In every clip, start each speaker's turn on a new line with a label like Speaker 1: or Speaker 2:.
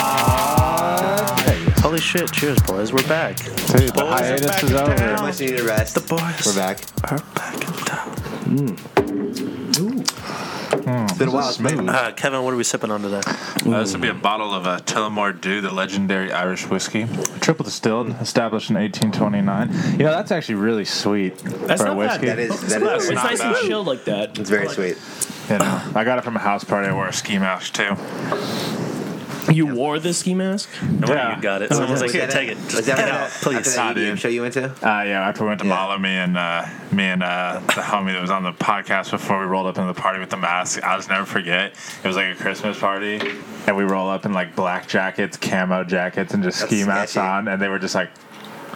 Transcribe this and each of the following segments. Speaker 1: Squad.
Speaker 2: Holy shit, cheers, boys. We're back.
Speaker 3: Dude, the
Speaker 2: Boys are
Speaker 3: hiatus
Speaker 2: back
Speaker 3: is
Speaker 2: in
Speaker 3: over.
Speaker 2: town.
Speaker 4: Much needed rest.
Speaker 2: The boys
Speaker 3: We're back.
Speaker 2: are back in town.
Speaker 4: Hmm. It's been a while. It's been
Speaker 3: Smooth.
Speaker 2: Uh, Kevin, what are we sipping on today?
Speaker 5: Uh, this would be a bottle of uh, Tullamore Dew, the legendary Irish whiskey.
Speaker 3: Triple distilled, established in 1829. You know, that's actually really sweet for a
Speaker 1: not
Speaker 3: whiskey.
Speaker 1: bad.
Speaker 4: that is that
Speaker 1: It's
Speaker 4: is
Speaker 5: Not
Speaker 1: nice and
Speaker 5: bad.
Speaker 1: chilled like that.
Speaker 4: it's very sweet.
Speaker 3: You know, I got it from a house party. I wore a ski mask too.
Speaker 1: You wore the ski mask?
Speaker 2: No wonder
Speaker 3: Yeah.
Speaker 2: you got it. Someone's like,
Speaker 4: Was
Speaker 2: here,
Speaker 4: that
Speaker 2: take
Speaker 4: a-
Speaker 2: it.
Speaker 4: was
Speaker 2: Just
Speaker 4: that
Speaker 2: get
Speaker 4: a-
Speaker 2: out,
Speaker 4: After
Speaker 2: please.
Speaker 4: that
Speaker 5: Not
Speaker 4: EDM
Speaker 5: in.
Speaker 4: show you went to?
Speaker 3: Uh, yeah, after we went to
Speaker 4: Yeah.
Speaker 3: Mala, me and uh, me and uh, the homie that was on the podcast before we rolled up into the party with the mask, I'll just never forget. It was like a Christmas party, and we roll up in like black jackets, camo jackets, and just
Speaker 4: That's
Speaker 3: ski masks
Speaker 4: sketchy.
Speaker 3: on, and they were just like,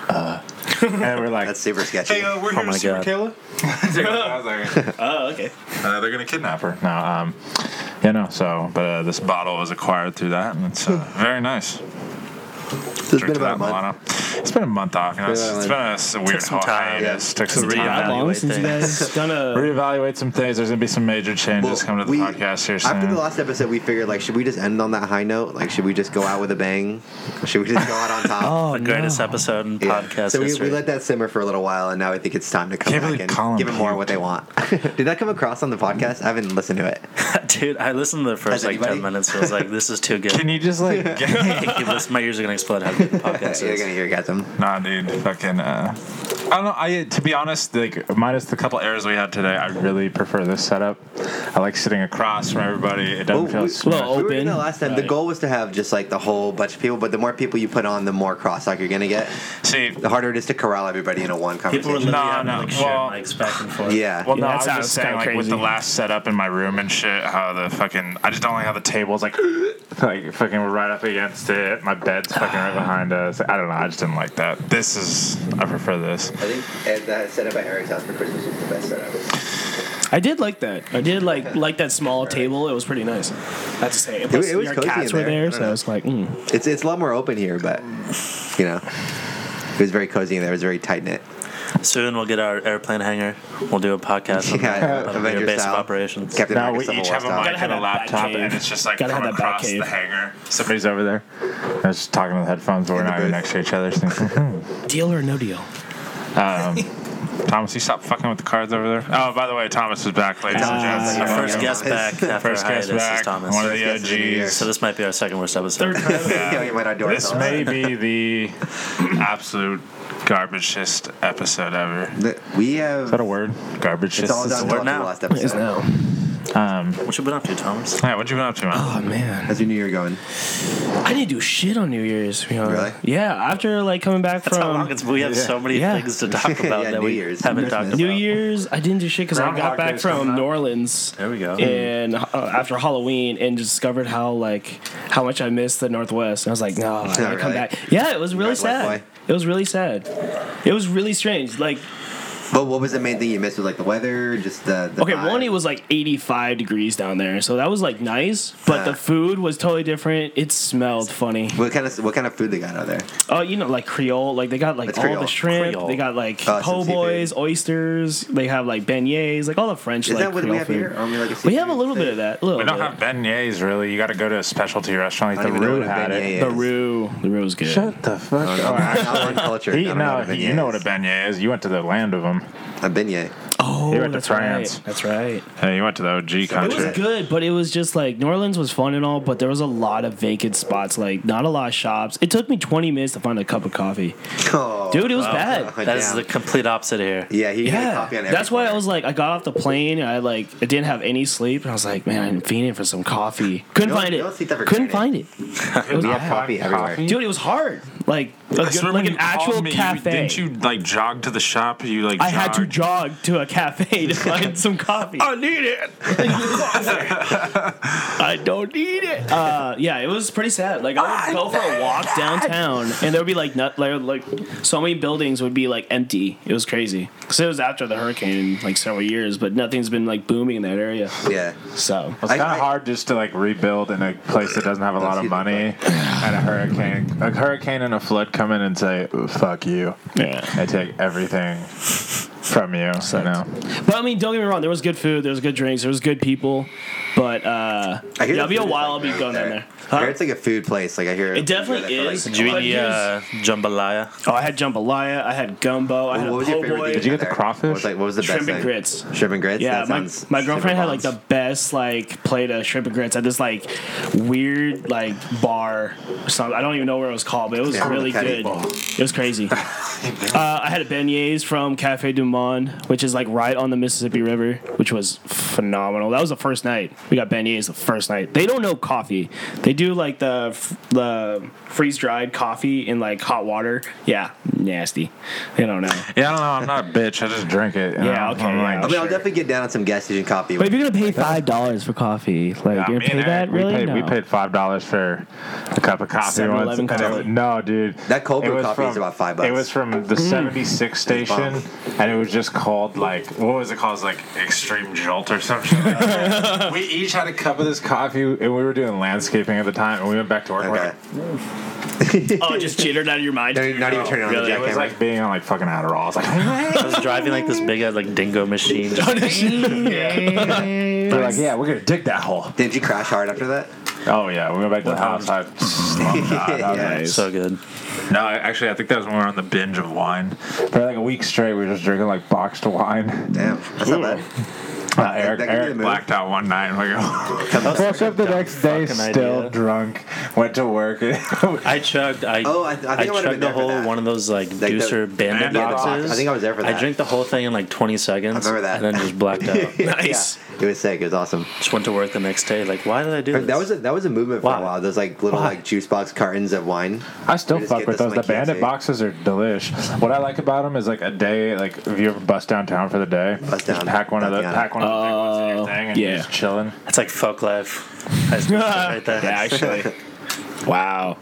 Speaker 3: uh, and we're like,
Speaker 4: That's super sketchy.
Speaker 5: Hey, uh, we're here
Speaker 2: my
Speaker 5: to see
Speaker 2: God.
Speaker 5: Michaela. I was like,
Speaker 1: Oh, okay.
Speaker 5: uh, they're gonna kidnap her.
Speaker 3: no, um, you know, so, but uh,
Speaker 5: This bottle was acquired through that, and it's uh, very nice.
Speaker 4: It's been about a month.
Speaker 5: It's been a month off. You know, it's, it's been a s- weird
Speaker 2: some time.
Speaker 5: hiatus. Took some
Speaker 2: To
Speaker 5: time.
Speaker 1: How long
Speaker 2: Evaluate
Speaker 1: since you
Speaker 2: things.
Speaker 1: guys done a
Speaker 3: reevaluate some things. There's gonna be some major
Speaker 4: Well,
Speaker 3: changes coming to the
Speaker 4: we-
Speaker 3: podcast here soon.
Speaker 4: After the last episode, we figured like, should we just end on that high note? Like, should we just go out with a bang? Should we just go out on
Speaker 3: Oh,
Speaker 4: top?
Speaker 2: The
Speaker 1: Oh,
Speaker 2: greatest episode in
Speaker 4: Yeah.
Speaker 2: podcast
Speaker 4: So we,
Speaker 2: history.
Speaker 4: we let that simmer for a little while, and now I think it's time to come
Speaker 3: Can't
Speaker 4: back
Speaker 3: believe
Speaker 4: and
Speaker 3: Colin
Speaker 4: give it more
Speaker 3: puked.
Speaker 4: what they want. Did that come across on the podcast? I haven't listened to it.
Speaker 2: Dude, I listened to the first
Speaker 4: Has
Speaker 2: like
Speaker 4: anybody-
Speaker 2: 10 minutes. I was like, this is too good.
Speaker 3: Can you just like,
Speaker 2: I can't keep listening. My ears are going to explode how good the podcast
Speaker 4: You're gonna
Speaker 2: is.
Speaker 4: hear got them.
Speaker 5: Nah, dude. Fucking. Uh, I don't know. I to be honest, like minus the couple errors we had today, I
Speaker 3: really prefer this setup? I like sitting across from everybody. It doesn't
Speaker 4: Oh,
Speaker 3: feel
Speaker 4: we-
Speaker 3: smooth.
Speaker 1: Well,
Speaker 4: We were
Speaker 1: Open,
Speaker 4: doing that last time. The
Speaker 1: right.
Speaker 4: goal was to have just like the whole bunch of people, but the more people you put on, the more cross talk you're gonna get.
Speaker 5: see.
Speaker 4: The harder it is to corral everybody into one
Speaker 2: People were literally
Speaker 4: conversation.
Speaker 5: No,
Speaker 2: having
Speaker 5: no,
Speaker 2: like share
Speaker 5: well-
Speaker 2: mics back and forth.
Speaker 4: yeah.
Speaker 3: Well, no,
Speaker 1: Yeah,
Speaker 3: I
Speaker 1: that
Speaker 3: was
Speaker 1: sounds
Speaker 3: just saying,
Speaker 1: kinda
Speaker 3: like, with
Speaker 1: crazy.
Speaker 3: the last setup in my room and shit, how the fucking, I just don't like how the table's like, like, fucking, we're right up against it. My bed's fucking right behind us. I don't know. I just didn't like that. This is, I prefer this.
Speaker 4: I think that setup at Eric's house for Christmas is the best setup.
Speaker 1: I did like that. I did like like that small table. It was pretty nice. That's to say.
Speaker 4: was- it was
Speaker 1: our
Speaker 4: cozy
Speaker 1: cats
Speaker 4: in
Speaker 1: were
Speaker 4: there.
Speaker 1: there,
Speaker 4: I
Speaker 1: so
Speaker 4: don't
Speaker 1: I was like, mm.
Speaker 4: It's it's a lot more open here, but you know, it was very cozy in there. It was very tight knit.
Speaker 2: Soon we'll get our airplane hangar. We'll do a podcast. on that.
Speaker 4: Yeah,
Speaker 2: That'll be
Speaker 4: Avenger
Speaker 2: your base
Speaker 4: style.
Speaker 2: of operations.
Speaker 4: Captain
Speaker 3: Now
Speaker 4: America
Speaker 3: we
Speaker 4: Civil
Speaker 3: each
Speaker 4: War
Speaker 3: have a
Speaker 4: style.
Speaker 3: mic
Speaker 1: have
Speaker 3: and a
Speaker 1: that bat
Speaker 3: laptop,
Speaker 1: cave.
Speaker 3: and it's just like
Speaker 1: Gotta have
Speaker 3: from
Speaker 1: that bat
Speaker 3: across
Speaker 1: cave.
Speaker 3: the hangar. Somebody's over there. I was just talking to the headphones, but we're
Speaker 4: In the
Speaker 3: not even
Speaker 4: booth.
Speaker 3: next to each other. so- um,
Speaker 1: deal or no deal.
Speaker 3: Thomas, you stop fucking with the cards over there. Oh, by the way, Thomas is back, ladies and
Speaker 1: Thomas
Speaker 3: gents.
Speaker 4: is
Speaker 2: Our
Speaker 4: Yeah.
Speaker 2: first guest back after
Speaker 3: First
Speaker 2: our
Speaker 3: guest
Speaker 2: hiatus
Speaker 3: back.
Speaker 2: is Thomas.
Speaker 3: One of
Speaker 4: First
Speaker 3: the
Speaker 4: guest of the year.
Speaker 3: OGs.
Speaker 2: So this might be our second worst episode.
Speaker 1: Third time.
Speaker 4: Yeah, we might not do
Speaker 3: This
Speaker 4: ourselves.
Speaker 3: may be the absolute garbagest episode ever. Is
Speaker 4: The- We have.
Speaker 3: that a word? Garbage.
Speaker 4: It's all
Speaker 3: is-
Speaker 4: done
Speaker 2: word
Speaker 4: until after
Speaker 2: now.
Speaker 4: the last episode.
Speaker 1: now.
Speaker 2: What you been up to, Thomas?
Speaker 3: Yeah, what you been up to, man?
Speaker 1: Oh man,
Speaker 4: How's your New Year going?
Speaker 1: I didn't do shit on New Year's. You know?
Speaker 4: Really?
Speaker 1: Yeah. After like coming back
Speaker 2: That's how long
Speaker 1: from
Speaker 2: it's, we have so many
Speaker 1: Yeah.
Speaker 2: things to talk about
Speaker 4: Yeah,
Speaker 2: that
Speaker 4: New
Speaker 2: we
Speaker 4: Year's,
Speaker 2: haven't talked
Speaker 4: Christmas.
Speaker 2: about.
Speaker 1: New Year's, I didn't do shit because I
Speaker 3: Groundhog
Speaker 1: got back
Speaker 3: Day's coming
Speaker 1: from
Speaker 3: up.
Speaker 1: New Orleans.
Speaker 2: There we go.
Speaker 1: And uh, after Halloween, and discovered how like how much I missed the Northwest. And I was like, no, I gotta
Speaker 4: really?
Speaker 1: come back. Yeah, it was really
Speaker 4: guys like
Speaker 1: sad.
Speaker 4: why?
Speaker 1: It was really sad. It was really strange. Like,
Speaker 4: But what was the main thing you missed? Was like the weather, just the. the
Speaker 1: okay,
Speaker 4: vibe?
Speaker 1: one, it was like 85 degrees down there, so that was like nice. But the food was totally different. It smelled funny.
Speaker 4: What kind of what kind of food they got out there?
Speaker 1: Oh, you know, like Creole. Like they got like
Speaker 4: That's
Speaker 1: all
Speaker 4: Creole.
Speaker 1: the shrimp.
Speaker 2: Creole.
Speaker 1: They got like
Speaker 4: Oh, some
Speaker 1: po' boys, oysters. They have like beignets, like all the French.
Speaker 4: Is
Speaker 1: like,
Speaker 4: that what
Speaker 1: Creole
Speaker 4: we have
Speaker 1: food.
Speaker 4: here? Or only like a
Speaker 1: We have a
Speaker 4: seafood
Speaker 1: little bit
Speaker 4: thing?
Speaker 1: of that. a little
Speaker 5: We don't
Speaker 1: bit.
Speaker 5: have beignets really. You got to go to a specialty restaurant
Speaker 4: I
Speaker 5: like
Speaker 4: don't
Speaker 5: the
Speaker 4: even know
Speaker 5: Rue
Speaker 4: what a
Speaker 5: had it.
Speaker 4: beignet
Speaker 1: The
Speaker 4: is. Oh,
Speaker 1: roux, the roux is good.
Speaker 3: Shut the fuck
Speaker 4: I don't know.
Speaker 3: up.
Speaker 4: I'm not one culture.
Speaker 3: He,
Speaker 4: I don't
Speaker 3: no,
Speaker 4: what a
Speaker 3: he-
Speaker 4: beignet
Speaker 3: you know what a
Speaker 4: is.
Speaker 3: beignet is. You went to the land of them.
Speaker 4: a beignet.
Speaker 1: Oh,
Speaker 3: They went to
Speaker 1: that's
Speaker 3: France.
Speaker 1: right. That's right.
Speaker 3: Hey, you went to the OG
Speaker 1: It was
Speaker 3: country.
Speaker 1: good, but it was just like New Orleans was fun and all, but there was a lot of vacant spots, like not a lot of shops. It took me 20 minutes to find a cup of coffee,
Speaker 4: Oh,
Speaker 1: dude. It was bad.
Speaker 2: That is the complete opposite here.
Speaker 4: Yeah, he had a
Speaker 1: Yeah,
Speaker 4: coffee on every
Speaker 1: that's why I
Speaker 4: corner.
Speaker 1: was like, I got off the plane, and I like, I didn't have any sleep, and I was like, man, I'm fiending for some coffee. Couldn't
Speaker 4: You'll-
Speaker 1: find
Speaker 4: you'll see
Speaker 1: it.
Speaker 4: that for
Speaker 1: Couldn't
Speaker 4: granted.
Speaker 1: find it,
Speaker 4: We have coffee everywhere.
Speaker 1: dude. It was hard. Like, a
Speaker 5: I
Speaker 1: good-
Speaker 5: swear
Speaker 1: like an
Speaker 5: when you called
Speaker 1: actual
Speaker 5: me, you-
Speaker 1: cafe.
Speaker 5: Didn't you like jog to the shop? You like
Speaker 1: I had to
Speaker 5: jogged?
Speaker 1: jog to a cafe to find some coffee.
Speaker 5: I need it.
Speaker 1: I don't need it. Uh, yeah, it was pretty sad. Like I would go for a walk downtown, and there would be like not like, like so many buildings would be like empty. It was crazy because it was after the hurricane, like several years, but nothing's been like booming in that area.
Speaker 4: Yeah.
Speaker 1: So
Speaker 3: It's
Speaker 4: I-
Speaker 3: kind
Speaker 4: I-
Speaker 3: of hard just to like rebuild in a place that doesn't have a lot of
Speaker 4: Excuse me,
Speaker 3: money and a hurricane, a hurricane and a flood come in and say "fuck you."
Speaker 1: yeah.
Speaker 3: I take everything from you. So you know.
Speaker 1: But I mean, don't get me wrong. There was good food. There was good drinks. There was good people. But uh,
Speaker 4: I hear
Speaker 1: yeah,
Speaker 4: the
Speaker 1: I'll be a
Speaker 4: food is
Speaker 1: while. I'll
Speaker 4: like
Speaker 1: be
Speaker 4: that
Speaker 1: going down there.
Speaker 4: I hear
Speaker 1: Huh?
Speaker 4: it's like a food place. Like I hear
Speaker 1: It definitely
Speaker 4: I hear that
Speaker 1: is.
Speaker 4: for,
Speaker 2: Did you
Speaker 1: But
Speaker 2: eat the uh, jambalaya?
Speaker 1: Oh, I had jambalaya. I had gumbo. I
Speaker 4: What
Speaker 1: had
Speaker 4: was
Speaker 1: a
Speaker 4: your
Speaker 1: po'
Speaker 4: favorite?
Speaker 1: boy.
Speaker 4: thing
Speaker 3: Did you get the
Speaker 4: there?
Speaker 3: crawfish?
Speaker 4: What was, like, what was the
Speaker 1: Shrimp
Speaker 4: best
Speaker 1: and
Speaker 4: thing?
Speaker 1: grits.
Speaker 4: Shrimp and grits.
Speaker 1: Yeah,
Speaker 4: that
Speaker 1: my,
Speaker 4: sounds
Speaker 1: my
Speaker 4: super
Speaker 1: girlfriend had like the
Speaker 4: bombs.
Speaker 1: best like plate of shrimp and grits at this like weird like bar. Or something. I don't even know where it was called, but it was
Speaker 4: Yeah,
Speaker 1: really
Speaker 4: Caddy
Speaker 1: good.
Speaker 4: Ball.
Speaker 1: It was crazy. uh, I had a beignets from Cafe Du Monde, which is like right on the Mississippi River, which was phenomenal. That was the first night we got beignets. The first night they don't know coffee. They do like the f- the freeze dried coffee in like hot water. Yeah, nasty. They don't know.
Speaker 3: Yeah, I don't know. I'm not a bitch. I just drink it. you
Speaker 1: Yeah,
Speaker 3: know?
Speaker 1: okay,
Speaker 3: I'm
Speaker 1: yeah.
Speaker 4: I mean, I'll definitely get down on some gas station coffee.
Speaker 1: But if you're gonna pay five dollars for coffee, like
Speaker 3: Yeah, me
Speaker 1: you're gonna pay
Speaker 3: and Eric,
Speaker 1: that really?
Speaker 3: We paid,
Speaker 1: no.
Speaker 3: we paid five dollars for a cup of coffee
Speaker 1: 7-Eleven
Speaker 3: once. and it-
Speaker 1: coffee.
Speaker 3: no, dude,
Speaker 4: That cold
Speaker 3: It
Speaker 4: brew
Speaker 3: was
Speaker 4: coffee is about five bucks.
Speaker 3: It was from
Speaker 1: Mm.
Speaker 3: the '76 station, and it was just called like what was it called? It was like Extreme Jolt or something. we each had a cup of this coffee, and we were doing landscaping at the time, and we went back to work. and we're
Speaker 4: okay.
Speaker 3: like,
Speaker 1: Oh, just jittered out of your mind.
Speaker 4: They're not even turning on the
Speaker 1: Really?
Speaker 4: jack
Speaker 3: It was
Speaker 4: hammer.
Speaker 3: like being on like fucking Adderall. It's like,
Speaker 2: I was driving like this big uh, like dingo machine.
Speaker 3: we're like, yeah, we're gonna dig that hole.
Speaker 4: Didn't you crash hard after that?
Speaker 3: Oh yeah, we went back to the house. I, oh, God, I was
Speaker 4: Yeah.
Speaker 3: like,
Speaker 2: so good.
Speaker 3: No, I- actually, I think that was when we were on the binge of wine. For like a week straight, we were just drinking like boxed wine.
Speaker 4: Damn, that's not bad.
Speaker 3: Uh, Eric,
Speaker 4: that could be the
Speaker 3: Eric
Speaker 4: move.
Speaker 3: blacked out one night and we go.
Speaker 4: Come on.
Speaker 3: Woke up the next day
Speaker 2: fucking
Speaker 3: still
Speaker 2: idea.
Speaker 3: drunk. Went to work. I
Speaker 2: I chugged. I
Speaker 4: Oh, I th- I think I might have
Speaker 2: chugged
Speaker 4: been
Speaker 2: the
Speaker 4: there for
Speaker 2: whole
Speaker 4: that.
Speaker 2: one of those like,
Speaker 4: the-
Speaker 2: Deucer bandit
Speaker 3: Bandit
Speaker 2: boxes.
Speaker 3: box.
Speaker 4: I think I was there for that.
Speaker 2: I drank the whole thing in like 20 seconds.
Speaker 4: remember that.
Speaker 2: And then just blacked out.
Speaker 1: Nice.
Speaker 4: It was sick. It was awesome.
Speaker 2: just went to work the next day. Like, why did I do this?
Speaker 4: That was a, that was a movement for
Speaker 2: Why?
Speaker 4: a while. Those like little like juice box cartons of wine.
Speaker 3: still
Speaker 4: We just
Speaker 3: fuck
Speaker 4: get
Speaker 3: with
Speaker 4: this
Speaker 3: those. The
Speaker 4: on my
Speaker 3: bandit
Speaker 4: KFC.
Speaker 3: boxes are delish. What I like about them is like a day. Like if you ever bust downtown for the day, just
Speaker 4: Bust down.
Speaker 3: pack one of the
Speaker 4: Down.
Speaker 3: pack one of the big ones in your thing and
Speaker 1: yeah.
Speaker 3: yeah. just chilling.
Speaker 2: It's like fuck life. I just put that right there.
Speaker 1: Yeah, actually. Wow.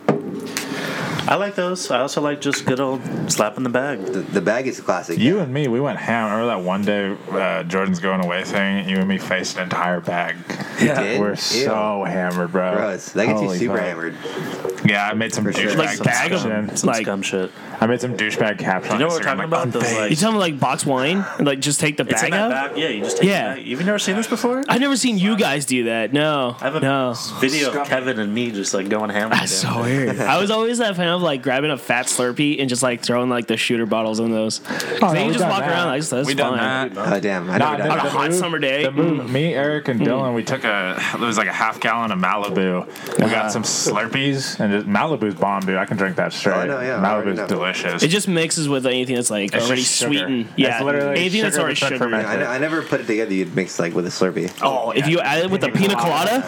Speaker 2: I like those. I also like just good old slap in the bag.
Speaker 4: The, the bag is a classic.
Speaker 3: You and me, we went ham. Remember that one day uh, Jordan's going away thing? You and me faced an entire bag.
Speaker 4: yeah, did?
Speaker 3: We're
Speaker 4: Ew.
Speaker 3: so hammered, bro.
Speaker 4: Gross. That gets
Speaker 3: Holy
Speaker 4: you super
Speaker 3: fuck.
Speaker 4: hammered.
Speaker 3: Yeah, I made some
Speaker 4: sure.
Speaker 3: douchebag
Speaker 1: Like bag of-
Speaker 3: caption.
Speaker 2: Some
Speaker 1: Like-
Speaker 2: scum shit.
Speaker 3: I made some douchebag caption.
Speaker 2: You know
Speaker 3: on
Speaker 2: what we're
Speaker 3: Instagram,
Speaker 2: talking about? Those
Speaker 3: unfazed.
Speaker 2: like
Speaker 1: You tell them like box wine and like just take the
Speaker 2: it's in
Speaker 1: bag
Speaker 2: that
Speaker 1: out.
Speaker 2: bag. Yeah, you just take yeah.
Speaker 1: Yeah.
Speaker 2: You've never seen this before?
Speaker 1: I've never seen you guys do that. No.
Speaker 2: I have a
Speaker 1: no.
Speaker 2: video of Kevin and me just like going ham.
Speaker 1: That's so weird. I was always that fan of like grabbing a fat Slurpee and just like throwing like the shooter bottles in those. 'Cause
Speaker 3: Oh,
Speaker 1: then
Speaker 3: no,
Speaker 1: you
Speaker 3: we
Speaker 1: just
Speaker 3: done
Speaker 1: walk
Speaker 3: that.
Speaker 1: around like that's
Speaker 3: We
Speaker 1: fine.
Speaker 3: done that.
Speaker 4: Oh damn! I
Speaker 3: Nah,
Speaker 4: never
Speaker 3: the-
Speaker 4: done
Speaker 1: On a
Speaker 3: the
Speaker 1: hot
Speaker 3: move-
Speaker 1: summer day. Mm.
Speaker 3: the move- me, Eric, and Dylan, we took a it was like a half gallon of Malibu. We
Speaker 1: Uh-huh.
Speaker 3: got some Slurpees and just, Malibu's bomb, dude. I can drink that straight.
Speaker 4: know, yeah, Oh, I already
Speaker 3: Malibu's
Speaker 4: know.
Speaker 3: delicious.
Speaker 1: It just mixes with anything that's like
Speaker 3: It's
Speaker 1: already
Speaker 3: just sugar.
Speaker 1: sweetened.
Speaker 3: It's
Speaker 1: Yeah.
Speaker 3: literally
Speaker 1: Anything that's
Speaker 3: sugar
Speaker 1: already
Speaker 3: that's been
Speaker 1: sugar.
Speaker 4: that. I, ne- I never put it together. You'd mix like with a Slurpee.
Speaker 1: Oh, if you add it with a pina colada,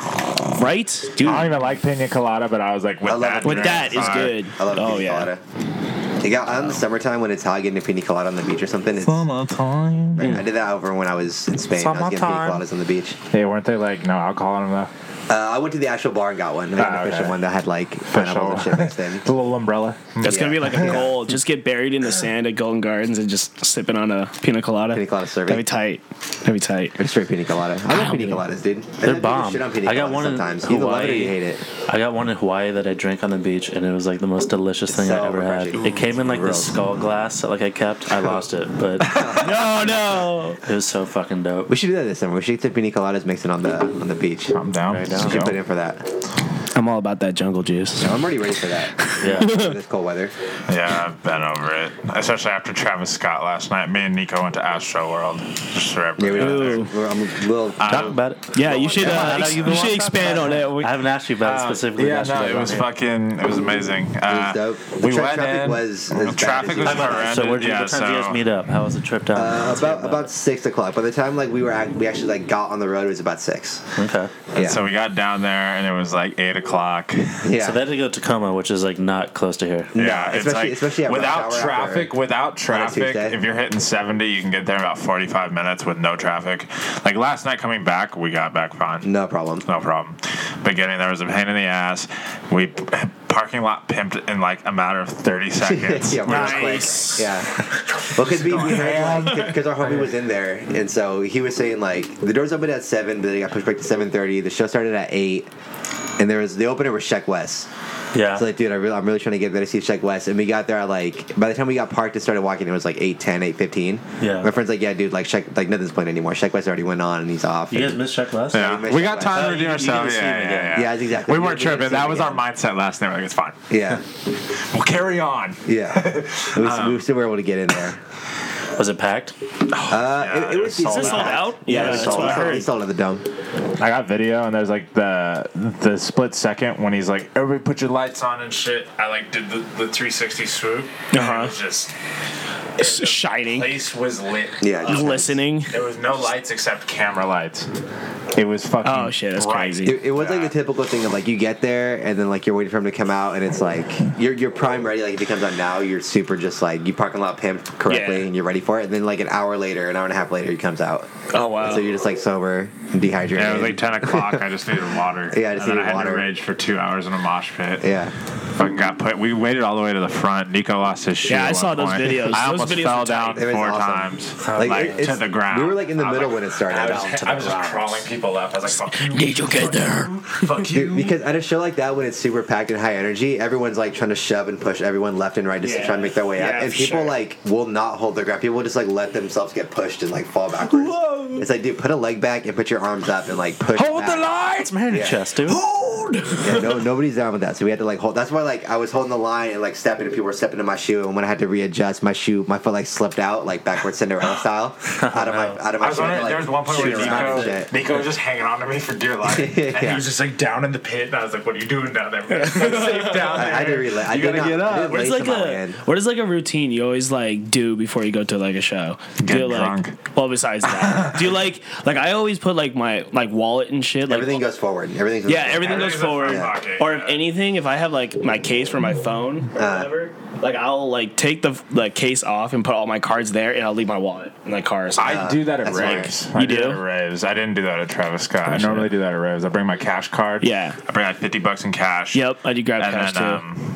Speaker 1: right? Dude.
Speaker 3: I don't even like pina colada, but I was like, with
Speaker 4: love
Speaker 3: that,
Speaker 4: it.
Speaker 1: With
Speaker 3: drink,
Speaker 1: that is
Speaker 3: fire.
Speaker 1: good.
Speaker 4: I love
Speaker 1: oh
Speaker 4: pina
Speaker 1: yeah.
Speaker 4: colada. You got out in the
Speaker 2: Oh.
Speaker 4: summertime when it's hot getting a pina colada on the beach or something. It's,
Speaker 3: Summertime.
Speaker 4: I did that over when I was in Spain. I was getting pina
Speaker 2: Summertime.
Speaker 4: coladas on the beach.
Speaker 3: Hey, weren't they like no alcohol in them
Speaker 4: Uh, I went to the actual bar and got one. They had
Speaker 3: Ah,
Speaker 4: an official
Speaker 3: okay.
Speaker 4: one that had like
Speaker 3: though?
Speaker 4: pineapples and shit mixed in.
Speaker 3: the little umbrella.
Speaker 1: That's gonna be
Speaker 4: Yeah.
Speaker 1: like a goal. Just get buried in the sand at Golden Gardens and just sipping on a pina colada.
Speaker 4: Pina colada survey.
Speaker 1: That'd be tight. That'd be tight.
Speaker 4: It's straight pina colada. I love
Speaker 1: don't
Speaker 4: pina
Speaker 1: even-
Speaker 4: coladas, dude.
Speaker 2: They're
Speaker 4: I
Speaker 2: bomb.
Speaker 4: Shit on pina
Speaker 2: I got
Speaker 4: coladas
Speaker 2: one in
Speaker 4: sometimes. You either love it or
Speaker 2: Hawaii.
Speaker 4: you hate it.
Speaker 2: I got one in Hawaii that I drank on the beach, and it was like the most delicious thing
Speaker 4: so
Speaker 2: I ever
Speaker 4: refreshing.
Speaker 2: had. It came in like this
Speaker 4: Gross.
Speaker 2: skull glass that like I kept. I lost it, but it
Speaker 1: No, no.
Speaker 2: was so fucking dope.
Speaker 4: We should do that this summer. We should get the pina coladas mixing on the on the beach.
Speaker 3: I'm down.
Speaker 2: Right
Speaker 3: Let's
Speaker 2: down.
Speaker 4: We should
Speaker 3: go.
Speaker 4: put in for that.
Speaker 1: I'm all about that jungle juice.
Speaker 4: I'm already ready for that.
Speaker 2: Yeah,
Speaker 4: for this cold weather.
Speaker 3: Yeah, I've been over it. Especially after Travis Scott last night. Me and Nico went to Astro World. Just for
Speaker 4: Yeah, we
Speaker 3: everybody.
Speaker 4: don't
Speaker 1: Ooh.
Speaker 4: we're, I'm a little.
Speaker 2: talk about it.
Speaker 1: Yeah, you should. Uh,
Speaker 2: I know
Speaker 1: ex- you
Speaker 2: you've been
Speaker 1: should
Speaker 2: wanting to
Speaker 1: expand on it. We-
Speaker 2: I haven't asked you about it specifically.
Speaker 3: Uh, yeah,
Speaker 2: Asked you
Speaker 3: no,
Speaker 2: about
Speaker 3: it was
Speaker 2: it.
Speaker 3: fucking, it was amazing. Uh,
Speaker 4: dope. The
Speaker 3: we
Speaker 4: tra-
Speaker 3: went
Speaker 4: traffic
Speaker 3: in.
Speaker 4: was as
Speaker 3: the
Speaker 4: bad as
Speaker 3: traffic
Speaker 4: you
Speaker 3: was
Speaker 4: can
Speaker 3: horrendous.
Speaker 2: So where'd you,
Speaker 3: yeah,
Speaker 2: what time
Speaker 3: so
Speaker 2: do you guys meet up? How was the trip down?
Speaker 4: Uh,
Speaker 2: Let's hear
Speaker 4: about about six o'clock. By the time like we were act, we actually like got on the road, it was about six.
Speaker 2: okay.
Speaker 4: Yeah.
Speaker 3: So we got down there and it was like eight o'clock.
Speaker 4: yeah.
Speaker 2: So they had to go to Tacoma, which is like not close to here.
Speaker 3: Yeah, it's
Speaker 4: especially-
Speaker 3: like
Speaker 4: especially at rush
Speaker 3: without
Speaker 4: hour
Speaker 3: traffic,
Speaker 4: after-
Speaker 3: without traffic.
Speaker 4: Tuesday.
Speaker 3: If you're hitting seventy, you can get there in about forty-five minutes with no traffic. Like last night coming back, we got back fine.
Speaker 4: no problem.
Speaker 3: No problem. But getting there was a pain in the ass. We parking lot pimped in like a matter of thirty seconds.
Speaker 4: yeah, real
Speaker 1: Nice.
Speaker 4: quick. Yeah. Well, because we, we heard like because our homie was in there, and so he was saying like the doors opened at seven, but they got pushed back to seven thirty. The show started at eight, and there was the opener was Sheck West,
Speaker 2: Yeah.
Speaker 4: It's like, dude, I really, I'm really trying to get better seats. Check West, and we got there at like by the time we got parked and started walking, it was like 8.10, 8.15.
Speaker 2: Yeah.
Speaker 4: my friend's like, yeah, dude, like check, like nothing's playing anymore. Check West already went on, and he's off.
Speaker 2: You guys missed Chuck West?
Speaker 3: Yeah.
Speaker 4: We
Speaker 3: We got
Speaker 4: missed
Speaker 3: time
Speaker 2: that. Oh,
Speaker 3: to redeem
Speaker 2: you- you
Speaker 3: ourselves.
Speaker 2: didn't
Speaker 3: Yeah,
Speaker 2: see him
Speaker 3: yeah,
Speaker 2: again.
Speaker 3: yeah,
Speaker 4: Yeah, that's exactly-
Speaker 3: We
Speaker 4: you
Speaker 3: weren't
Speaker 4: didn't
Speaker 3: tripping.
Speaker 4: see him
Speaker 3: That was our
Speaker 4: again.
Speaker 3: mindset last night. We're like, it's fine.
Speaker 4: yeah,
Speaker 3: We'll carry on.
Speaker 4: yeah, it was, we still were able to get in there.
Speaker 2: Was it packed?
Speaker 4: Uh,
Speaker 3: Yeah,
Speaker 4: it,
Speaker 3: it
Speaker 4: it was
Speaker 3: was
Speaker 1: Is
Speaker 4: decent.
Speaker 1: this sold out? Yeah, that's
Speaker 4: sold
Speaker 1: what I
Speaker 4: out.
Speaker 1: heard.
Speaker 4: It's sold at the dome.
Speaker 3: I got video, and there's like the the split second when he's like, "Everybody, put your lights on and shit." I like did the, the 360 swoop. and
Speaker 1: Uh-huh.
Speaker 3: It was just
Speaker 1: It's shining,
Speaker 3: place was lit.
Speaker 4: Yeah, just-
Speaker 1: glistening.
Speaker 3: There was no lights except camera lights. It was fucking.
Speaker 1: Oh shit, that's
Speaker 3: bright.
Speaker 1: crazy.
Speaker 4: It, it was like the typical thing of like you get there and then like you're waiting for him to come out and it's like you're you're prime ready. Like if he comes out now, you're super just like you parking lot pimped correctly
Speaker 1: Yeah.
Speaker 4: and you're ready for it. And then like an hour later, an hour and a half later, he comes out.
Speaker 1: Oh wow.
Speaker 4: And so you're just like sober and dehydrated.
Speaker 3: Yeah, it was like 10 o'clock. I just needed water.
Speaker 4: Yeah, I just
Speaker 3: and then
Speaker 4: needed
Speaker 3: I had
Speaker 4: water.
Speaker 3: to rage for two hours in a mosh pit.
Speaker 4: Yeah.
Speaker 3: Fucking got put. We waited all the way to the front. Nico lost his shoe.
Speaker 1: Yeah, I
Speaker 3: at one
Speaker 1: saw those
Speaker 3: point.
Speaker 1: videos.
Speaker 3: I
Speaker 1: Those
Speaker 3: almost
Speaker 1: videos
Speaker 3: fell
Speaker 1: were
Speaker 3: down
Speaker 1: tight.
Speaker 4: It was
Speaker 3: four
Speaker 4: awesome.
Speaker 3: times,
Speaker 4: Like,
Speaker 3: like,
Speaker 4: it- it's-
Speaker 3: to the ground.
Speaker 4: we were, like, in the
Speaker 3: I was
Speaker 4: middle when it started.
Speaker 3: I
Speaker 4: Down
Speaker 3: was,
Speaker 4: to
Speaker 3: I
Speaker 4: the
Speaker 3: was just
Speaker 4: ground.
Speaker 3: crawling people up. I was like, "Fuck you,
Speaker 1: Did you get there?
Speaker 3: fuck you."
Speaker 4: Dude, because at a show like that, when it's super packed and high energy, everyone's like trying to shove and push everyone left and right just to
Speaker 3: Yeah.
Speaker 4: try and make their way
Speaker 3: Yeah,
Speaker 4: up. And
Speaker 3: for
Speaker 4: people
Speaker 3: sure.
Speaker 4: like will not hold their ground. People will just like let themselves get pushed and like fall backwards. It's like, dude, put a leg back and put your arms up and like push.
Speaker 2: Hold the
Speaker 4: back.
Speaker 2: lights, man.
Speaker 4: Yeah.
Speaker 2: Chest, dude.
Speaker 1: Hold.
Speaker 4: Yeah, no, nobody's down with that. So we had to like hold. That's why like I was holding the line and like stepping, and people were stepping in my shoe. And when I had to readjust, my shoe, my foot like slipped out like backwards Cinderella style out of my out of my.
Speaker 3: I was
Speaker 4: shoe.
Speaker 3: wondering,
Speaker 4: like,
Speaker 3: there was one point where
Speaker 4: shoot around and
Speaker 3: Nico,
Speaker 4: shit.
Speaker 3: Nico was just hanging on to me for dear life. And
Speaker 4: Yeah.
Speaker 3: he was just like down in the pit. And I was like, what are you doing down there? man? It's safe down there.
Speaker 4: I, I didn't really. I
Speaker 3: You
Speaker 4: did
Speaker 3: gotta
Speaker 4: not,
Speaker 3: get up.
Speaker 4: I didn't
Speaker 1: What is
Speaker 4: lace
Speaker 1: like
Speaker 4: them out,
Speaker 1: a
Speaker 4: man.
Speaker 1: what is like a routine you always like do before you go to like a show?
Speaker 3: Get
Speaker 1: do you, like
Speaker 3: drunk.
Speaker 1: well besides that. do you like like I always put like my like wallet and shit like
Speaker 4: Everything goes forward. Everything's
Speaker 1: Yeah, everything
Speaker 3: Everything's
Speaker 1: goes
Speaker 3: in
Speaker 1: forward.
Speaker 3: the front pocket,
Speaker 1: Or if
Speaker 3: yeah.
Speaker 1: anything, if I have like my case for my phone or
Speaker 4: Uh.
Speaker 1: whatever, like I'll like take the like case off and put all my cards there and I'll leave my wallet in my car. or something.
Speaker 3: I do that at
Speaker 4: that's
Speaker 3: raves.
Speaker 1: right.
Speaker 3: I
Speaker 1: You do?
Speaker 3: that at raves. I didn't do that at Travis Scott. I normally do that at raves. I bring my cash card.
Speaker 1: Yeah.
Speaker 3: I bring like fifty bucks in cash.
Speaker 1: yep, I do grab
Speaker 3: And
Speaker 1: cash
Speaker 3: then, um,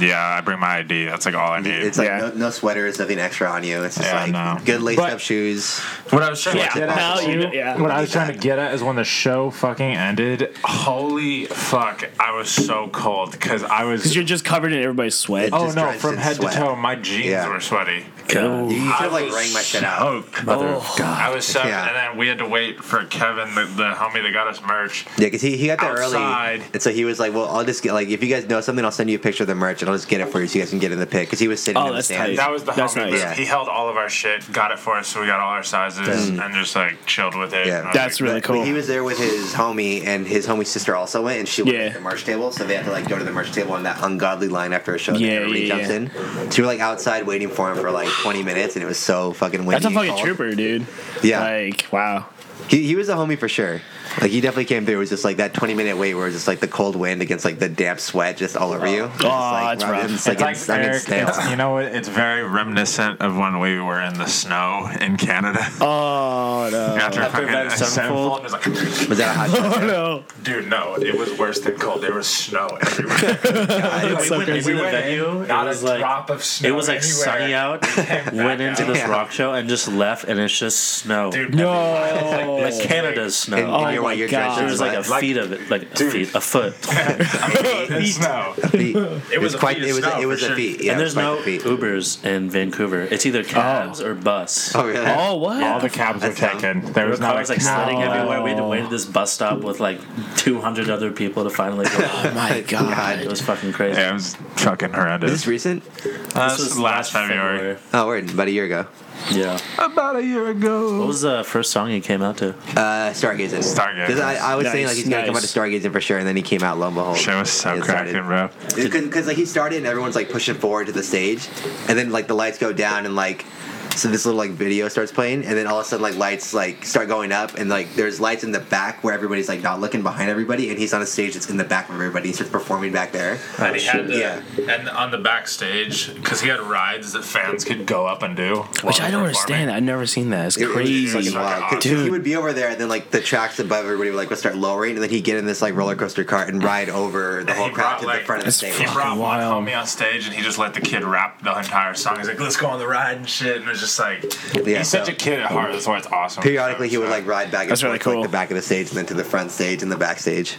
Speaker 3: yeah, I bring my ID. That's like all I need.
Speaker 4: It's like
Speaker 1: Yeah.
Speaker 4: no, no sweaters, nothing extra on you. It's just
Speaker 3: Yeah,
Speaker 4: like
Speaker 3: no.
Speaker 4: good laced
Speaker 3: But-
Speaker 4: up shoes.
Speaker 3: What I was trying
Speaker 1: Yeah,
Speaker 3: to get
Speaker 1: now
Speaker 3: at,
Speaker 1: you-
Speaker 3: too,
Speaker 1: yeah.
Speaker 3: what I was trying to get at is when the show fucking ended. Holy fuck! I was so cold because I
Speaker 1: because
Speaker 3: was.
Speaker 1: you're just covered in everybody's sweat.
Speaker 4: It-
Speaker 3: Oh
Speaker 4: just
Speaker 3: no!
Speaker 4: drenched
Speaker 3: From
Speaker 4: in
Speaker 3: head
Speaker 4: sweat.
Speaker 3: to toe, my jeans
Speaker 4: Yeah.
Speaker 3: were sweaty.
Speaker 4: You, you should have like rang my shit out.
Speaker 3: Oak.
Speaker 2: Mother of God.
Speaker 3: I was seven,
Speaker 4: Yeah.
Speaker 3: and then we had to wait for Kevin, the, the homie that got us merch.
Speaker 4: Yeah, because he, he got there
Speaker 3: Outside.
Speaker 4: early, and so he was like, "Well, I'll just get like if you guys know something, I'll send you a picture of the merch, and I'll just get it for you, so you guys can get in the pit." Because he was sitting.
Speaker 1: Oh,
Speaker 4: in
Speaker 1: that's
Speaker 4: the stands.
Speaker 1: tight.
Speaker 3: That was the
Speaker 1: That's
Speaker 3: homie.
Speaker 1: nice.
Speaker 3: booth.
Speaker 4: Yeah.
Speaker 3: He held all of our shit, got it for us, so we got all our sizes, and just like chilled with it.
Speaker 4: Yeah.
Speaker 3: And I was
Speaker 1: That's
Speaker 3: like,
Speaker 1: really
Speaker 4: But
Speaker 1: cool.
Speaker 4: He was there with his homie, and his homie's sister also went, and she went
Speaker 1: Yeah.
Speaker 4: to the merch table, so they had to like go to the merch table on that ungodly line after a show. that
Speaker 1: Yeah,
Speaker 4: everybody
Speaker 1: yeah,
Speaker 4: jumps
Speaker 1: yeah.
Speaker 4: in. So we were like outside waiting for him for like 20 minutes, and it was so fucking windy.
Speaker 1: That's a
Speaker 4: and
Speaker 1: fucking
Speaker 4: cold.
Speaker 1: trooper, dude.
Speaker 4: Yeah.
Speaker 1: Like wow.
Speaker 4: He, he was a homie for sure. Like he definitely came through. It was just like that 20 minute wait where it was just like the cold wind against like the damp sweat just all over you. Oh,
Speaker 1: it's rough.
Speaker 4: It's
Speaker 3: It's
Speaker 4: like,
Speaker 3: like
Speaker 4: it's, I'm in
Speaker 3: Eric,
Speaker 4: stale.
Speaker 3: it's- you know what? It's very reminiscent of when we were in the snow in Canada.
Speaker 1: Oh no.
Speaker 3: after
Speaker 2: After
Speaker 3: fucking
Speaker 2: that
Speaker 3: a
Speaker 2: sevenfold?
Speaker 3: sevenfold, it was like,
Speaker 4: Was that a hot chocolate?
Speaker 1: No.
Speaker 3: dude, no, it was worse than cold. There was snow everywhere.
Speaker 2: It's so crazy. The venue,
Speaker 3: not
Speaker 2: it was
Speaker 3: a
Speaker 2: like
Speaker 3: drop of snow.
Speaker 2: it was like
Speaker 3: anywhere.
Speaker 2: sunny out. went into this
Speaker 4: Yeah.
Speaker 2: rock show and just left, and it's just snow.
Speaker 3: Dude,
Speaker 1: No.
Speaker 2: like Canada's snow.
Speaker 4: And- and you're-
Speaker 1: Oh my
Speaker 4: you're
Speaker 1: God.
Speaker 4: drenched in
Speaker 2: there was like a
Speaker 4: sweat.
Speaker 2: feet of it, like a
Speaker 3: Dude.
Speaker 2: feet, a foot.
Speaker 3: It's snow.
Speaker 4: feet.
Speaker 3: was
Speaker 4: It was
Speaker 3: a
Speaker 4: quite.
Speaker 3: feet of
Speaker 4: It was.
Speaker 3: snow,
Speaker 4: It was
Speaker 3: for
Speaker 4: a
Speaker 3: sure.
Speaker 4: feat. Yeah,
Speaker 2: and
Speaker 4: it was
Speaker 2: there's
Speaker 4: quite
Speaker 2: no
Speaker 4: a feat.
Speaker 2: Ubers in Vancouver. It's either cabs or bus.
Speaker 4: Oh really?
Speaker 1: Oh what?
Speaker 3: All the cabs were
Speaker 4: That's dumb.
Speaker 3: taken. There
Speaker 2: There were
Speaker 3: was not
Speaker 2: cars
Speaker 3: a
Speaker 2: like sledding
Speaker 3: cab.
Speaker 2: everywhere. We had to wait at this bus stop with like 200 other people to finally go.
Speaker 1: oh my god.
Speaker 2: it was fucking crazy.
Speaker 3: Yeah, it was fucking
Speaker 4: Is this
Speaker 3: horrendous.
Speaker 4: recent?
Speaker 3: Uh, this was last February.
Speaker 4: Oh, we're about a year ago.
Speaker 2: Yeah.
Speaker 3: About a year ago.
Speaker 2: What was the first song you came out to?
Speaker 4: Uh, Stargazing.
Speaker 3: Stargazing.
Speaker 4: 'Cause I, I was saying
Speaker 1: Nice,
Speaker 4: like he's gonna come out to
Speaker 1: nice.
Speaker 4: Stargazing for sure, and then he came out. Lo and behold,
Speaker 3: Shit was so
Speaker 4: it started.
Speaker 3: cracking, bro.
Speaker 4: Because like he started and everyone's like pushing forward to the stage, and then like the lights go down and like so this little like video starts playing, and then all of a sudden like lights like start going up, and like there's lights in the back where everybody's like not looking behind everybody, and he's on a stage that's in the back of everybody. He starts performing back there.
Speaker 3: And he had to,
Speaker 4: Yeah.
Speaker 3: and on the backstage because he had rides that fans could go up and do.
Speaker 1: Which I don't understand. I've never seen that. It's
Speaker 4: It- it was
Speaker 1: crazy.
Speaker 4: fucking wild. 'Cause
Speaker 1: Dude.
Speaker 4: He would be over there, and then like the tracks above everybody would like would start lowering, and then he'd get in this like roller coaster cart and ride over
Speaker 3: And
Speaker 4: the whole
Speaker 3: he
Speaker 4: crowd
Speaker 3: brought,
Speaker 4: to the
Speaker 3: like,
Speaker 4: front of the
Speaker 1: that's
Speaker 4: stage.
Speaker 3: He brought
Speaker 1: Fucking
Speaker 3: one
Speaker 1: wild.
Speaker 3: homie on stage and he just let the kid rap the entire song. He's like, "Let's go on the ride and shit," and it was was just like
Speaker 4: Yeah,
Speaker 3: he's such
Speaker 4: so-
Speaker 3: a kid at heart. That's why it's awesome.
Speaker 4: Periodically,
Speaker 3: So-
Speaker 4: he would
Speaker 3: so-
Speaker 4: like ride back and
Speaker 1: That's
Speaker 4: forth,
Speaker 1: really
Speaker 4: like
Speaker 1: cool.
Speaker 4: the back of the stage and then to the front stage and the backstage.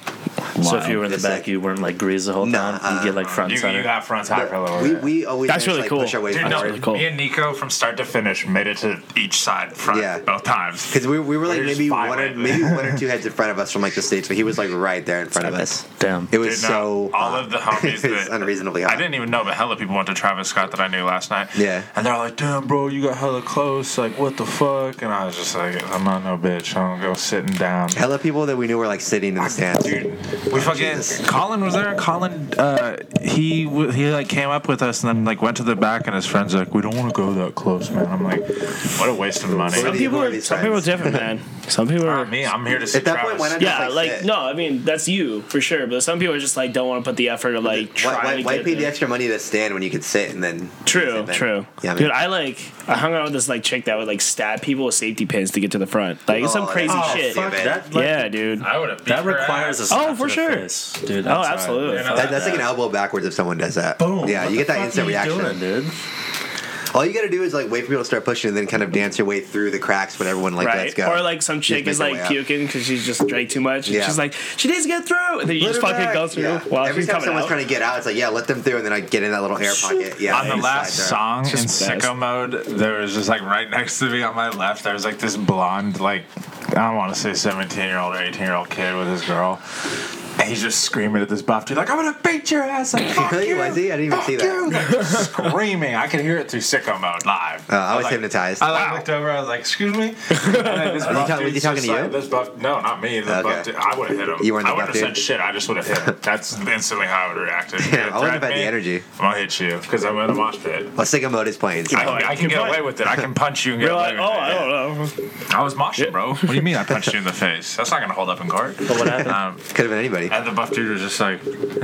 Speaker 2: So if you were in the
Speaker 4: It's
Speaker 2: back,
Speaker 4: like-
Speaker 2: you weren't like greased the whole
Speaker 4: Nah,
Speaker 2: time. You get like front
Speaker 3: You,
Speaker 2: center.
Speaker 3: you got front side for a little
Speaker 4: We,
Speaker 3: bit.
Speaker 4: we always managed
Speaker 1: That's
Speaker 4: to,
Speaker 1: really
Speaker 4: like,
Speaker 1: cool.
Speaker 4: push our way
Speaker 3: Dude, no,
Speaker 1: really
Speaker 4: forward
Speaker 1: cool.
Speaker 3: me and Nico from start to finish made it to each side front
Speaker 4: Yeah.
Speaker 3: both times.
Speaker 4: because we, we were like
Speaker 3: We're just
Speaker 4: maybe
Speaker 3: fine
Speaker 4: one or
Speaker 3: with it.
Speaker 4: maybe one or two heads in front of us from like the stage, but he was like right there in front of us.
Speaker 2: Damn.
Speaker 4: It was
Speaker 3: Dude,
Speaker 4: so
Speaker 3: no, all
Speaker 4: hot.
Speaker 3: of the homies
Speaker 4: it was
Speaker 3: that
Speaker 4: unreasonably hot.
Speaker 3: I didn't even know, but hella people went to Travis Scott that I knew last night.
Speaker 4: Yeah.
Speaker 3: and they're like, "Damn, bro, you got hella close. Like, what the fuck?" And I was just like, "I'm not no bitch. I don't go sitting down."
Speaker 4: Hella people that we knew were like sitting in the stands.
Speaker 3: Dude, we fucking
Speaker 4: Jesus.
Speaker 3: Colin was there. Colin, uh, he w- he like came up with us and then like went to the back, and his friends like, "We don't want to go that close, man." I'm like, "What a waste of money."
Speaker 1: Some
Speaker 4: Who are
Speaker 1: people are
Speaker 4: these
Speaker 1: some people are
Speaker 4: friends?
Speaker 1: different, man. Some people are.
Speaker 3: Not me. I'm here to see
Speaker 4: At that
Speaker 3: Travis.
Speaker 4: point, why not?
Speaker 1: yeah,
Speaker 4: just,
Speaker 1: like
Speaker 4: sit?
Speaker 1: no, I mean that's you for sure. But some people are just like don't want to put the effort of like
Speaker 4: Why,
Speaker 1: trying
Speaker 4: why,
Speaker 1: to
Speaker 4: why
Speaker 1: get
Speaker 4: pay the
Speaker 1: there.
Speaker 4: extra money to stand when you could sit and then?
Speaker 1: True,
Speaker 4: sit there?
Speaker 1: true.
Speaker 4: Yeah, I mean,
Speaker 1: Dude, I like I hung out with this like chick that would like stab people with safety pins to get to the front. Like it's some
Speaker 4: Oh,
Speaker 1: crazy
Speaker 4: that's
Speaker 1: shit.
Speaker 4: awesome.
Speaker 2: that, like,
Speaker 1: Yeah, dude.
Speaker 3: I would have.
Speaker 2: that requires
Speaker 4: Oh,
Speaker 2: a slap to
Speaker 1: for
Speaker 2: the
Speaker 1: sure.
Speaker 2: face, dude.
Speaker 1: Oh,
Speaker 2: that's hard.
Speaker 1: absolutely.
Speaker 3: Yeah, no,
Speaker 4: that- that's like an elbow backwards if someone does that. Boom. Yeah, you get that instant reaction.
Speaker 2: dude.
Speaker 4: All you gotta do is like wait for people to start pushing and then kind of dance your way through the cracks when everyone like lets
Speaker 1: right.
Speaker 4: go.
Speaker 1: Or like some chick
Speaker 4: make
Speaker 1: is
Speaker 4: her
Speaker 1: like
Speaker 4: way up.
Speaker 1: puking because she's just drank too much. And
Speaker 4: Yeah.
Speaker 1: She's like, she needs to get through. And then you
Speaker 4: Let
Speaker 1: just
Speaker 4: her
Speaker 1: fucking
Speaker 4: back.
Speaker 1: go through
Speaker 4: Yeah.
Speaker 1: while
Speaker 4: Every
Speaker 1: she's
Speaker 4: time
Speaker 1: coming
Speaker 4: someone's
Speaker 1: out.
Speaker 4: trying to get out, it's like yeah, let them through, and then I get in that little air pocket. Yeah,
Speaker 3: on the
Speaker 4: and
Speaker 3: last
Speaker 4: slide there.
Speaker 3: song in
Speaker 1: It's just best.
Speaker 3: sicko mode there was just like right next to me on my left there was like this blonde like i don't want to say 17 year old or 18 year old kid with his girl and he's just screaming at this buff dude like i'm gonna beat your ass like fuck
Speaker 4: Really?
Speaker 3: you
Speaker 4: Was he? I didn't even
Speaker 3: fuck
Speaker 4: see that.
Speaker 3: you," like, screaming i could hear it through sicko mode live
Speaker 4: Uh, I was
Speaker 3: like-
Speaker 4: hypnotized.
Speaker 3: I like, looked over. I was like, "Excuse me." And then this buff
Speaker 4: talking- was he
Speaker 3: dude's
Speaker 4: talking
Speaker 3: just
Speaker 4: to
Speaker 3: like-
Speaker 4: you?
Speaker 3: This buff, no, not me. The
Speaker 4: Okay.
Speaker 3: buff dude, I would have hit him.
Speaker 4: You weren't the
Speaker 3: I would have
Speaker 4: buff
Speaker 3: said
Speaker 4: dude?
Speaker 3: shit. I just would have hit him. That's instantly how I would have reacted.
Speaker 4: Damn, I wouldn't have had the energy.
Speaker 3: I'm gonna hit you because I'm in the mosh pit.
Speaker 4: Well, Sicko Mode is playing. so-
Speaker 1: Oh,
Speaker 3: I, can- I can get away with it. I can punch you and get
Speaker 1: You're
Speaker 3: away
Speaker 1: like,
Speaker 3: with
Speaker 1: oh,
Speaker 3: it.
Speaker 1: I don't know.
Speaker 3: I was moshing, bro. What do you mean I punched you in the face? That's not going to hold up in court.
Speaker 2: But what happened?
Speaker 3: Um,
Speaker 4: Could have been anybody.
Speaker 3: and the buff dude was just like,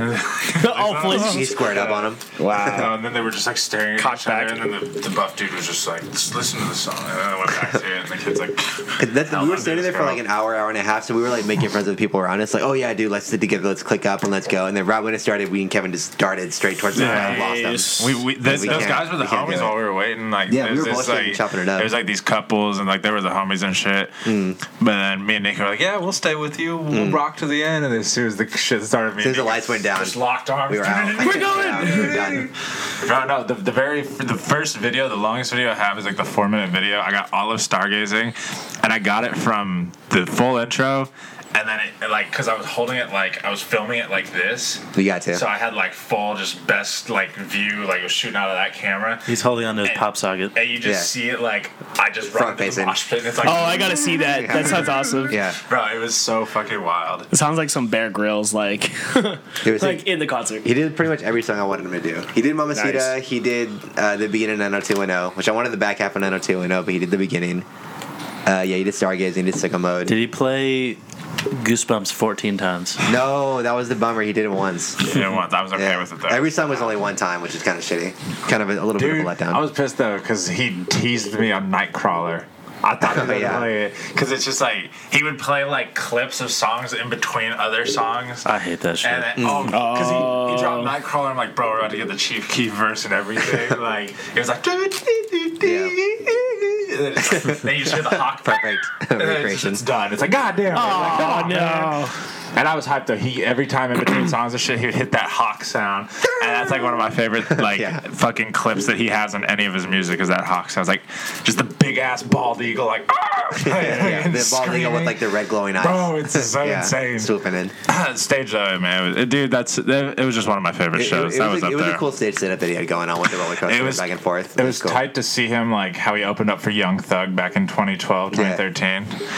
Speaker 1: All flinched.
Speaker 4: He squared up on him.
Speaker 3: wow. And then they were just like staring at
Speaker 1: Cock
Speaker 3: each other.
Speaker 1: back.
Speaker 3: And then the, the buff dude was just like, just listen to the song. And then I went back to it. And the kid's like,
Speaker 4: 'Cause that's-
Speaker 3: How
Speaker 4: we
Speaker 3: long
Speaker 4: were
Speaker 3: did
Speaker 4: standing
Speaker 3: this
Speaker 4: there
Speaker 3: go?
Speaker 4: for like an hour, hour and a half, so we were like making friends with people around us. Like, oh yeah, dude, let's sit together, let's click up, and let's go. And then right when it started, we and Kevin just darted straight towards the nice. lost them.
Speaker 1: Nice.
Speaker 3: We, we, those
Speaker 4: We
Speaker 3: those
Speaker 4: can't-
Speaker 3: guys were the
Speaker 4: we can't do
Speaker 3: homies
Speaker 4: it.
Speaker 3: while we were waiting. Like,
Speaker 4: Yeah, we
Speaker 3: there's
Speaker 4: were
Speaker 3: this,
Speaker 4: bullshitting,
Speaker 3: like,
Speaker 4: chopping it up. Hmm.
Speaker 3: There was like these couples, and like there were the homies and shit. But then me and Nick were like, "Yeah, we'll stay with you. We'll rock to the end." And as soon as the shit started, me
Speaker 4: As soon as the
Speaker 3: and Nick
Speaker 4: lights went down,
Speaker 3: just locked arms.
Speaker 4: we were out.
Speaker 1: We're going!
Speaker 4: Yeah, we were done.
Speaker 3: No, no. The, the very the first video, the longest video I have is like the four minute video. I got all of stargazing, and I got it from the full intro, and then it like because I was holding it like I was filming it like this.
Speaker 4: We got to.
Speaker 3: So I had like full just best like view like was shooting out of that camera.
Speaker 2: He's holding on to his pop socket.
Speaker 3: And you just
Speaker 4: Yeah.
Speaker 3: see it like I just
Speaker 4: Front
Speaker 3: run into the
Speaker 4: facing.
Speaker 3: mosh pit. And it's like
Speaker 1: Oh, I gotta see that. That sounds awesome.
Speaker 4: yeah,
Speaker 3: bro, it was so fucking wild.
Speaker 1: It sounds like some Bear Grylls, like,
Speaker 4: He was
Speaker 1: like
Speaker 4: like-
Speaker 1: in the concert.
Speaker 4: He did pretty much every song I wanted him to do. He did Mamacita.
Speaker 1: Nice.
Speaker 4: He did uh, the beginning of 90210, oh, which I wanted the back half of 90210, but he did the beginning. Uh, yeah, he did Stargazing. He did Sicko Mode.
Speaker 2: Did he play Goosebumps 14 times?
Speaker 4: no, that was the bummer. He did it once.
Speaker 3: Yeah, well, I was okay
Speaker 4: Yeah.
Speaker 3: with it though.
Speaker 4: Every song was only one time, which is kind of shitty. Kind of a, a little bit
Speaker 3: Dude,
Speaker 4: of a letdown.
Speaker 3: I was pissed though because he teased me on Nightcrawler. I thought he would
Speaker 4: Oh, Yeah.
Speaker 3: play it because it's just like he would play like clips of songs in between other songs.
Speaker 2: I hate that shit.
Speaker 3: and then, oh, because he, he dropped Nightcrawler, I'm like, bro, we're about to get the Chief Key verse and everything. like, it was like, and then, it's like- then you just hear the hawk,
Speaker 4: Perfect
Speaker 3: and then it's,
Speaker 4: recreation.
Speaker 3: it's done. It's like, god damn, it. Like,
Speaker 1: Oh,
Speaker 3: "God damn it."
Speaker 1: no.
Speaker 3: And I was hyped though. He every time in between songs and shit, he would hit that hawk sound, and that's like one of my favorite like
Speaker 4: Yeah.
Speaker 3: fucking clips that he has on any of his music is that hawk sound. It's like just the big ass bald eagle, like "Arr!"
Speaker 4: yeah,
Speaker 3: and
Speaker 4: the bald eagle with
Speaker 3: screaming.
Speaker 4: like the red glowing eyes.
Speaker 3: Bro, it's so
Speaker 4: yeah,
Speaker 3: insane.
Speaker 4: swooping in. It-
Speaker 3: stage though, man, it was- dude, that's that- it was just one of my favorite
Speaker 4: It,
Speaker 3: shows.
Speaker 4: it
Speaker 3: that
Speaker 4: was,
Speaker 3: was,
Speaker 4: a,
Speaker 3: up
Speaker 4: it was
Speaker 3: there.
Speaker 4: a cool stage setup that he had going on with the roller coaster
Speaker 3: It was-
Speaker 4: back and forth.
Speaker 3: It was
Speaker 4: cool.
Speaker 3: tight to see him like how he opened up for Young Thug back in 2012,
Speaker 4: Yeah.
Speaker 3: 2013.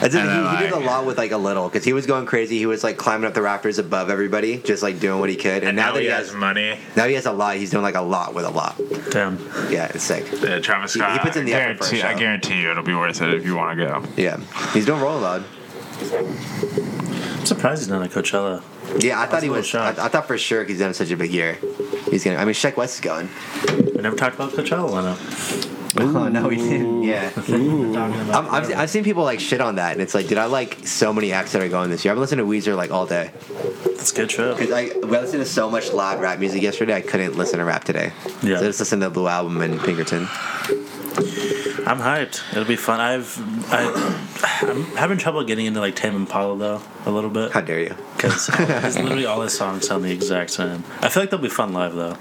Speaker 4: That's it,
Speaker 3: And
Speaker 4: he,
Speaker 3: then,
Speaker 4: he did a
Speaker 3: like-
Speaker 4: lot with like a little because he was going crazy. He was like climbing up the rafters above everybody, just like doing what he could. And, now, that he has,
Speaker 3: money,
Speaker 4: now he has a lot, he's doing like a lot with a lot.
Speaker 2: Damn.
Speaker 4: Yeah, it's sick.
Speaker 3: uh, Travis
Speaker 4: He- he
Speaker 3: Scott.
Speaker 4: puts in the
Speaker 3: I
Speaker 4: effort for a
Speaker 3: guarantee, I
Speaker 4: show.
Speaker 3: guarantee you, it'll be worth it if you want to go.
Speaker 4: Yeah, he's doing roll loud.
Speaker 2: I'm surprised he's not at Coachella.
Speaker 4: Yeah, I thought
Speaker 2: a
Speaker 4: he
Speaker 2: little
Speaker 4: was. I,
Speaker 2: shocked.
Speaker 4: I thought for sure because he's having such a big year. He's gonna. I mean, Sheck West is going.
Speaker 2: We never talked about Coachella lineup.
Speaker 4: Oh no, we didn't. Yeah,
Speaker 2: Talking about
Speaker 4: I'm, I've, I've seen people like shit on that, and it's like, dude, I like so many acts that are going this year. I've been listening to Weezer like all day.
Speaker 2: It's a good show.
Speaker 4: Cause I, I listened to so much loud rap music yesterday, I couldn't listen to rap today.
Speaker 2: Yeah.
Speaker 4: So I just listened to the Blue Album and Pinkerton.
Speaker 2: I'm hyped. It'll be fun. I've I, I'm having trouble getting into like Tame Impala though a little bit
Speaker 4: How dare you?
Speaker 2: because literally all his songs sound the exact same. I feel like they'll be fun live though.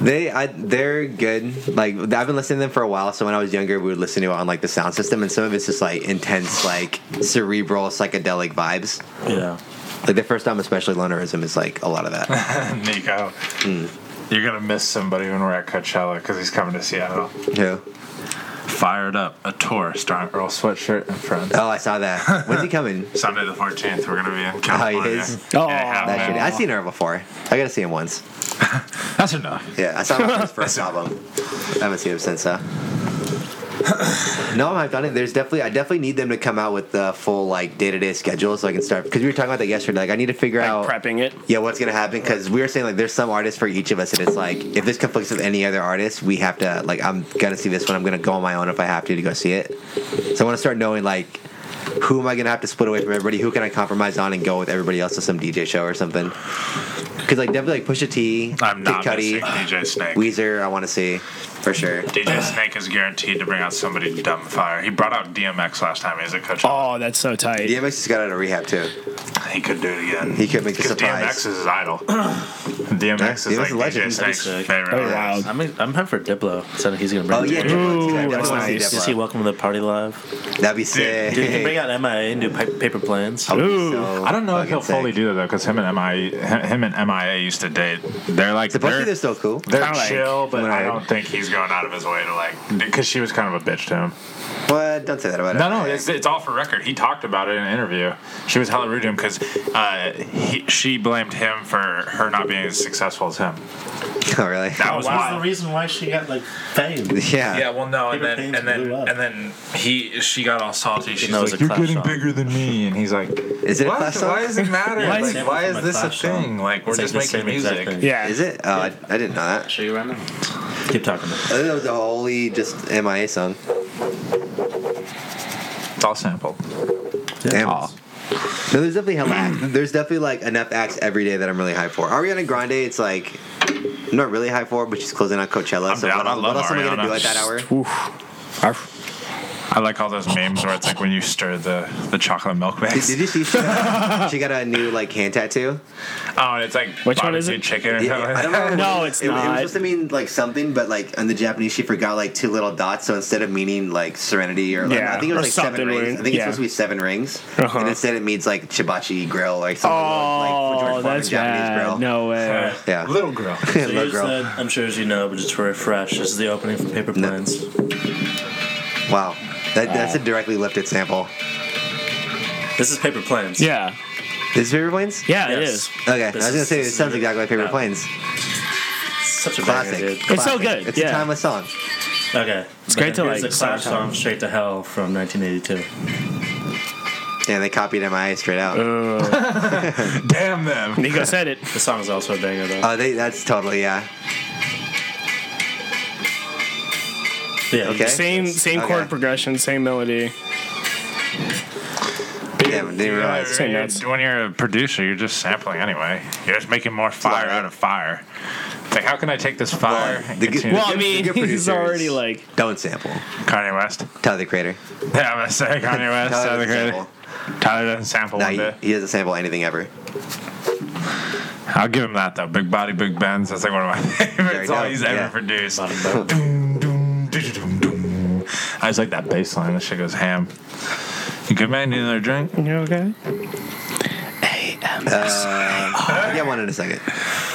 Speaker 4: They, I, they're good. Like I've been listening to them for a while. So when I was younger, we would listen to it on like the sound system, and some of it's just like intense, like cerebral, psychedelic vibes.
Speaker 2: Yeah.
Speaker 4: Like the first time, especially Lonerism, is like a lot of that.
Speaker 3: Nico. You're gonna miss somebody when we're at Coachella because he's coming to Seattle.
Speaker 4: Yeah.
Speaker 3: Fired up a tour starring Earl Sweatshirt and friends.
Speaker 4: Oh, I saw that. When's he coming?
Speaker 3: Sunday the 14th, we're gonna be in
Speaker 4: Oh, he
Speaker 3: California.
Speaker 4: is?
Speaker 1: Oh,
Speaker 3: Yeah, half
Speaker 4: That shit.
Speaker 3: man.
Speaker 4: I've seen her before. I gotta see him once.
Speaker 3: that's enough.
Speaker 4: Yeah, I saw him on his first album. I haven't seen him since. Uh. No, I'm hyped on it. There's definitely, I definitely need them to come out with the full like day to day schedule so I can start. Because we were talking about that yesterday. Like, I need to figure out
Speaker 1: prepping it.
Speaker 4: Yeah, what's gonna happen? Because we were saying like, there's some artists for each of us, and it's like, if this conflicts with any other artist, we have to like, I'm gonna see this one. I'm gonna go on my own if I have to to go see it. So I want to start knowing like, who am I gonna have to split away from everybody? Who can I compromise on and go with everybody else to some DJ show or something? Because like definitely like Pusha T,
Speaker 3: I'm
Speaker 4: Kid
Speaker 3: not missing DJ Snake.
Speaker 4: Weezer, I want to see for sure.
Speaker 3: DJ Snake is guaranteed to bring out somebody dumb fire. He brought out DMX last time he was at Coachella.
Speaker 1: Oh, that's so tight.
Speaker 4: DMX just got out of rehab too.
Speaker 1: Oh.
Speaker 3: He could do it again.
Speaker 4: He could make the
Speaker 3: 'Cause
Speaker 4: surprise.
Speaker 3: DMX is his idol. DMX
Speaker 4: Yeah,
Speaker 3: is
Speaker 4: DMX
Speaker 3: like
Speaker 4: is a legend.
Speaker 3: DJ Snake's
Speaker 2: sick.
Speaker 3: favorite.
Speaker 1: Oh, wow.
Speaker 3: artist.
Speaker 2: I'm I'm hyped for Diplo. So he's gonna bring.
Speaker 4: Oh yeah,
Speaker 2: Did
Speaker 1: Ooh,
Speaker 4: Diplo, too. I
Speaker 1: that's
Speaker 4: wanna see
Speaker 1: nice.
Speaker 2: you
Speaker 4: Diplo.
Speaker 2: see Welcome to the Party live?
Speaker 4: That'd be sick.
Speaker 2: Dude, he can bring out MIA and do pa- paper planes.
Speaker 4: That would be
Speaker 1: Ooh.
Speaker 4: so
Speaker 5: I don't know if
Speaker 4: fucking
Speaker 5: he'll
Speaker 4: sick.
Speaker 5: fully do that though, because him and MI,
Speaker 3: Him and MIA used to date. They're like
Speaker 4: Supposedly
Speaker 3: they're-
Speaker 4: they're still cool.
Speaker 3: They're
Speaker 1: Kinda like-
Speaker 3: chill, but I
Speaker 4: Right.
Speaker 3: don't think he's going out of his way to like because she was kind of a bitch to him.
Speaker 4: But don't say that about it.
Speaker 3: No, no, it's, it's all for record. He talked about it in an interview. She was hella rude to him because uh, he- she blamed him for her not being as successful as him.
Speaker 4: Oh, really?
Speaker 3: That was wild.
Speaker 2: reason why she got like fame?
Speaker 4: Yeah.
Speaker 3: Yeah, well, no, and
Speaker 2: Paper
Speaker 3: then
Speaker 2: planes
Speaker 3: and then
Speaker 2: blew up.
Speaker 3: and then he she got all salty. She's
Speaker 2: that was
Speaker 3: like,
Speaker 2: a
Speaker 3: "You're
Speaker 2: class
Speaker 3: getting
Speaker 2: song."
Speaker 3: bigger than me," and he's like,
Speaker 4: Is it a
Speaker 3: "What?
Speaker 4: class
Speaker 3: Why
Speaker 4: song?
Speaker 3: does it matter?
Speaker 1: Why
Speaker 3: why,
Speaker 1: is
Speaker 3: like,
Speaker 1: it-
Speaker 3: why is this a thing? Like, we're
Speaker 2: It's like
Speaker 3: just
Speaker 2: the
Speaker 3: making
Speaker 2: same exact
Speaker 3: music."
Speaker 2: thing.
Speaker 1: Yeah.
Speaker 4: Is it? Oh, I, I didn't know that.
Speaker 6: show you right now.
Speaker 2: Keep talking.
Speaker 4: I thought that was a wholly just MIA song.
Speaker 3: It's all sampled.
Speaker 4: Damn. No, there's definitely hella act- There's definitely like enough acts every day that I'm really hyped for. Ariana Grande, it's like I'm not really hyped for, but she's closing on Coachella.
Speaker 3: I'm
Speaker 4: so
Speaker 3: down.
Speaker 4: what,
Speaker 3: I
Speaker 4: else-
Speaker 3: love
Speaker 4: what else am I gonna
Speaker 3: Ariana.
Speaker 4: do at that hour?
Speaker 3: I like all those memes where it's like when you stir the the chocolate milk
Speaker 4: Did,
Speaker 3: mix.
Speaker 4: did you see she got, she got a new like hand tattoo?
Speaker 3: Oh, and it's like
Speaker 1: Which one is
Speaker 3: barbecue
Speaker 1: it?
Speaker 3: Chicken. Or
Speaker 4: Yeah,
Speaker 3: something.
Speaker 4: I don't know.
Speaker 1: No,
Speaker 4: It-
Speaker 1: it's
Speaker 4: it, It
Speaker 1: not.
Speaker 4: was supposed to mean like something, but like in the Japanese, she forgot like two little dots. So instead of meaning like serenity or like,
Speaker 1: Yeah,
Speaker 4: I think it
Speaker 1: or
Speaker 4: was like seven
Speaker 1: something
Speaker 4: rings.
Speaker 1: weird.
Speaker 4: I think
Speaker 1: Yeah.
Speaker 4: it's supposed to be seven rings,
Speaker 1: Uh-huh.
Speaker 4: and instead it means like chibachi grill or something
Speaker 1: Oh,
Speaker 4: like George Foreman
Speaker 1: that's bad. No way.
Speaker 4: Yeah.
Speaker 3: Little girl.
Speaker 4: Yeah,
Speaker 2: So
Speaker 4: little
Speaker 2: here's
Speaker 4: girl.
Speaker 2: the- I'm sure as you know, but just to refresh, this is the opening for Paper
Speaker 4: No.
Speaker 2: Planes.
Speaker 4: Wow. That, That's a directly lifted sample.
Speaker 2: This is Paper Planes.
Speaker 1: Yeah.
Speaker 4: This is Paper Planes?
Speaker 1: Yeah, it
Speaker 2: Yes.
Speaker 1: is.
Speaker 4: Okay,
Speaker 2: This
Speaker 4: I was gonna
Speaker 2: is-
Speaker 4: say it
Speaker 2: this is
Speaker 4: sounds
Speaker 2: a-
Speaker 4: exactly like Paper
Speaker 2: yeah.
Speaker 4: Planes.
Speaker 2: Such a
Speaker 4: Classic.
Speaker 2: banger, dude.
Speaker 1: It's so
Speaker 4: Classic.
Speaker 1: good,
Speaker 4: It's
Speaker 1: yeah.
Speaker 4: a timeless song.
Speaker 2: Okay. It's
Speaker 1: great to,
Speaker 2: Here's
Speaker 1: like,
Speaker 2: the Clash
Speaker 1: sometime.
Speaker 2: song Straight to Hell from 1982.
Speaker 4: And they copied MIA straight out.
Speaker 1: Uh.
Speaker 3: Damn them.
Speaker 1: Nico said it.
Speaker 2: The song is also a banger, though.
Speaker 4: oh, they, that's totally yeah.
Speaker 2: yeah.
Speaker 4: okay.
Speaker 1: Same same
Speaker 4: Okay.
Speaker 1: chord progression, same melody.
Speaker 4: Damn, I didn't realize.
Speaker 1: Say nuts.
Speaker 3: when you're a producer, you're just sampling anyway. You're just making more fire
Speaker 4: right.
Speaker 3: out of fire. It's like, how can I take this fire
Speaker 4: Well,
Speaker 3: and
Speaker 4: the good-
Speaker 3: continue
Speaker 1: Well,
Speaker 3: to
Speaker 1: I mean,
Speaker 4: good
Speaker 1: he's
Speaker 4: producers.
Speaker 1: already like
Speaker 4: Don't sample.
Speaker 3: Kanye West?
Speaker 4: Tyler the Creator.
Speaker 3: Yeah, I'm gonna say Kanye West. Tyler,
Speaker 4: Tyler doesn't
Speaker 3: Creator.
Speaker 4: sample.
Speaker 3: Tyler doesn't sample
Speaker 4: No,
Speaker 3: one
Speaker 4: he,
Speaker 3: bit.
Speaker 4: he doesn't sample anything ever.
Speaker 3: I'll give him that though. Big Body, Big Benz. That's like one of my
Speaker 4: There you
Speaker 3: favorite
Speaker 4: go.
Speaker 3: songs he's ever
Speaker 4: Yeah.
Speaker 3: produced. Doom, doom, doo-doo-doom, doom. I just like that bass line. That shit goes ham. You good man? Need another drink?
Speaker 1: You okay?
Speaker 4: Uh, yeah, one in a second.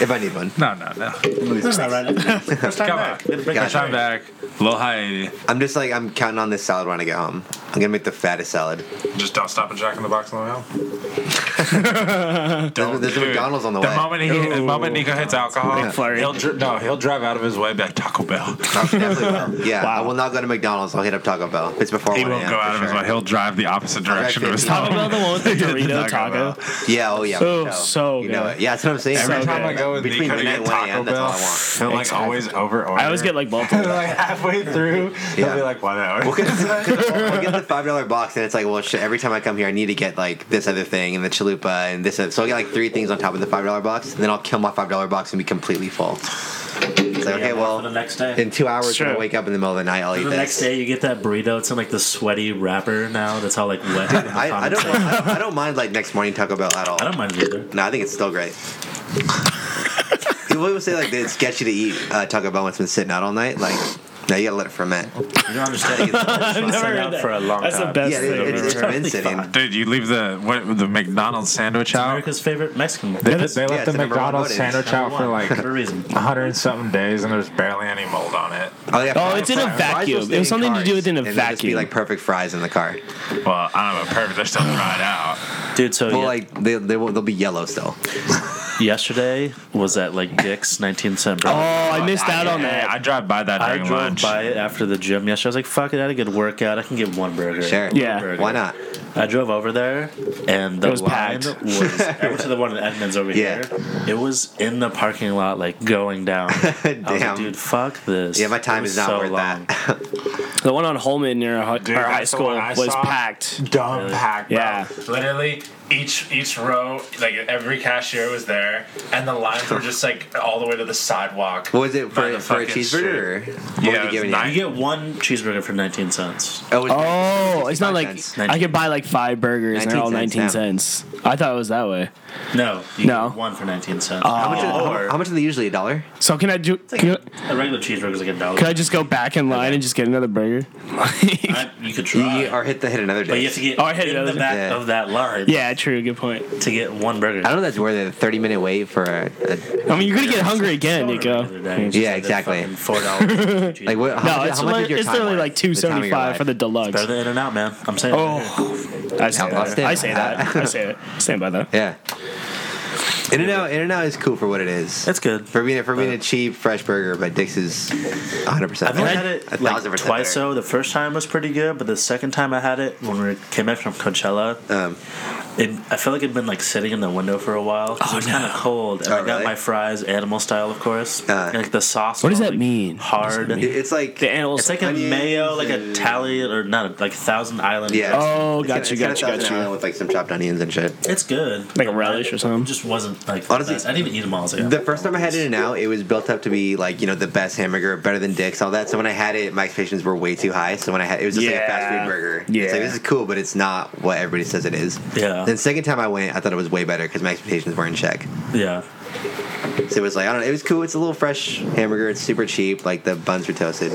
Speaker 4: If I need one.
Speaker 3: No, no, no.
Speaker 2: Come
Speaker 3: Come on.
Speaker 4: Gotcha.
Speaker 3: Come back. Low high.
Speaker 4: I'm just like I'm counting on this salad when I get home. I'm gonna make the fattest salad.
Speaker 3: Just don't stop at Jack in the Box on the way home.
Speaker 4: There's, there's a
Speaker 3: Dude,
Speaker 4: McDonald's on the
Speaker 3: the
Speaker 4: way.
Speaker 3: moment he, the
Speaker 1: Ooh.
Speaker 3: moment Nico hits alcohol,
Speaker 1: Big flurry.
Speaker 3: he'll dr- no, he'll drive out of his way. Be like Taco Bell.
Speaker 4: Definitely will. Yeah, I will not go to McDonald's. I'll hit up Taco Bell. It's before
Speaker 3: He
Speaker 4: 1
Speaker 3: won't
Speaker 4: a.m.
Speaker 3: go
Speaker 4: Oh, for
Speaker 3: out of his
Speaker 4: sure.
Speaker 3: way. He'll drive the opposite direction of his
Speaker 4: Taco
Speaker 1: Taco Bell the one with the
Speaker 3: Yeah,
Speaker 1: Dorito
Speaker 3: Taco Bell.
Speaker 1: taco.
Speaker 4: Yeah, oh yeah.
Speaker 1: So,
Speaker 4: for sure.
Speaker 1: so
Speaker 4: you know
Speaker 1: good.
Speaker 4: it. Yeah, that's what I'm saying.
Speaker 3: Every
Speaker 1: So
Speaker 3: time I
Speaker 1: good.
Speaker 3: go with
Speaker 4: Between
Speaker 3: Nico to
Speaker 4: midnight
Speaker 3: get
Speaker 4: and 1
Speaker 3: Taco
Speaker 4: a.m., that's all
Speaker 3: Bell,
Speaker 4: I want.
Speaker 3: he'll like
Speaker 1: Exactly.
Speaker 3: always over order.
Speaker 1: I always get like multiple.
Speaker 3: like halfway through. He'll
Speaker 4: Yeah.
Speaker 3: be like, "Why that?"
Speaker 4: We'll get, we'll get the five dollar box, and it's like, well, shit, every time I come here, I need to get like this other thing and the chalupa and this. Other. So I get like three things on top of the five dollar box, and then I'll kill my five dollar box and be completely full. It's like, okay,
Speaker 2: for the
Speaker 4: well,
Speaker 2: next day.
Speaker 4: in two hours, when I
Speaker 1: Sure.
Speaker 4: wake up in the middle of the night, I'll eat
Speaker 2: the
Speaker 4: this.
Speaker 2: next day, you get that burrito. It's in like the sweaty wrapper now. That's how like wet. the
Speaker 4: I, I
Speaker 2: condiments
Speaker 4: don't.
Speaker 2: are.
Speaker 4: mind- I, I don't mind like next morning Taco Bell at all.
Speaker 2: I don't mind it either.
Speaker 4: No, I think it's still great. People would say like that it's sketchy to eat uh, Taco Bell when it's been sitting out all night. Like, no, you gotta let it ferment.
Speaker 2: You don't understand.
Speaker 1: I've never
Speaker 2: Sent
Speaker 1: heard
Speaker 2: out
Speaker 1: that.
Speaker 2: for a long
Speaker 1: That's
Speaker 2: time.
Speaker 1: the best
Speaker 4: yeah,
Speaker 1: thing.
Speaker 4: it, it's,
Speaker 1: I've
Speaker 4: it's
Speaker 1: ever heard.
Speaker 4: been sitting.
Speaker 3: Dude, you leave the what the McDonald's sandwich out.
Speaker 2: America's favorite Mexican
Speaker 5: They,
Speaker 2: for
Speaker 5: put- they
Speaker 4: yeah,
Speaker 5: left
Speaker 4: it's
Speaker 5: the
Speaker 4: the number one
Speaker 5: McDonald's
Speaker 4: voted.
Speaker 5: sandwich out for like
Speaker 2: a reason.
Speaker 5: 100 and something days, and there's barely any mold on it.
Speaker 4: Oh, yeah,
Speaker 1: Oh, it's in a
Speaker 4: fries will
Speaker 1: vacuum.
Speaker 4: stay
Speaker 1: It was
Speaker 4: in
Speaker 1: something to
Speaker 4: cars,
Speaker 1: do with in a
Speaker 4: and they'll Just be
Speaker 1: vacuum.
Speaker 4: like perfect fries in the car.
Speaker 3: Well, I don't know, perfect. They're still dried out.
Speaker 2: Dude, so
Speaker 4: Well,
Speaker 2: yeah,
Speaker 4: like they they will they'll be yellow still.
Speaker 2: yesterday was at like Dick's 19 cent
Speaker 1: Oh,
Speaker 2: burger.
Speaker 1: I missed out
Speaker 3: I,
Speaker 1: on
Speaker 3: yeah,
Speaker 1: that.
Speaker 3: I drive by that
Speaker 2: I
Speaker 3: during
Speaker 2: drove
Speaker 3: lunch.
Speaker 2: by it after the gym yesterday. I was like, fuck it, I had a good workout. I can get one burger.
Speaker 4: Sure.
Speaker 2: One
Speaker 1: Yeah.
Speaker 2: burger.
Speaker 4: Why not?
Speaker 2: I drove over there and the
Speaker 1: It was
Speaker 2: line
Speaker 1: packed.
Speaker 2: was. I went to the one in Edmonds over
Speaker 4: Yeah.
Speaker 2: here. It was in the parking lot, like going down. I was like,
Speaker 4: Damn.
Speaker 2: dude, fuck this.
Speaker 4: Yeah, my
Speaker 2: It
Speaker 4: time
Speaker 2: was
Speaker 4: is not
Speaker 2: so
Speaker 4: worth
Speaker 2: long.
Speaker 4: that.
Speaker 1: The one on Holman near our,
Speaker 5: Dude,
Speaker 1: our high
Speaker 5: that's the
Speaker 1: school
Speaker 5: one I
Speaker 1: was
Speaker 5: saw.
Speaker 1: packed.
Speaker 5: Dumb pack. bro.
Speaker 1: Yeah.
Speaker 3: Literally, each each row, like every cashier was there, and the lines were just like all the way to the sidewalk.
Speaker 4: What was it
Speaker 3: By
Speaker 4: for
Speaker 3: the
Speaker 4: for a
Speaker 3: fucking
Speaker 4: cheeseburger? Or
Speaker 3: Yeah,
Speaker 4: what
Speaker 3: it
Speaker 4: would you
Speaker 3: was
Speaker 4: give it?
Speaker 2: You get one cheeseburger for 19 cents.
Speaker 4: Oh, it was-
Speaker 1: Oh, it's not like
Speaker 4: 65
Speaker 2: cents.
Speaker 1: I could buy like five burgers and they're all
Speaker 4: 19
Speaker 1: nineteen
Speaker 4: cents
Speaker 1: cents. I thought it was that way.
Speaker 2: No, you
Speaker 1: No.
Speaker 2: get one for 19 cents.
Speaker 4: how much?
Speaker 2: or
Speaker 4: How, how much are they usually? A dollar?
Speaker 1: So can I do? Can, you-
Speaker 2: a regular cheeseburger is like a dollar.
Speaker 1: can I just go back in line and just get another burger?
Speaker 2: I- you could
Speaker 4: You,
Speaker 2: try.
Speaker 4: you, or hit the hit another
Speaker 2: but you
Speaker 4: day.
Speaker 2: have to get
Speaker 1: Oh, I hate
Speaker 2: in the
Speaker 1: those.
Speaker 2: back
Speaker 4: Yeah.
Speaker 2: of that line
Speaker 1: yeah, true. Good point.
Speaker 2: to get one burger.
Speaker 4: I don't know. That's worth it. A thirty minute wait for a, a
Speaker 1: I mean, you're gonna get hungry again,
Speaker 2: Soda
Speaker 1: Nico.
Speaker 2: the other day,
Speaker 4: Yeah,
Speaker 2: like,
Speaker 4: exactly.
Speaker 2: fucking Four dollars.
Speaker 4: like what? How
Speaker 1: No,
Speaker 4: much,
Speaker 1: it's,
Speaker 4: how much
Speaker 1: li-
Speaker 4: is your
Speaker 1: it's
Speaker 4: time
Speaker 1: literally
Speaker 4: worth?
Speaker 1: like
Speaker 4: The
Speaker 1: two
Speaker 4: time of
Speaker 1: seventy
Speaker 4: your
Speaker 1: five for
Speaker 4: life?
Speaker 1: the deluxe.
Speaker 2: Better than In and Out, man. I'm saying.
Speaker 1: Oh, I say
Speaker 4: I'll
Speaker 1: that.
Speaker 4: stand
Speaker 1: I
Speaker 4: by
Speaker 1: say
Speaker 4: that.
Speaker 1: that. I say it. Stand by that.
Speaker 4: Yeah. In and out, In and Out is cool for what it is.
Speaker 2: It's good.
Speaker 4: for being for being a cheap fresh burger, but Dick's is 100. percent
Speaker 2: I've only had it like twice.
Speaker 4: Better.
Speaker 2: So the first time was pretty good, but the second time I had it when we came back from Coachella,
Speaker 4: Um,
Speaker 2: it, I felt like it'd been like sitting in the window for a while. 'cause it was kind of cold, and
Speaker 4: Oh,
Speaker 2: I got
Speaker 4: really?
Speaker 2: my fries animal style, of course.
Speaker 4: Uh.
Speaker 2: and, like the sauce.
Speaker 1: What does
Speaker 2: was,
Speaker 1: that
Speaker 2: like,
Speaker 1: mean? What does
Speaker 2: Hard.
Speaker 1: that
Speaker 4: it- it's like
Speaker 1: The animals.
Speaker 2: It's like a
Speaker 4: Onions
Speaker 2: mayo, like
Speaker 4: and-
Speaker 2: Italian or not like Thousand Island.
Speaker 4: yeah.
Speaker 1: Oh,
Speaker 4: It's
Speaker 1: gotcha,
Speaker 4: kinda- it's
Speaker 1: gotcha,
Speaker 4: kinda Thousand
Speaker 1: gotcha.
Speaker 4: Island With like some chopped onions and shit.
Speaker 2: it's good.
Speaker 1: Like a relish or something?
Speaker 2: It just wasn't like
Speaker 4: Honestly,
Speaker 2: honestly. I didn't even eat them all. I was like,
Speaker 4: The first time I had it in and out, it was built up to be like you know the best hamburger, better than Dick's, all that. So when I had it, my expectations were way too high. So when I had it was just like a fast
Speaker 1: Yeah.
Speaker 4: food burger.
Speaker 1: Yeah.
Speaker 4: it's like this is cool, but it's not what everybody says it is.
Speaker 2: Yeah.
Speaker 4: Then second time I went, I thought it was way better because my expectations were in check.
Speaker 2: yeah.
Speaker 4: So it was like I don't know. It was cool. It's a little fresh hamburger. It's super cheap. Like the buns are toasted.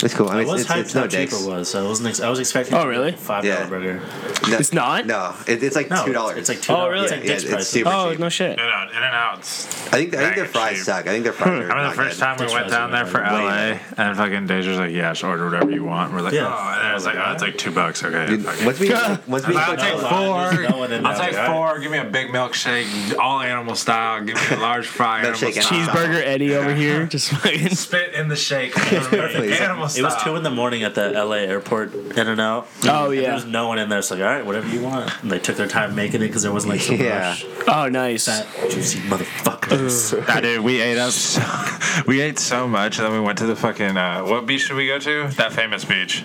Speaker 4: It's cool. I
Speaker 2: I
Speaker 4: mean,
Speaker 2: was
Speaker 4: it's,
Speaker 2: hyped
Speaker 4: it's, it's
Speaker 2: how
Speaker 4: no
Speaker 2: cheap
Speaker 4: dicks.
Speaker 2: it was. So I wasn't. Ex- I was expecting.
Speaker 1: Oh, really?
Speaker 2: Five dollar
Speaker 4: Yeah.
Speaker 2: burger.
Speaker 4: No,
Speaker 1: It's not?
Speaker 4: No, it, it's like
Speaker 2: No,
Speaker 4: two dollars.
Speaker 2: It's like two.
Speaker 1: Oh, really?
Speaker 2: It's like
Speaker 1: Yeah,
Speaker 2: Dick's
Speaker 4: it's
Speaker 2: price.
Speaker 4: super-
Speaker 1: Oh
Speaker 4: cheap.
Speaker 1: no shit.
Speaker 3: In and out, in and out's.
Speaker 4: I think I think their
Speaker 3: Bag of
Speaker 4: fries
Speaker 3: cheap.
Speaker 4: suck. I think their fries are.
Speaker 3: I remember
Speaker 4: not
Speaker 3: the first
Speaker 4: good.
Speaker 3: time we
Speaker 2: French
Speaker 3: went
Speaker 2: fries
Speaker 3: down
Speaker 2: are
Speaker 3: there for
Speaker 2: good.
Speaker 3: LA, and fucking Deja's like, "Yeah, just order whatever you want." We're like,
Speaker 2: Yeah.
Speaker 3: "Oh," and then it's like, "Oh, it's like two bucks." Okay.
Speaker 4: Dude,
Speaker 3: fuck it.
Speaker 4: once we once we
Speaker 3: I'll take
Speaker 2: no,
Speaker 3: four.
Speaker 2: there's no one in
Speaker 3: I'll
Speaker 2: there,
Speaker 3: take
Speaker 2: right?
Speaker 3: four. Give me a big milkshake, all animal style. Give me a large fry, animal
Speaker 4: Milkshake and
Speaker 3: style.
Speaker 1: Cheeseburger Eddie over here. Just fucking.
Speaker 3: Spit in the shake. animal
Speaker 2: It
Speaker 3: style.
Speaker 2: was two in the morning at the LA airport, in and out.
Speaker 1: Oh,
Speaker 2: And
Speaker 1: yeah.
Speaker 2: There was no one in there. It's like, all right, whatever you want. And they took their time making it because there wasn't like some
Speaker 4: Yeah.
Speaker 2: rush.
Speaker 1: Oh nice.
Speaker 2: That juicy motherfuckers.
Speaker 3: Nah, dude, we ate up. So, we ate so much, and then we went to the fucking. Uh, what beach should we go to? That famous beach.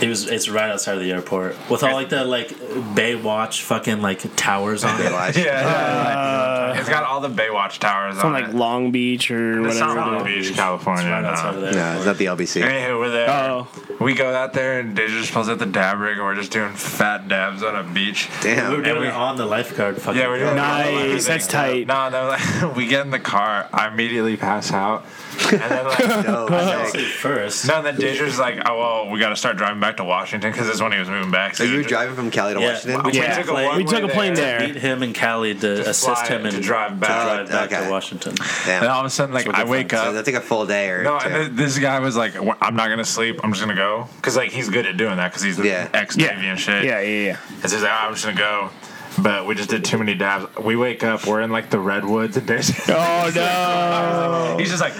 Speaker 2: It was. It's right outside of the airport with all like the like Baywatch fucking like towers on it.
Speaker 4: realized.
Speaker 3: Yeah, Uh, it's got all the Baywatch towers
Speaker 1: From
Speaker 3: on
Speaker 1: like
Speaker 3: it.
Speaker 1: Long Beach or
Speaker 3: It's not
Speaker 1: whatever.
Speaker 3: Long
Speaker 1: dude.
Speaker 3: Beach,
Speaker 2: It's
Speaker 3: California.
Speaker 2: right outside
Speaker 3: no.
Speaker 2: of the
Speaker 4: No, it's
Speaker 2: airport.
Speaker 4: not the LBC.
Speaker 3: Anywho, we're there.
Speaker 1: Oh.
Speaker 3: We go out there and Deja just pulls out the dab rig, and we're just doing fat dabs on a beach.
Speaker 2: We were
Speaker 4: Damn.
Speaker 2: doing
Speaker 3: we-
Speaker 2: it on the lifeguard. Fucking
Speaker 3: Yeah, we're doing
Speaker 1: Nice. That's tight.
Speaker 3: No, no, like, we get in the car. I immediately pass out, and then like.
Speaker 4: No, like,
Speaker 2: Honestly, first.
Speaker 3: No, and then Deja's like, oh, well, we got to start driving back to Washington because that's when he was moving back.
Speaker 4: so you were
Speaker 3: just-
Speaker 4: driving from Cali to
Speaker 2: Yeah.
Speaker 4: Washington.
Speaker 3: We
Speaker 1: Yeah.
Speaker 3: took a, one
Speaker 1: We took
Speaker 3: way
Speaker 1: a plane there.
Speaker 2: Beat him and Callie to, assist
Speaker 3: fly
Speaker 2: him in
Speaker 3: to drive back.
Speaker 2: drive back
Speaker 4: Okay.
Speaker 2: to Washington.
Speaker 3: And
Speaker 4: Damn.
Speaker 3: all of a sudden, like,
Speaker 2: what
Speaker 3: I
Speaker 2: good
Speaker 3: wake
Speaker 4: So
Speaker 3: up.
Speaker 4: that's like a full day or
Speaker 3: No,
Speaker 4: two.
Speaker 3: and th- this guy was like, "Well, I'm not gonna sleep. I'm just gonna go because like he's good at doing that because he's
Speaker 4: Yeah.
Speaker 3: ex
Speaker 1: Yeah.
Speaker 3: Navy and shit.
Speaker 1: Yeah, yeah, yeah.
Speaker 3: And so he's like, "Ah, I'm just gonna go. But we just did too many dabs. We wake up, we're in like the redwoods, and Deja's
Speaker 1: Oh no.
Speaker 2: Oh.
Speaker 3: he's just like,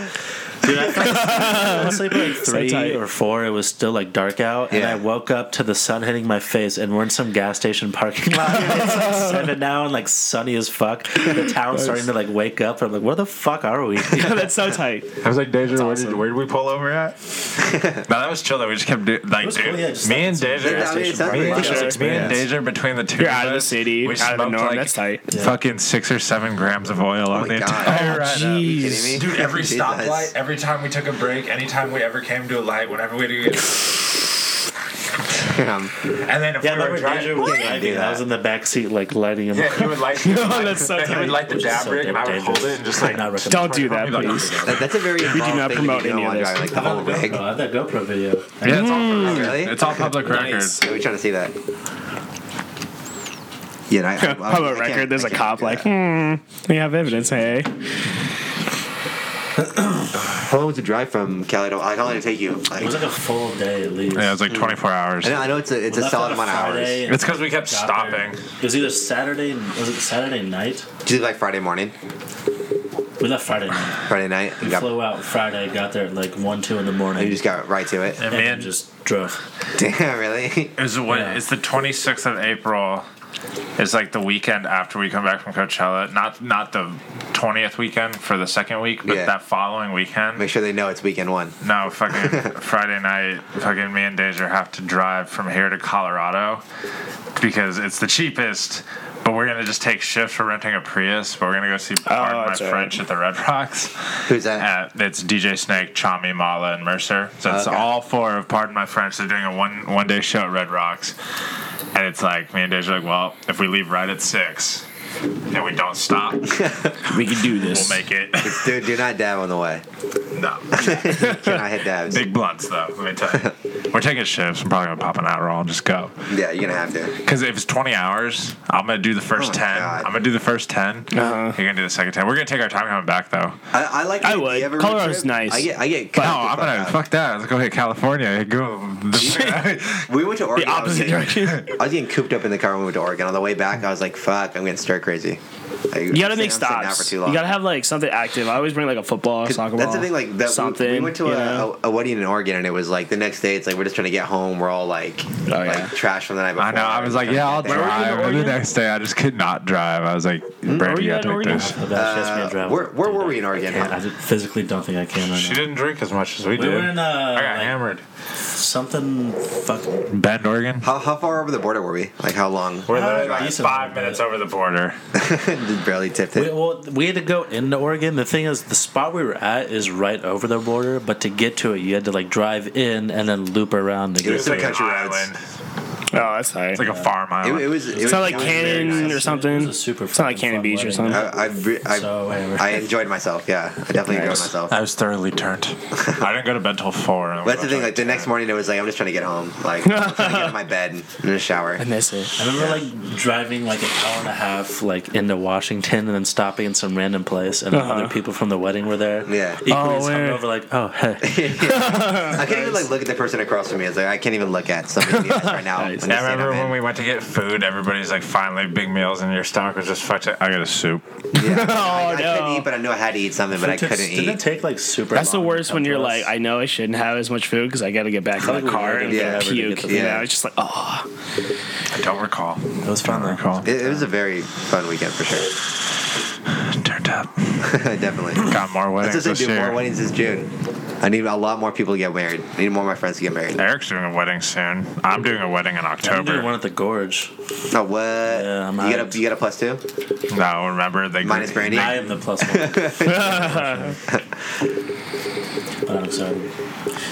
Speaker 2: Dude, I fell asleep at like three
Speaker 1: tight.
Speaker 2: or four. It was still like dark out, and
Speaker 4: Yeah.
Speaker 2: I woke up to the sun hitting my face, and we're in some gas station parking lot. and it's like seven now, and like sunny as fuck. The town's starting to like wake up. And I'm like, where the fuck are we?
Speaker 1: That's so tight.
Speaker 5: I was like, Deja, where, did,
Speaker 2: awesome.
Speaker 5: where did we pull over at?
Speaker 3: no, that was chill though. We just kept do- like
Speaker 2: was
Speaker 3: dude,
Speaker 2: cool, yeah, just
Speaker 3: me
Speaker 2: like
Speaker 3: and
Speaker 2: some
Speaker 3: Deja,
Speaker 4: gas station
Speaker 3: me and
Speaker 4: party.
Speaker 3: Deja-
Speaker 2: Sure.
Speaker 3: me and Deja between the 2
Speaker 1: You're
Speaker 3: of
Speaker 1: out of the
Speaker 3: us,
Speaker 1: city,
Speaker 3: we
Speaker 1: out of the
Speaker 3: smoked,
Speaker 1: norm.
Speaker 3: like,
Speaker 1: That's tight.
Speaker 3: Fucking six or seven grams of oil
Speaker 2: Oh
Speaker 3: on the
Speaker 4: Oh God.
Speaker 3: entire ride. up.
Speaker 4: kidding me?
Speaker 1: Oh, uh, Jeez.
Speaker 3: Dude, every
Speaker 4: Jesus.
Speaker 3: stoplight, every time we took a break, anytime we ever came to a light, whenever we did,
Speaker 4: Damn.
Speaker 3: and then if
Speaker 2: Yeah,
Speaker 3: we were
Speaker 2: remember Deja
Speaker 3: driving,
Speaker 2: was
Speaker 4: Yeah,
Speaker 2: driving.
Speaker 4: do
Speaker 2: I was
Speaker 4: that.
Speaker 2: in the back seat, like lighting him.
Speaker 3: yeah,
Speaker 2: up.
Speaker 3: he would like, he would like,
Speaker 1: that's so
Speaker 3: he would like the
Speaker 2: Which is
Speaker 3: dab
Speaker 2: so
Speaker 3: rig, and I would
Speaker 2: dangerous.
Speaker 3: hold it and just like.
Speaker 2: Not recommend.
Speaker 1: Don't do that,
Speaker 3: I'd be like,
Speaker 1: please.
Speaker 4: Like, that's a very we
Speaker 1: not promote any of this.
Speaker 4: Like the whole rig.
Speaker 2: Oh, I have that GoPro video.
Speaker 3: Yeah, it's
Speaker 1: Mm.
Speaker 3: all
Speaker 4: Oh,
Speaker 3: public
Speaker 4: really?
Speaker 3: record. It's all public record.
Speaker 1: Nice.
Speaker 4: Yeah, we trying to see that. Yeah, I, I, I,
Speaker 1: How about
Speaker 4: I can't-
Speaker 1: record? There's
Speaker 4: I
Speaker 1: a
Speaker 4: can't
Speaker 1: cop
Speaker 4: do
Speaker 1: like,
Speaker 4: that.
Speaker 1: hmm, we have evidence, hey.
Speaker 4: how long was the drive from Cali to? Like, how long did it take you? Like,
Speaker 2: It was like a full day at least.
Speaker 3: Yeah, it was like 24 hours.
Speaker 4: I know, I know it's a it's a solid amount of hours.
Speaker 3: It's 'cause we kept stopping.
Speaker 2: It was either Saturday. Was it Saturday night?
Speaker 4: Did you like Friday morning,
Speaker 2: We left Friday night.
Speaker 4: Friday night?
Speaker 2: We
Speaker 4: and got-
Speaker 2: flew out Friday. Got there at like one, two in the morning.
Speaker 4: you just got right to it.
Speaker 2: and then just drove.
Speaker 4: Damn, really?
Speaker 3: It's what
Speaker 2: Yeah.
Speaker 3: it's the 26th of April. It's like the weekend after we come back from Coachella. Not not the 20th weekend for the second week, but
Speaker 4: Yeah.
Speaker 3: that following weekend.
Speaker 4: Make sure they know it's weekend one.
Speaker 3: No, fucking Friday night, fucking me and Deja have to drive from here to Colorado because it's the cheapest. But we're gonna just take shifts. We're renting a Prius, but we're gonna go see Pardon My
Speaker 1: that's right.
Speaker 3: French at the Red Rocks.
Speaker 4: Who's that?
Speaker 3: Uh, it's DJ Snake, Chami, Mala, and Mercer. So it's
Speaker 4: Okay.
Speaker 3: all four of Pardon My French. They're doing a one one day show at Red Rocks, and it's like me and Deja are like, well, if we leave right at six and we don't stop, we'll
Speaker 1: We can do this.
Speaker 3: make it.
Speaker 4: Dude, do not dab on the way.
Speaker 3: no,
Speaker 4: Cannot hit dabs.
Speaker 3: big blunts though. Let me tell you, we're taking shifts. I'm probably gonna pop an Adderall and just go.
Speaker 4: Yeah, you're gonna have to.
Speaker 3: Because if it's 20 hours, I'm gonna do the first
Speaker 4: Oh my
Speaker 3: 10.
Speaker 4: God.
Speaker 3: I'm gonna do the first 10.
Speaker 1: Uh-huh.
Speaker 3: You're gonna do the second 10. We're gonna take our time coming back though.
Speaker 4: I, I like. the
Speaker 1: I
Speaker 4: idea
Speaker 1: would.
Speaker 4: of a road
Speaker 1: Colorado's
Speaker 4: trip.
Speaker 1: nice.
Speaker 4: I get. I get.
Speaker 3: no,
Speaker 4: cut the
Speaker 3: I'm
Speaker 4: fuck
Speaker 3: gonna
Speaker 4: out.
Speaker 3: fuck that. Let's go hit California. Go.
Speaker 4: We went to Oregon.
Speaker 1: The
Speaker 4: I was
Speaker 1: opposite
Speaker 4: getting-
Speaker 1: direction.
Speaker 4: I was getting cooped up in the car when we went to Oregon. On the way back, I was like, "Fuck, I'm getting stir crazy." Like,
Speaker 1: You gotta
Speaker 4: I'm sitting- I'm
Speaker 1: make
Speaker 4: sitting out for
Speaker 1: stops.
Speaker 4: too
Speaker 1: You
Speaker 4: long.
Speaker 1: gotta have like something active. I always bring like a football, a soccer ball.
Speaker 4: That's the thing, like that we-
Speaker 1: something.
Speaker 4: We went to
Speaker 1: you
Speaker 4: a,
Speaker 1: know?
Speaker 4: a, a wedding in Oregon, and it was like the next day. It's like we're just trying to get home. We're all like, like
Speaker 1: Oh, yeah.
Speaker 4: trash from the night before.
Speaker 3: I know. I was like, yeah, I'll
Speaker 4: Where were you
Speaker 1: in
Speaker 3: drive. And the
Speaker 1: Oregon?
Speaker 3: next day, I just could not drive. I was like,
Speaker 1: were
Speaker 3: Brady,
Speaker 1: you
Speaker 3: you
Speaker 1: at
Speaker 3: gotta take
Speaker 1: Oregon?
Speaker 3: this.
Speaker 2: Oh, gosh, she asked me to drive.
Speaker 4: where- where
Speaker 2: Dude,
Speaker 4: uh, were we
Speaker 2: I-
Speaker 4: in Oregon,
Speaker 2: I, can't-
Speaker 4: huh?
Speaker 2: I just physically don't think I can right
Speaker 5: She
Speaker 2: now.
Speaker 5: didn't drink as much as we
Speaker 2: We
Speaker 5: did.
Speaker 2: were in uh,
Speaker 3: I got
Speaker 2: like,
Speaker 3: hammered.
Speaker 2: something fucking
Speaker 3: Bend, Oregon?
Speaker 4: How, how far over the border were we? Like how long?
Speaker 3: We're
Speaker 2: Uh,
Speaker 3: literally like
Speaker 2: decent
Speaker 3: five
Speaker 2: amount,
Speaker 3: minutes
Speaker 2: but-
Speaker 3: over the border.
Speaker 4: Just barely tipped
Speaker 2: We,
Speaker 4: it.
Speaker 2: well, we had to go into Oregon. The thing is, the spot we were at is right over the border, but to get to it, you had to like drive in and then loop around to
Speaker 4: It
Speaker 2: get.
Speaker 3: It's
Speaker 4: was some
Speaker 3: like an
Speaker 4: country roads.
Speaker 3: island.
Speaker 1: oh, that's tight.
Speaker 3: It's like a farm
Speaker 4: It,
Speaker 3: island.
Speaker 4: it was. It
Speaker 1: it's
Speaker 4: was
Speaker 1: not like
Speaker 4: it was very
Speaker 1: Cannon
Speaker 4: nice.
Speaker 1: or something.
Speaker 2: It was a super
Speaker 1: it's not like
Speaker 2: fucking
Speaker 1: Cannon
Speaker 2: fun
Speaker 1: Beach or
Speaker 2: wedding.
Speaker 1: something.
Speaker 4: I, I, re- I,
Speaker 2: So whatever.
Speaker 4: I enjoyed myself. Yeah, I definitely enjoyed myself.
Speaker 3: I was thoroughly turned. I didn't go to bed till four. and I
Speaker 4: But that's the
Speaker 3: woke
Speaker 4: thing.
Speaker 3: up
Speaker 4: Like the next morning, it was like I'm just trying to get home. Like I'm trying to get in my bed and in the shower.
Speaker 1: I miss it.
Speaker 2: I remember like driving like an hour and a half like into Washington and then stopping in some random place and other people from the wedding were there.
Speaker 4: Yeah.
Speaker 2: Equally
Speaker 1: Uh-huh. Oh,
Speaker 2: as
Speaker 1: wait.
Speaker 2: hungover like, oh hey.
Speaker 4: I can't even like look at the person across from me. It's like I can't even look at somebody in the eyes right now.
Speaker 1: Nice.
Speaker 4: I'm
Speaker 3: Yeah,
Speaker 4: just
Speaker 3: I
Speaker 4: saying
Speaker 3: remember
Speaker 4: I'm
Speaker 3: when
Speaker 4: in.
Speaker 3: we went to get food, everybody's like, finally, big meals, and your stomach was just fucked up. I got a soup.
Speaker 4: Yeah. I, I
Speaker 1: no.
Speaker 4: couldn't eat, but I knew I had to eat something, but I
Speaker 2: Didn't
Speaker 4: couldn't
Speaker 2: it- Didn't it
Speaker 4: eat.
Speaker 2: take like super
Speaker 1: That's the
Speaker 2: long to
Speaker 1: worst
Speaker 2: come
Speaker 1: when
Speaker 2: to
Speaker 1: you're
Speaker 2: us?
Speaker 1: like, I know I shouldn't have as much food because I got to get back in the
Speaker 2: Probably
Speaker 1: car
Speaker 2: would've
Speaker 1: and
Speaker 2: been
Speaker 1: yeah,
Speaker 2: better to get
Speaker 1: puke.
Speaker 2: the
Speaker 1: You
Speaker 4: food.
Speaker 1: know, it's just like, oh,
Speaker 3: I don't recall.
Speaker 2: It was fun though.
Speaker 3: Recall.
Speaker 4: It, it was a very fun weekend for sure.
Speaker 3: Turned up.
Speaker 4: Definitely.
Speaker 3: Got more weddings
Speaker 4: That's the
Speaker 3: this
Speaker 4: thing, dude. More
Speaker 3: year.
Speaker 4: weddings this June. I need a lot more people to get married. I need more of my friends to get married.
Speaker 3: Eric's doing a wedding soon. I'm doing a wedding in
Speaker 2: I'm doing one
Speaker 3: October.
Speaker 2: at the gorge.
Speaker 4: No, what?
Speaker 2: Yeah, I'm
Speaker 4: you
Speaker 2: out.
Speaker 4: got a you got a plus two?
Speaker 3: No, remember they
Speaker 4: Minus Brandy?
Speaker 2: I am the plus one. but I'm excited.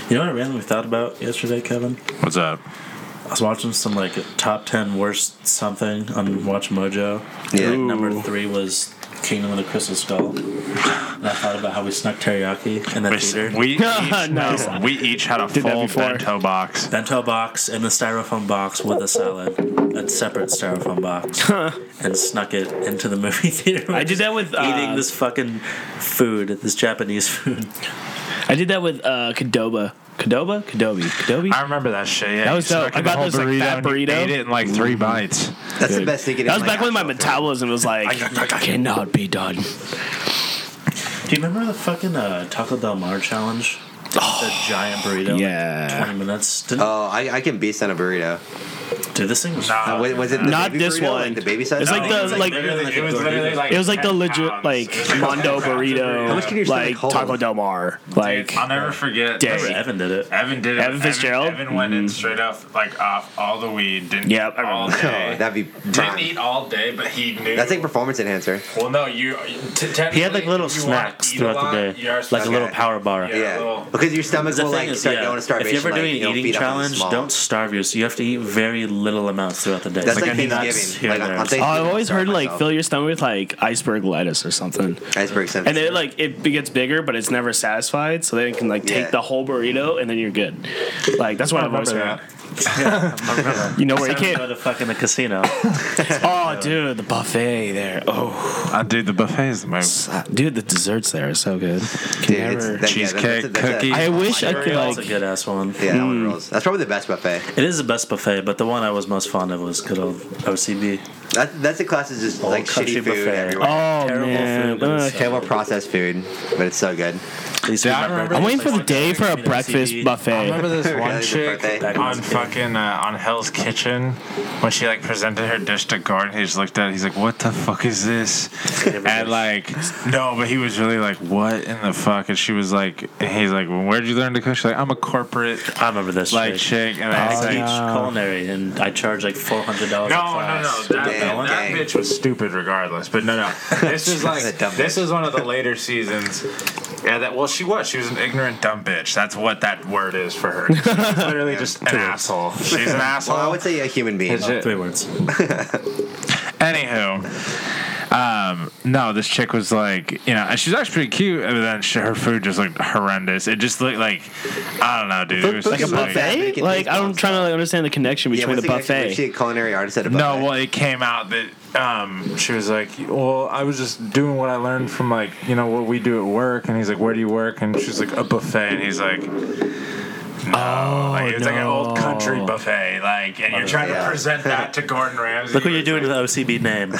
Speaker 2: You know what I randomly thought about yesterday, Kevin?
Speaker 3: What's up?
Speaker 2: I was watching some like top ten worst something on Watch Mojo.
Speaker 4: Yeah.
Speaker 2: Like, number three was Kingdom of the Crystal Skull. And I thought about how we snuck teriyaki in the
Speaker 3: We,
Speaker 2: theater.
Speaker 3: we each,
Speaker 1: No.
Speaker 3: we each had a
Speaker 1: Did that
Speaker 3: full
Speaker 1: before.
Speaker 3: bento box.
Speaker 2: bento box and the styrofoam box with a salad, a separate styrofoam box, and snuck it into the movie theater.
Speaker 1: I did that with, uh,
Speaker 2: eating this fucking food, this Japanese food.
Speaker 1: I did that with uh, Kadoba. Kadoba? Kadobi. Kadobi?
Speaker 3: I remember that shit. Yeah,
Speaker 1: That
Speaker 3: you
Speaker 1: was
Speaker 3: snuck
Speaker 1: dope.
Speaker 3: in
Speaker 1: I
Speaker 3: the
Speaker 1: got
Speaker 3: whole
Speaker 1: this, like, fat
Speaker 3: and you
Speaker 1: burrito. Mm-hmm.
Speaker 3: Ate it in like three bites.
Speaker 4: That's the best thing.
Speaker 1: that was back when my metabolism was like, I cannot be done.
Speaker 2: Do you remember the fucking uh, Taco Del Mar challenge? the giant burrito. like,
Speaker 1: Oh, yeah.
Speaker 3: Uh,
Speaker 2: Twenty minutes. Didn't,
Speaker 4: Oh, I, I can beast on a burrito.
Speaker 2: Dude, this thing was.
Speaker 4: Uh, wa- was it the
Speaker 1: Not
Speaker 4: baby
Speaker 1: this
Speaker 4: burrito,
Speaker 1: one.
Speaker 4: Like the baby size.
Speaker 1: It's
Speaker 2: No,
Speaker 1: like the-
Speaker 2: it
Speaker 3: was
Speaker 1: like-
Speaker 3: literally- it was literally like
Speaker 1: It was like the
Speaker 3: 10
Speaker 1: legit
Speaker 3: pounds.
Speaker 1: like
Speaker 3: It was like
Speaker 1: Mondo
Speaker 3: 10 pounds of
Speaker 1: burrito,
Speaker 4: much can your stomach
Speaker 1: like
Speaker 4: hold?
Speaker 1: Taco Del Mar, like
Speaker 3: I'll never forget.
Speaker 1: Dang.
Speaker 2: I remember Evan did it.
Speaker 3: Evan did it.
Speaker 1: Evan Fitzgerald?
Speaker 3: Evan, went in straight off, like off all the weed. Didn't
Speaker 1: Yep,
Speaker 3: eat
Speaker 1: I
Speaker 3: all
Speaker 1: remember.
Speaker 3: day.
Speaker 4: Oh, that'd be prime.
Speaker 3: Didn't eat all day, but he knew.
Speaker 4: That's like performance enhancer.
Speaker 3: well, no, you. T-
Speaker 2: He had like little snacks throughout the day, like a little
Speaker 4: Okay.
Speaker 2: power bar.
Speaker 3: Yeah.
Speaker 4: Yeah,
Speaker 3: well-
Speaker 4: because your stomach
Speaker 2: The
Speaker 4: will
Speaker 2: thing
Speaker 4: like
Speaker 2: is,
Speaker 4: start
Speaker 2: yeah,
Speaker 4: going to
Speaker 2: if
Speaker 4: starvation.
Speaker 2: you ever do
Speaker 4: like,
Speaker 2: an
Speaker 4: it'll
Speaker 2: eating
Speaker 4: feed up on the
Speaker 2: challenge,
Speaker 4: small.
Speaker 2: don't starve yourself. You have to eat very little amounts throughout the day.
Speaker 4: That's like,
Speaker 2: a nuts
Speaker 4: Thanksgiving.
Speaker 2: here
Speaker 4: Like
Speaker 2: and
Speaker 4: on
Speaker 2: there.
Speaker 4: Thanksgiving,
Speaker 1: I've always
Speaker 4: starve
Speaker 1: heard like
Speaker 4: myself.
Speaker 1: fill your stomach with like iceberg lettuce or something,
Speaker 4: iceberg sandwich.
Speaker 1: and then like it gets bigger, but it's never satisfied. So then you can like take
Speaker 4: Yeah.
Speaker 1: the whole burrito, and then you're good. Like that's what I've always heard. You know where you
Speaker 2: Go
Speaker 1: can't.
Speaker 2: to fucking the casino.
Speaker 1: Oh, dude, the buffet there. Oh,
Speaker 3: Uh, dude, the buffet is the most.
Speaker 1: dude, the desserts there are so good. Can
Speaker 4: Dude, it's-
Speaker 1: never-
Speaker 4: that- yeah, that's-
Speaker 3: Cheesecake,
Speaker 4: that's- that's-
Speaker 3: cookies.
Speaker 1: I wish I could
Speaker 2: That's a
Speaker 1: like.
Speaker 2: good ass one.
Speaker 4: Yeah, that one rules. That's probably the best buffet.
Speaker 2: It is the best buffet, but the one I was most fond of was good old OCB.
Speaker 4: That, that's the class is just like
Speaker 2: country
Speaker 4: shitty food
Speaker 2: buffet.
Speaker 4: everywhere.
Speaker 1: Oh
Speaker 2: Terrible
Speaker 1: man,
Speaker 2: food, but
Speaker 1: Ugh.
Speaker 2: it's-
Speaker 4: Terrible processed food, but it's so good.
Speaker 2: At least
Speaker 3: Yeah,
Speaker 2: with my
Speaker 3: I remember-
Speaker 2: brother.
Speaker 1: I'm waiting for the
Speaker 2: Like,
Speaker 1: day for a
Speaker 2: OCB.
Speaker 1: breakfast
Speaker 3: I
Speaker 1: buffet.
Speaker 3: remember this
Speaker 4: Yeah,
Speaker 3: one
Speaker 4: the
Speaker 3: chick
Speaker 4: buffet.
Speaker 2: Back
Speaker 3: on
Speaker 2: in the day.
Speaker 3: fucking uh, on Hell's Kitchen when she like presented her dish to Gordon. He just looked at it. He's like, "What the fuck is this?" and like, no, but he was really like, "What in the fuck?" And she was like, and "He's like, well, where'd you learn to cook?" She's like, "I'm a corporate
Speaker 2: I remember this.
Speaker 3: like
Speaker 2: chick. Oh,
Speaker 3: chick." And
Speaker 2: I
Speaker 3: I was
Speaker 2: teach
Speaker 3: like,
Speaker 2: culinary, and I charge like four hundred dollars.
Speaker 3: No, no, no. That,
Speaker 4: Damn,
Speaker 3: that
Speaker 4: gang.
Speaker 3: bitch was stupid regardless. But no, no. This is like
Speaker 4: a dumb
Speaker 3: this is one of the later seasons. Yeah, that well, she was. She was an ignorant dumb bitch. That's what that word is for her. She's literally just an asshole. She's an asshole.
Speaker 4: Well, I would say a human being.
Speaker 3: It's just-
Speaker 2: Three words.
Speaker 3: Anywho, um, no, this chick was like, you know, and she's actually pretty cute, and then she, her food just looked horrendous. It just looked like, I don't know, dude. It was
Speaker 4: Like a
Speaker 3: just like-
Speaker 4: Yeah,
Speaker 1: buffet?
Speaker 4: make it
Speaker 1: Like
Speaker 4: taste
Speaker 1: I'm trying to like, understand the connection
Speaker 4: yeah,
Speaker 1: between
Speaker 4: what's
Speaker 1: the
Speaker 4: the connection? Was she
Speaker 1: buffet.
Speaker 4: a culinary artist at a buffet?
Speaker 3: No, well, it came out that um,
Speaker 5: She was like, "Well, I was just doing what I learned from like you know what we do at work." And he's like, "Where do you work?" And she's like, "A buffet."
Speaker 3: and he's like, no, like, it's like an
Speaker 1: no.
Speaker 3: old country buffet, like, and you're trying
Speaker 4: yeah.
Speaker 3: to present that to Gordon Ramsay.
Speaker 2: Look what you're doing to the OCB name.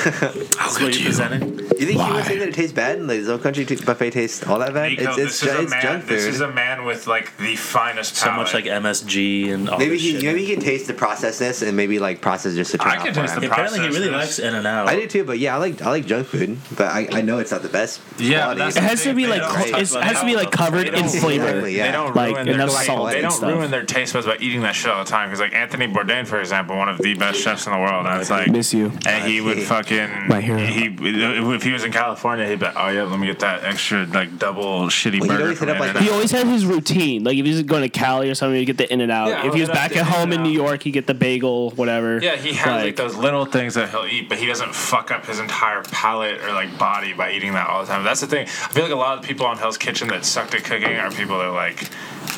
Speaker 2: How could you? Presenting?
Speaker 4: you think humans think that it tastes bad and the old country t- buffet tastes all that bad?
Speaker 3: Nico, this
Speaker 4: It's, it's, ju-
Speaker 3: is a
Speaker 4: it's
Speaker 3: man.
Speaker 4: junk
Speaker 3: This is
Speaker 4: food.
Speaker 3: a man with like the finest.
Speaker 2: So much
Speaker 3: palate.
Speaker 2: like MSG and all
Speaker 4: Maybe
Speaker 2: this
Speaker 4: he
Speaker 2: shit.
Speaker 4: maybe he can taste the processedness and maybe like process just to turn
Speaker 3: I can
Speaker 4: off
Speaker 3: taste
Speaker 4: for
Speaker 3: the
Speaker 4: him.
Speaker 2: Apparently, he really
Speaker 3: process
Speaker 2: likes
Speaker 3: is-
Speaker 2: In and Out.
Speaker 4: I do too, but yeah, I like I like junk food, but I, I know it's not the best.
Speaker 3: Yeah, but
Speaker 4: quality.
Speaker 3: that's
Speaker 1: It has to be
Speaker 3: They
Speaker 1: like
Speaker 3: don't
Speaker 1: co-
Speaker 4: talk
Speaker 1: it's- it
Speaker 4: about
Speaker 1: has to be
Speaker 3: that.
Speaker 1: like covered
Speaker 3: They
Speaker 1: in
Speaker 3: don't-
Speaker 1: flavor.
Speaker 4: Exactly, yeah.
Speaker 3: They don't
Speaker 1: Like,
Speaker 3: ruin
Speaker 1: enough
Speaker 3: their like,
Speaker 1: salt
Speaker 3: They
Speaker 1: and
Speaker 3: don't
Speaker 1: stuff.
Speaker 3: ruin their taste buds by eating that shit all the time. Because like Anthony Bourdain, for example, one of the best chefs in the world. That's like
Speaker 1: Miss you.
Speaker 3: And he would
Speaker 4: hate-
Speaker 3: fucking
Speaker 1: My hero.
Speaker 3: He if he was in California, he'd be like, oh yeah, let me get that extra like double shitty
Speaker 4: Well, he'd
Speaker 3: burger.
Speaker 4: always
Speaker 3: From
Speaker 4: hit up, like,
Speaker 1: He
Speaker 3: In-N-Out."
Speaker 1: always had his routine. Like if he's going to Cali or something, he'd get the In and Out.
Speaker 5: Yeah,
Speaker 3: oh,
Speaker 1: if he was
Speaker 5: I'll get
Speaker 1: back
Speaker 5: the
Speaker 1: at home in
Speaker 5: In-N-Out.
Speaker 1: New York, he'd get the bagel, whatever.
Speaker 3: Yeah, he has like, those little things that he'll eat, but he doesn't fuck up his entire palate or like body by eating that all the time. That's the thing. I feel like a lot of the people on Hell's Kitchen that sucked at cooking are people that like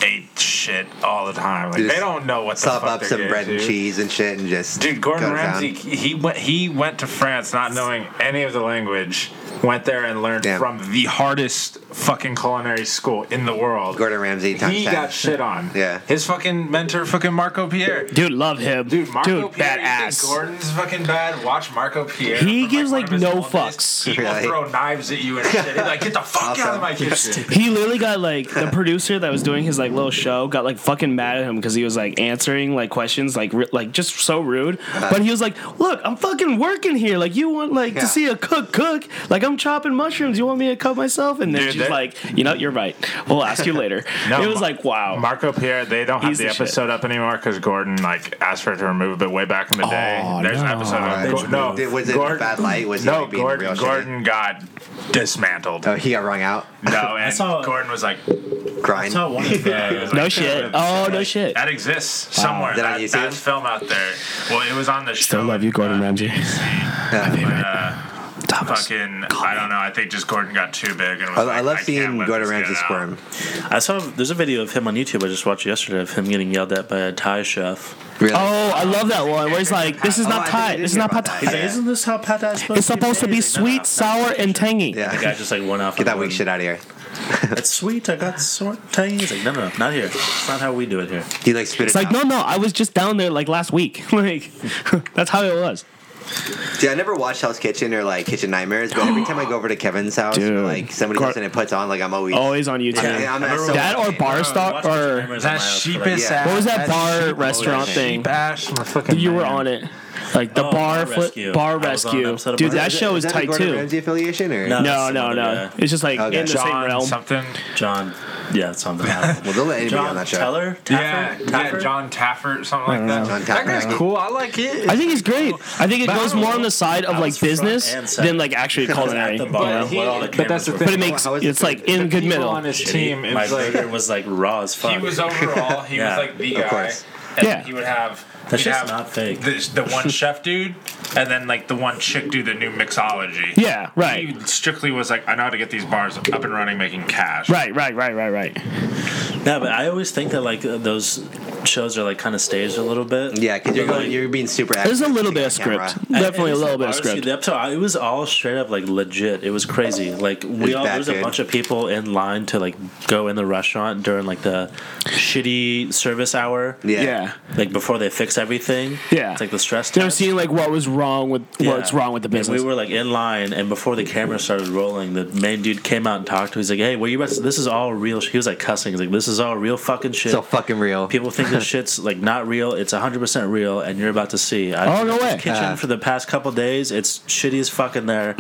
Speaker 3: ate shit all the time. Like
Speaker 4: Dude,
Speaker 3: they don't know what the
Speaker 4: Sop
Speaker 3: fuck
Speaker 4: up
Speaker 3: they're
Speaker 4: some
Speaker 3: getting,
Speaker 4: bread and
Speaker 3: dude.
Speaker 4: cheese and shit and just
Speaker 3: Dude, Gordon
Speaker 4: go to town.
Speaker 3: Ramsay, he went he went to France not knowing any of the language, went there and learned
Speaker 4: Damn.
Speaker 3: from the hardest fucking culinary school in the world.
Speaker 4: Gordon Ramsay times
Speaker 3: he
Speaker 4: 10.
Speaker 3: got shit on.
Speaker 4: Yeah.
Speaker 3: His fucking mentor, fucking Marco Pierre.
Speaker 1: dude, love him.
Speaker 3: Dude, Marco
Speaker 1: dude,
Speaker 3: Pierre. you think
Speaker 1: badass.
Speaker 3: Gordon's fucking bad. Watch Marco Pierre.
Speaker 1: He
Speaker 3: from,
Speaker 1: gives,
Speaker 3: one
Speaker 1: like,
Speaker 3: of his
Speaker 1: no
Speaker 3: old days.
Speaker 1: fucks.
Speaker 3: He
Speaker 4: Really?
Speaker 3: will throw knives at you and shit. He's like, get the fuck out of my kitchen.
Speaker 1: He literally got like the producer that was doing his like little show got like fucking mad at him because he was like answering like questions like ri- like just so rude. But he was like, "Look, I'm fucking working here. Like you want like
Speaker 4: Yeah.
Speaker 1: to see a cook cook? Like I'm chopping mushrooms. You want me to cut myself?" And then
Speaker 3: Dude,
Speaker 1: she's
Speaker 3: that-
Speaker 1: like, "You know, you're right. We'll ask you later."
Speaker 3: No,
Speaker 1: it was
Speaker 3: Ma-
Speaker 1: like, "Wow."
Speaker 3: Marco Pierre, they don't have
Speaker 1: He's
Speaker 3: the,
Speaker 1: the shit.
Speaker 3: episode up anymore because Gordon like asked for it to remove it. But way back in the day,
Speaker 1: Oh,
Speaker 3: there's an
Speaker 1: no.
Speaker 3: episode. Of, Go- no,
Speaker 4: Did- was it
Speaker 3: Gordon-
Speaker 4: bad light? Was he,
Speaker 3: no
Speaker 4: like, being real
Speaker 3: Gordon?
Speaker 4: shitty?
Speaker 3: Gordon got dismantled.
Speaker 4: Oh, he got wrung out.
Speaker 3: No, and
Speaker 2: saw-
Speaker 3: Gordon was like,
Speaker 4: Grind.
Speaker 2: Saw one of the-
Speaker 3: yeah, he was
Speaker 1: no
Speaker 3: like,
Speaker 1: shit. Oh no shit.
Speaker 3: That exists somewhere.
Speaker 4: Is that on
Speaker 3: That,
Speaker 4: YouTube?
Speaker 3: that's film out there. Well, it was on the show. uh,
Speaker 1: Ramsey.
Speaker 4: Yeah.
Speaker 1: Thomas.
Speaker 3: Fucking, I don't know. I think just Gordon got too big and was
Speaker 4: I,
Speaker 3: like,
Speaker 4: I love
Speaker 3: can't
Speaker 4: seeing
Speaker 3: let
Speaker 4: Gordon
Speaker 3: this get
Speaker 4: Ramsay
Speaker 3: out."
Speaker 4: squirm.
Speaker 2: I saw there's a video of him on YouTube I just watched yesterday of him getting yelled at by a Thai chef.
Speaker 4: Really?
Speaker 1: Oh, I love that one where he's like, "This is
Speaker 4: Oh, I
Speaker 1: not
Speaker 4: didn't- I
Speaker 1: Thai.
Speaker 4: didn't
Speaker 1: This is
Speaker 4: hear
Speaker 1: not
Speaker 4: about
Speaker 1: pad
Speaker 4: that.
Speaker 1: Thai.
Speaker 2: He's like, isn't this how pad thai supposed
Speaker 1: It's supposed to be
Speaker 2: He's like, "No, no,
Speaker 1: sweet,
Speaker 2: no."
Speaker 1: sour, and tangy."
Speaker 4: yeah.
Speaker 2: The guy just like went off.
Speaker 4: Get that
Speaker 2: on
Speaker 4: weak
Speaker 2: one.
Speaker 4: shit out of here.
Speaker 2: It's sweet. I got sorting. He's like, no, no, no, not here. It's not how we do it here.
Speaker 4: He like spit it
Speaker 1: It's like,
Speaker 4: out.
Speaker 1: no, no, I was just down there like last week. Like, that's how it was.
Speaker 4: See, I never watched Hell's Kitchen or like Kitchen Nightmares, but every time I go over to Kevin's house,
Speaker 1: Dude.
Speaker 4: or, like somebody
Speaker 1: Gar- Oh,
Speaker 4: comes in and puts on, like I'm always.
Speaker 1: Always on YouTube.
Speaker 4: I'm- I'm at so-
Speaker 1: that or bar stock Uh, or
Speaker 2: That
Speaker 4: ass- Yeah.
Speaker 1: what was that bar restaurant thing?
Speaker 3: Bash, my fucking
Speaker 1: You were
Speaker 3: man.
Speaker 1: on it, like the
Speaker 2: Oh,
Speaker 1: bar
Speaker 2: Bar
Speaker 1: fli-
Speaker 2: Rescue. I
Speaker 1: bar
Speaker 2: was on an
Speaker 1: rescue.
Speaker 2: episode of
Speaker 1: Dude,
Speaker 2: Bar
Speaker 1: that
Speaker 2: Rescue.
Speaker 1: show
Speaker 4: Is
Speaker 1: is
Speaker 4: that a
Speaker 1: tight
Speaker 4: Gordon
Speaker 1: too.
Speaker 4: Ramsay affiliation or?
Speaker 2: No.
Speaker 1: No,
Speaker 2: Some
Speaker 1: no,
Speaker 2: other
Speaker 1: no.
Speaker 2: guy.
Speaker 1: It's just like
Speaker 4: Okay.
Speaker 1: in the same
Speaker 3: John
Speaker 1: realm.
Speaker 3: something.
Speaker 2: John. Yeah, something.
Speaker 4: Well, they'll let anybody
Speaker 2: John
Speaker 4: on that show.
Speaker 2: Teller? Taffer?
Speaker 3: Yeah, yeah,
Speaker 2: Taffer?
Speaker 3: John Taffert, something like that.
Speaker 4: John
Speaker 3: that
Speaker 4: Taffer.
Speaker 3: guy's cool. I like it.
Speaker 1: I think he's great. I think it
Speaker 3: But I
Speaker 1: goes
Speaker 3: don't
Speaker 1: more on
Speaker 3: know.
Speaker 1: the side of
Speaker 2: I
Speaker 1: like
Speaker 2: was front
Speaker 1: business
Speaker 2: and center.
Speaker 1: than like
Speaker 2: I
Speaker 1: actually
Speaker 2: was at
Speaker 1: culinary.
Speaker 2: the
Speaker 1: you
Speaker 2: bar.
Speaker 1: know?
Speaker 2: when all the
Speaker 5: but that's
Speaker 2: cameras
Speaker 5: the
Speaker 2: were
Speaker 5: thing.
Speaker 1: But it makes
Speaker 4: How is
Speaker 1: it's
Speaker 4: it-
Speaker 1: like in good
Speaker 5: People
Speaker 1: middle.
Speaker 5: on his
Speaker 2: shitty.
Speaker 5: team.
Speaker 2: My
Speaker 5: It's like
Speaker 2: burger was like raw as fuck.
Speaker 3: he was overall. He
Speaker 2: Yeah,
Speaker 3: was like the
Speaker 4: of
Speaker 3: guy.
Speaker 4: course.
Speaker 3: And
Speaker 1: Yeah.
Speaker 3: he would have.
Speaker 2: That's
Speaker 3: he'd
Speaker 2: just
Speaker 3: have
Speaker 2: not fake.
Speaker 3: The, the one chef dude, and then like the one chick dude that knew mixology.
Speaker 1: Yeah, right.
Speaker 3: He strictly was like, I know how to get these bars up and running, making cash.
Speaker 1: Right, right, right, right, right.
Speaker 2: No, but I always think that like uh, those shows are like kind of staged a little bit.
Speaker 4: Yeah, because you're
Speaker 2: But,
Speaker 4: going,
Speaker 2: like,
Speaker 4: you're being super.
Speaker 1: There's a
Speaker 4: active
Speaker 1: little bit of
Speaker 4: on camera.
Speaker 1: script.
Speaker 2: at-
Speaker 1: Definitely
Speaker 2: at
Speaker 1: a
Speaker 2: least
Speaker 1: little
Speaker 2: the
Speaker 1: bit of
Speaker 2: bars,
Speaker 1: script.
Speaker 2: the episode- it was all straight up like legit. It was crazy. Like we
Speaker 4: was
Speaker 2: all
Speaker 4: bad
Speaker 2: there was a
Speaker 4: food.
Speaker 2: bunch of people in line to like go in the restaurant during like the shitty service hour.
Speaker 4: Yeah.
Speaker 1: Yeah.
Speaker 2: Like before they fix everything.
Speaker 1: Yeah.
Speaker 2: It's like the stress
Speaker 1: They were
Speaker 2: test.
Speaker 1: seeing like what was wrong with
Speaker 2: Yeah.
Speaker 1: what's wrong with the
Speaker 2: And
Speaker 1: business.
Speaker 2: we were like in line, and before the camera started rolling, the main dude came out and talked to. us. He's like, "Hey, what you about? This is all real." sh-" He was like cussing. He's like, "This is all real fucking shit."
Speaker 4: So fucking real.
Speaker 2: People think this shit's like not real. It's 100% real, and you're about to see. I,
Speaker 1: Oh, no way.
Speaker 2: Kitchen
Speaker 4: Uh.
Speaker 2: for the past couple days, it's shitty as fuck in there.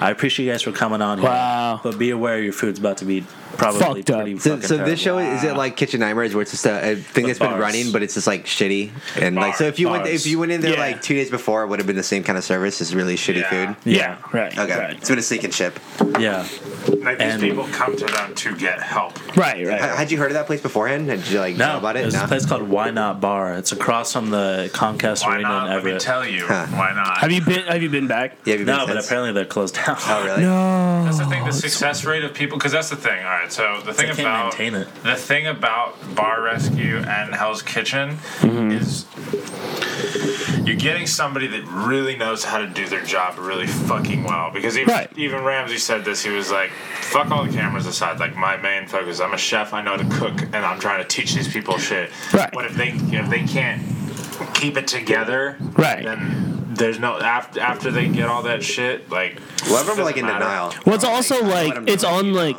Speaker 2: I appreciate you guys for coming on. here,
Speaker 1: Wow.
Speaker 2: but be aware your food's about to be probably
Speaker 1: Fucked up.
Speaker 2: pretty
Speaker 4: So,
Speaker 2: fucking
Speaker 4: so this show
Speaker 2: terrible.
Speaker 4: is it like Kitchen Nightmares, where it's just a, a thing that's been
Speaker 2: bars.
Speaker 4: running, but it's just like shitty, and like so if you went
Speaker 2: Bars.
Speaker 4: if you went in there
Speaker 1: Yeah.
Speaker 4: like two days before, it would have been the same kind of service. It's really shitty
Speaker 3: Yeah.
Speaker 4: food.
Speaker 1: yeah, right.
Speaker 4: Okay,
Speaker 1: Right.
Speaker 4: it's been a sinking ship.
Speaker 2: yeah.
Speaker 3: Like these
Speaker 2: And-
Speaker 3: people come to them to get help.
Speaker 1: Right, right.
Speaker 4: Had you heard of that place beforehand? Had you like know
Speaker 2: No,
Speaker 4: about
Speaker 2: it
Speaker 4: it?
Speaker 2: was
Speaker 4: No.
Speaker 2: a place called Why Not Bar. It's across from the Comcast
Speaker 3: Why
Speaker 2: Arena in
Speaker 3: not? Let me
Speaker 2: Everett.
Speaker 3: tell you.
Speaker 4: Huh.
Speaker 3: Why not?
Speaker 1: Have you been have you been back?
Speaker 4: yeah, have you been
Speaker 2: no, but
Speaker 4: since?
Speaker 2: apparently they're closed down.
Speaker 4: Oh really?
Speaker 1: No.
Speaker 3: That's the thing. The success rate of people, because that's the thing. All right, so the thing
Speaker 2: can't
Speaker 3: about
Speaker 2: maintain it.
Speaker 3: the thing about Bar Rescue and Hell's Kitchen is you're getting somebody that really knows how to do their job really fucking well. Because even
Speaker 1: Right.
Speaker 3: even Ramsey said this. He was like, "Fuck all the cameras aside. Like my main focus. I'm a chef. I know how to cook, and I'm trying to teach these people shit.
Speaker 1: Right.
Speaker 3: But if they if they can't keep it together,
Speaker 1: Right.
Speaker 3: then there's no after after they get all that shit like
Speaker 4: Well, I remember like
Speaker 3: doesn't
Speaker 4: in
Speaker 3: matter.
Speaker 4: denial.
Speaker 1: Well, it's also
Speaker 4: I know
Speaker 1: like
Speaker 4: what I'm
Speaker 1: it's
Speaker 4: doing.
Speaker 1: on like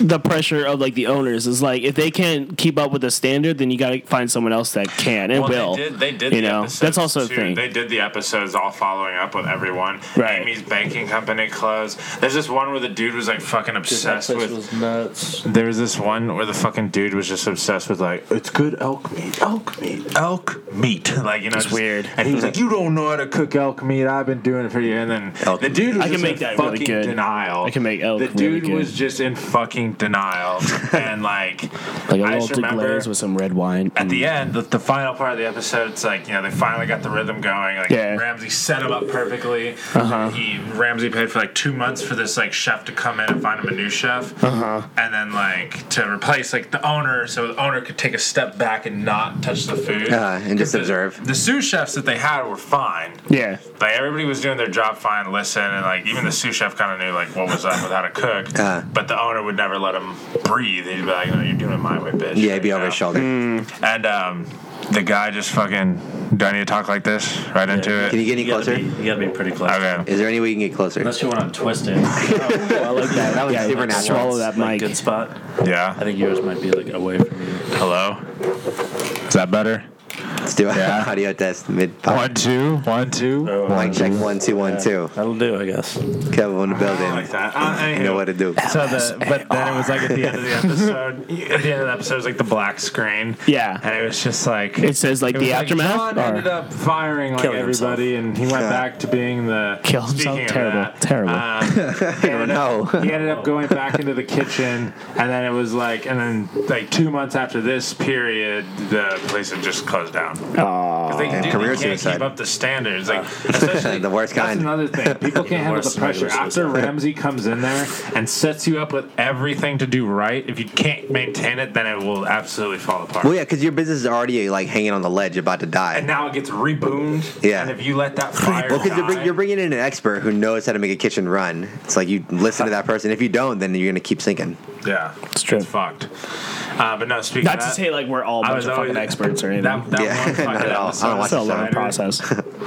Speaker 1: the pressure of like the owners is like if they can't keep up with the standard, then you got to find someone else that can and will.
Speaker 3: They did, they did
Speaker 1: you
Speaker 3: the
Speaker 1: know?
Speaker 3: episodes,
Speaker 1: That's also a
Speaker 3: too.
Speaker 1: thing.
Speaker 3: They did the episodes all following up with everyone.
Speaker 1: Right.
Speaker 3: Amy's banking company closed. There's this one where the dude was like fucking obsessed with.
Speaker 2: nuts.
Speaker 3: there was this one where the fucking dude was just obsessed with like it's good elk meat, elk meat, elk meat. Like you know, it's
Speaker 1: weird.
Speaker 3: And he was like, "You don't know how to cook elk meat. I've been doing it for you." And then
Speaker 4: Elk
Speaker 3: the
Speaker 4: meat.
Speaker 3: dude was
Speaker 1: I can
Speaker 3: just
Speaker 1: make
Speaker 3: in
Speaker 1: that really
Speaker 3: fucking
Speaker 1: good.
Speaker 3: denial.
Speaker 1: I can make elk
Speaker 3: The
Speaker 1: really
Speaker 3: dude
Speaker 1: good.
Speaker 3: was just in fucking denial, and like,
Speaker 1: like a
Speaker 3: I
Speaker 1: little
Speaker 3: just remember
Speaker 1: deglaze with some red wine.
Speaker 3: at
Speaker 4: Hmm.
Speaker 3: the end, the, the final part of the episode, it's like you know they finally got the rhythm going. Like
Speaker 1: Yeah.
Speaker 3: Ramsey set him up perfectly.
Speaker 4: Uh-huh.
Speaker 3: He Ramsey paid for like two months for this like chef to come in and find him a new chef,
Speaker 4: Uh-huh.
Speaker 3: and then like to replace like the owner, so the owner could take a step back and not touch the food
Speaker 4: Uh, and just
Speaker 3: The-
Speaker 4: observe.
Speaker 3: The sous chefs that they had were fine.
Speaker 1: yeah,
Speaker 3: Like everybody was doing their job fine, listen, and like even the sous chef kind of knew like what was up with how to cook.
Speaker 4: Uh.
Speaker 3: But the owner would never let him breathe. He'd be like, "No, you're doing it my way, bitch."
Speaker 4: Yeah, it'd be
Speaker 3: You
Speaker 4: over
Speaker 3: know?
Speaker 4: his shoulder.
Speaker 3: And um, the guy just fucking. Do I need to talk like this right into
Speaker 4: Can
Speaker 3: it?
Speaker 4: you get any
Speaker 2: You gotta,
Speaker 4: closer?
Speaker 2: be, you gotta be pretty close.
Speaker 3: Okay.
Speaker 4: Is there any way you can get closer?
Speaker 2: Unless you want to twist it.
Speaker 1: Oh, I like that.
Speaker 4: That was
Speaker 1: yeah,
Speaker 4: super natural.
Speaker 1: Swallow that
Speaker 2: Like,
Speaker 1: mic.
Speaker 2: Good spot. I
Speaker 3: Yeah.
Speaker 2: think yours might be like away from you.
Speaker 3: Hello. Is that better?
Speaker 4: Let's do an
Speaker 3: Yeah.
Speaker 4: audio test mid
Speaker 3: One two one two.
Speaker 2: Oh,
Speaker 4: Mic check one two one two.
Speaker 2: That'll do, I guess.
Speaker 4: Kevin in the building.
Speaker 3: Like that. Uh,
Speaker 4: You know
Speaker 3: anywho.
Speaker 4: what to do.
Speaker 3: So the, but then it was like at the end of the episode. at the end of the episode was like the black screen.
Speaker 1: Yeah.
Speaker 3: And it was just like
Speaker 1: It says like
Speaker 3: It
Speaker 1: the
Speaker 3: was like
Speaker 1: aftermath.
Speaker 3: John ended
Speaker 1: or-
Speaker 3: up firing like
Speaker 2: Killing himself.
Speaker 5: everybody, and he went back to being the.
Speaker 1: Kill himself?
Speaker 5: Speaking of
Speaker 1: Terrible.
Speaker 5: that,
Speaker 1: Terrible.
Speaker 5: Um, he, ended up,
Speaker 4: know.
Speaker 5: he ended up going back into the kitchen, and then it was like, and then like two months after this period,
Speaker 3: the place had just closed down.
Speaker 1: Aw.
Speaker 3: They, dude,
Speaker 4: career
Speaker 3: they can't
Speaker 4: suicide.
Speaker 3: keep up the standards. Like
Speaker 4: the worst
Speaker 5: That's
Speaker 4: kind.
Speaker 5: another thing. People can't handle
Speaker 2: worse
Speaker 5: the
Speaker 2: than
Speaker 5: pressure.
Speaker 2: regular
Speaker 5: After Ramsey comes in there and sets you up with
Speaker 3: everything to do right. If you can't maintain it, then it will absolutely fall apart.
Speaker 4: Well, yeah, because your business is already like hanging on the ledge, about to
Speaker 3: and
Speaker 4: die.
Speaker 3: now it gets reboomed.
Speaker 4: Yeah.
Speaker 3: And if you let that fire
Speaker 4: Well, because
Speaker 3: die,
Speaker 4: you're, bring, you're bringing in an expert who knows how to make a kitchen run. It's like you listen to that person. If you don't, then you're gonna keep sinking.
Speaker 3: yeah, it's
Speaker 1: true.
Speaker 3: fucked. Uh, but no, speaking
Speaker 1: Not
Speaker 3: of
Speaker 1: to
Speaker 3: that,
Speaker 1: say like we're all a
Speaker 3: I
Speaker 1: bunch
Speaker 3: was
Speaker 1: of fucking
Speaker 3: always-
Speaker 1: experts or anything.
Speaker 3: that, that
Speaker 4: Yeah,
Speaker 3: one
Speaker 4: not
Speaker 3: fucking
Speaker 4: at all. I
Speaker 3: episode
Speaker 4: don't watch
Speaker 1: it's a
Speaker 4: the
Speaker 1: learning
Speaker 3: later,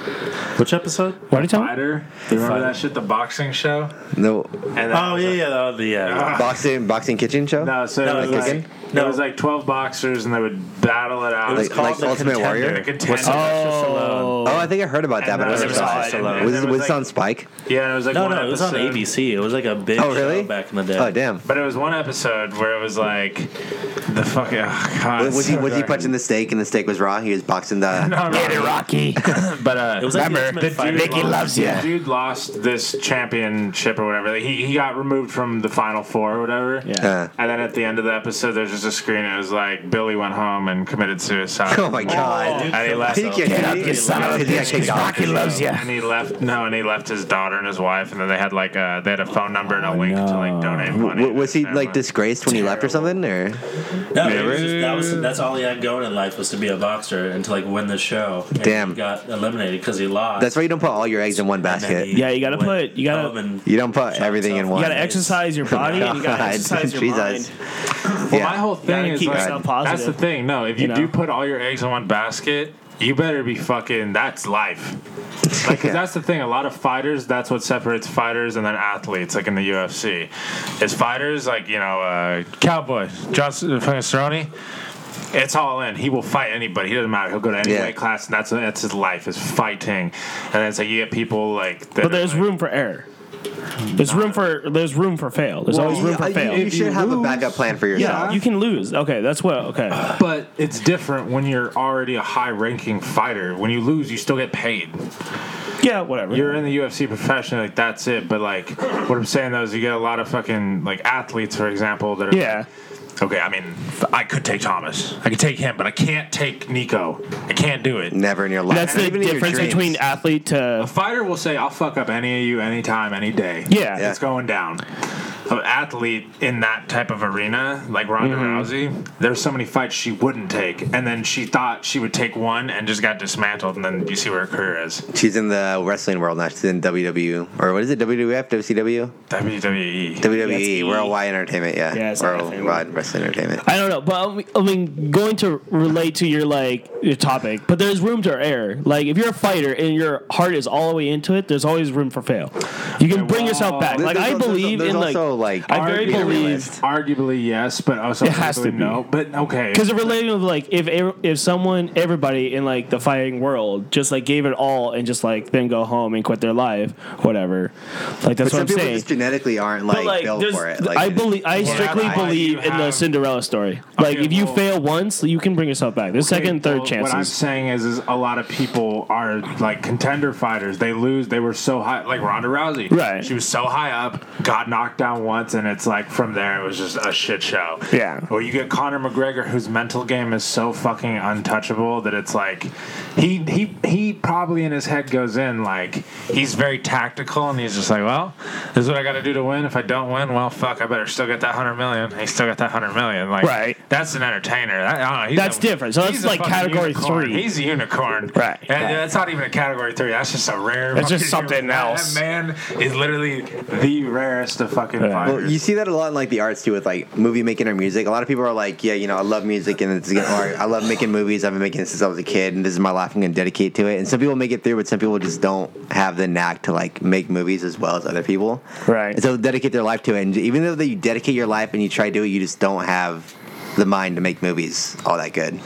Speaker 1: process.
Speaker 2: Which episode?
Speaker 1: What are you talking?
Speaker 3: Fighter. You remember
Speaker 2: Fighter.
Speaker 3: that shit? The boxing show.
Speaker 4: No,
Speaker 3: And then
Speaker 2: Oh yeah, yeah, oh, the yeah.
Speaker 4: Ah, boxing boxing kitchen show.
Speaker 3: No, so
Speaker 2: No,
Speaker 3: it
Speaker 4: like
Speaker 3: was
Speaker 4: kicking?
Speaker 3: like
Speaker 2: No.
Speaker 3: it was like twelve boxers, and they would battle it out.
Speaker 2: It was
Speaker 4: Like-
Speaker 2: called
Speaker 4: like
Speaker 2: the
Speaker 4: Ultimate
Speaker 2: Contender.
Speaker 4: Warrior?
Speaker 3: The Contender.
Speaker 1: Oh,
Speaker 4: Oh, I think I heard about
Speaker 3: And
Speaker 4: that, but I
Speaker 3: that
Speaker 4: never
Speaker 3: was
Speaker 4: saw
Speaker 3: Sylvester
Speaker 4: it.
Speaker 3: Stallone.
Speaker 4: Was,
Speaker 3: And
Speaker 4: was,
Speaker 3: it was
Speaker 4: it on
Speaker 3: like-
Speaker 4: Spike?
Speaker 3: Yeah, and it was like
Speaker 2: No,
Speaker 3: one
Speaker 2: no, it was on
Speaker 3: episode-
Speaker 2: ABC. It was like a big
Speaker 4: Oh, really?
Speaker 2: show back in the day.
Speaker 4: Oh damn!
Speaker 3: But it was one episode where it was like the fucking oh, god.
Speaker 4: Was, was
Speaker 3: so
Speaker 4: he was he
Speaker 3: dark.
Speaker 4: punching the steak and the steak was raw? He was boxing the.
Speaker 3: No, no, no.
Speaker 1: Oh. Rocky.
Speaker 3: But uh,
Speaker 2: It was like
Speaker 1: Remember,
Speaker 2: the
Speaker 3: the
Speaker 2: Ultimate Fighter.
Speaker 3: dude lost,
Speaker 1: loves ya.
Speaker 3: The dude lost this championship or whatever. Like, he he got removed from the final four or whatever.
Speaker 1: Yeah.
Speaker 4: Uh,
Speaker 3: And then at the end of the episode, there's just a screen. And it was like Billy went home and committed suicide.
Speaker 4: oh my god!
Speaker 3: And he left.
Speaker 4: He can't-
Speaker 1: up, you son of a
Speaker 4: he got kicked off.
Speaker 1: Rocky loves you.
Speaker 3: And he left. No, and he left his daughter and his wife, and then they had like a they had a phone number and a link to like donate money.
Speaker 4: Oh, W- Was
Speaker 3: to
Speaker 4: he
Speaker 3: his
Speaker 4: like
Speaker 3: family.
Speaker 4: disgraced when he left or something?
Speaker 2: No,
Speaker 4: Or
Speaker 2: it was just, that was that's all he had going in life was to be a boxer and to like win the show. And
Speaker 4: Damn.
Speaker 2: he got eliminated because he lost.
Speaker 4: that's why you don't put all your eggs in one basket.
Speaker 1: Yeah, you gotta put- you gotta-
Speaker 4: You don't put everything in
Speaker 2: You
Speaker 4: one.
Speaker 1: You gotta exercise your body and you gotta
Speaker 4: God,
Speaker 1: exercise your
Speaker 4: Jesus.
Speaker 1: mind.
Speaker 3: Well,
Speaker 4: Yeah.
Speaker 3: my whole thing
Speaker 1: gotta
Speaker 3: is
Speaker 1: keep
Speaker 3: like,
Speaker 1: yourself positive,
Speaker 3: that's the thing. No, if you,
Speaker 1: you know?
Speaker 3: do put all your eggs in one basket, you better be fucking. That's life. Like, 'cause
Speaker 4: Yeah.
Speaker 3: that's the thing. A lot of fighters. That's what separates fighters and then athletes. Like in the UFC, is fighters like you know uh, Cowboy Johnson fucking Cerrone. It's all in. He will fight anybody. He doesn't matter. He'll go to any
Speaker 4: Yeah.
Speaker 3: weight class, and that's that's his life is fighting. And it's like you get people like. That
Speaker 1: But there's
Speaker 3: are, like,
Speaker 1: room for error. There's room for there's room for fail. There's always room for
Speaker 4: You- you,
Speaker 1: fail.
Speaker 4: you should have a
Speaker 3: lose-
Speaker 4: backup plan for yourself.
Speaker 1: You can lose. Okay, that's what. Okay,
Speaker 3: But it's different when you're already a high-ranking fighter. When you lose, you still get paid.
Speaker 1: yeah, whatever.
Speaker 3: You're in the UFC profession, like that's it. But like, what I'm saying though is, you get a lot of fucking like athletes, for example, that are
Speaker 1: yeah.
Speaker 3: Okay, I mean, I could take Thomas, I could take him, but I can't take Nico. I can't do it.
Speaker 4: Never in your life.
Speaker 1: That's the
Speaker 4: Even in your
Speaker 1: difference
Speaker 4: dreams.
Speaker 1: between athlete to
Speaker 3: Fighter will say, "I'll fuck up any of you, anytime, any day."
Speaker 1: Yeah.
Speaker 3: it's going down. An athlete in that type of arena, like
Speaker 1: Mm-hmm.
Speaker 3: Ronda Rousey, there's so many fights she wouldn't take, and then she thought she would take one and just got dismantled, and then you see where her career is.
Speaker 4: She's in the wrestling world now. She's in WWE or what is it? WWF, WCW,
Speaker 3: WWE.
Speaker 4: WWE,
Speaker 1: E.
Speaker 4: E. Worldwide Entertainment. Yeah,
Speaker 1: Yeah, it's not a thing.
Speaker 4: Worldwide Wrestling Entertainment.
Speaker 1: I don't know, but I mean, going to relate to your like your topic, but there's room to error. Like if you're a fighter and your heart is all the way into it, there's always room for fail. You can bring yourself back.
Speaker 4: There's-
Speaker 1: Like I
Speaker 4: there's also-
Speaker 1: believe
Speaker 4: there's
Speaker 1: in like,
Speaker 4: also, like,
Speaker 1: I very
Speaker 3: Arguably-
Speaker 1: believe
Speaker 3: Arguably yes, but also
Speaker 1: It has to
Speaker 3: arguably
Speaker 1: be.
Speaker 3: no. But okay,
Speaker 1: because it related to like if ev- if someone everybody in like the fighting world just like gave it all and just like then go home and quit their life, whatever.
Speaker 4: But
Speaker 1: Like that's
Speaker 4: some
Speaker 1: what I'm
Speaker 4: people
Speaker 1: saying.
Speaker 4: just genetically aren't
Speaker 1: But
Speaker 4: like,
Speaker 1: like,
Speaker 4: built
Speaker 1: there's,
Speaker 4: for it. Like,
Speaker 1: I believe, I strictly
Speaker 3: that's why
Speaker 1: believe
Speaker 3: you
Speaker 1: in the
Speaker 3: have-
Speaker 1: Cinderella story. Like, if you
Speaker 3: well-
Speaker 1: fail once, you can bring yourself back. There's second,
Speaker 3: Okay,
Speaker 1: third
Speaker 3: well,
Speaker 1: chances.
Speaker 3: What I'm saying is, is a lot of people are like contender fighters. They lose. They were so high, like Ronda Rousey.
Speaker 1: Right.
Speaker 3: She was so high up, got knocked down once, and it's like from there it was just a shit show.
Speaker 1: Yeah.
Speaker 3: Or you get Conor McGregor, whose mental game is so fucking untouchable that it's like he he he probably in his head goes in like he's very tactical and he's just like, well, this is what I got to do to win. If I don't win, well, fuck, I better still get that hundred million. He still got that hundred million. Like,
Speaker 1: Right.
Speaker 3: That's an entertainer. That, I don't know. He's
Speaker 1: That's
Speaker 3: a-
Speaker 1: different. So that's
Speaker 3: he's a
Speaker 1: like
Speaker 3: fucking
Speaker 1: category
Speaker 3: unicorn.
Speaker 1: three.
Speaker 3: He's a unicorn,
Speaker 1: Right.
Speaker 3: And that's not even a category three. That's just a rare.
Speaker 1: That's just
Speaker 3: fucking
Speaker 1: something
Speaker 3: unicorn.
Speaker 1: else.
Speaker 3: That man is literally the rarest of fucking
Speaker 4: Well,
Speaker 3: fighters.
Speaker 4: you see that a lot in like the arts too, with like movie making or music. A lot of people are like, yeah, you know, I love music and it's or I love making movies. I've been making it since I was a kid, and this is my life. I'm gonna dedicate to it. And some people make it through, but some people just don't have the knack to like make movies as well as other people.
Speaker 1: Right.
Speaker 4: And so they'll dedicate their life to it. And even though that you dedicate your life and you try to do it, you just don't have the mind to make movies all that good,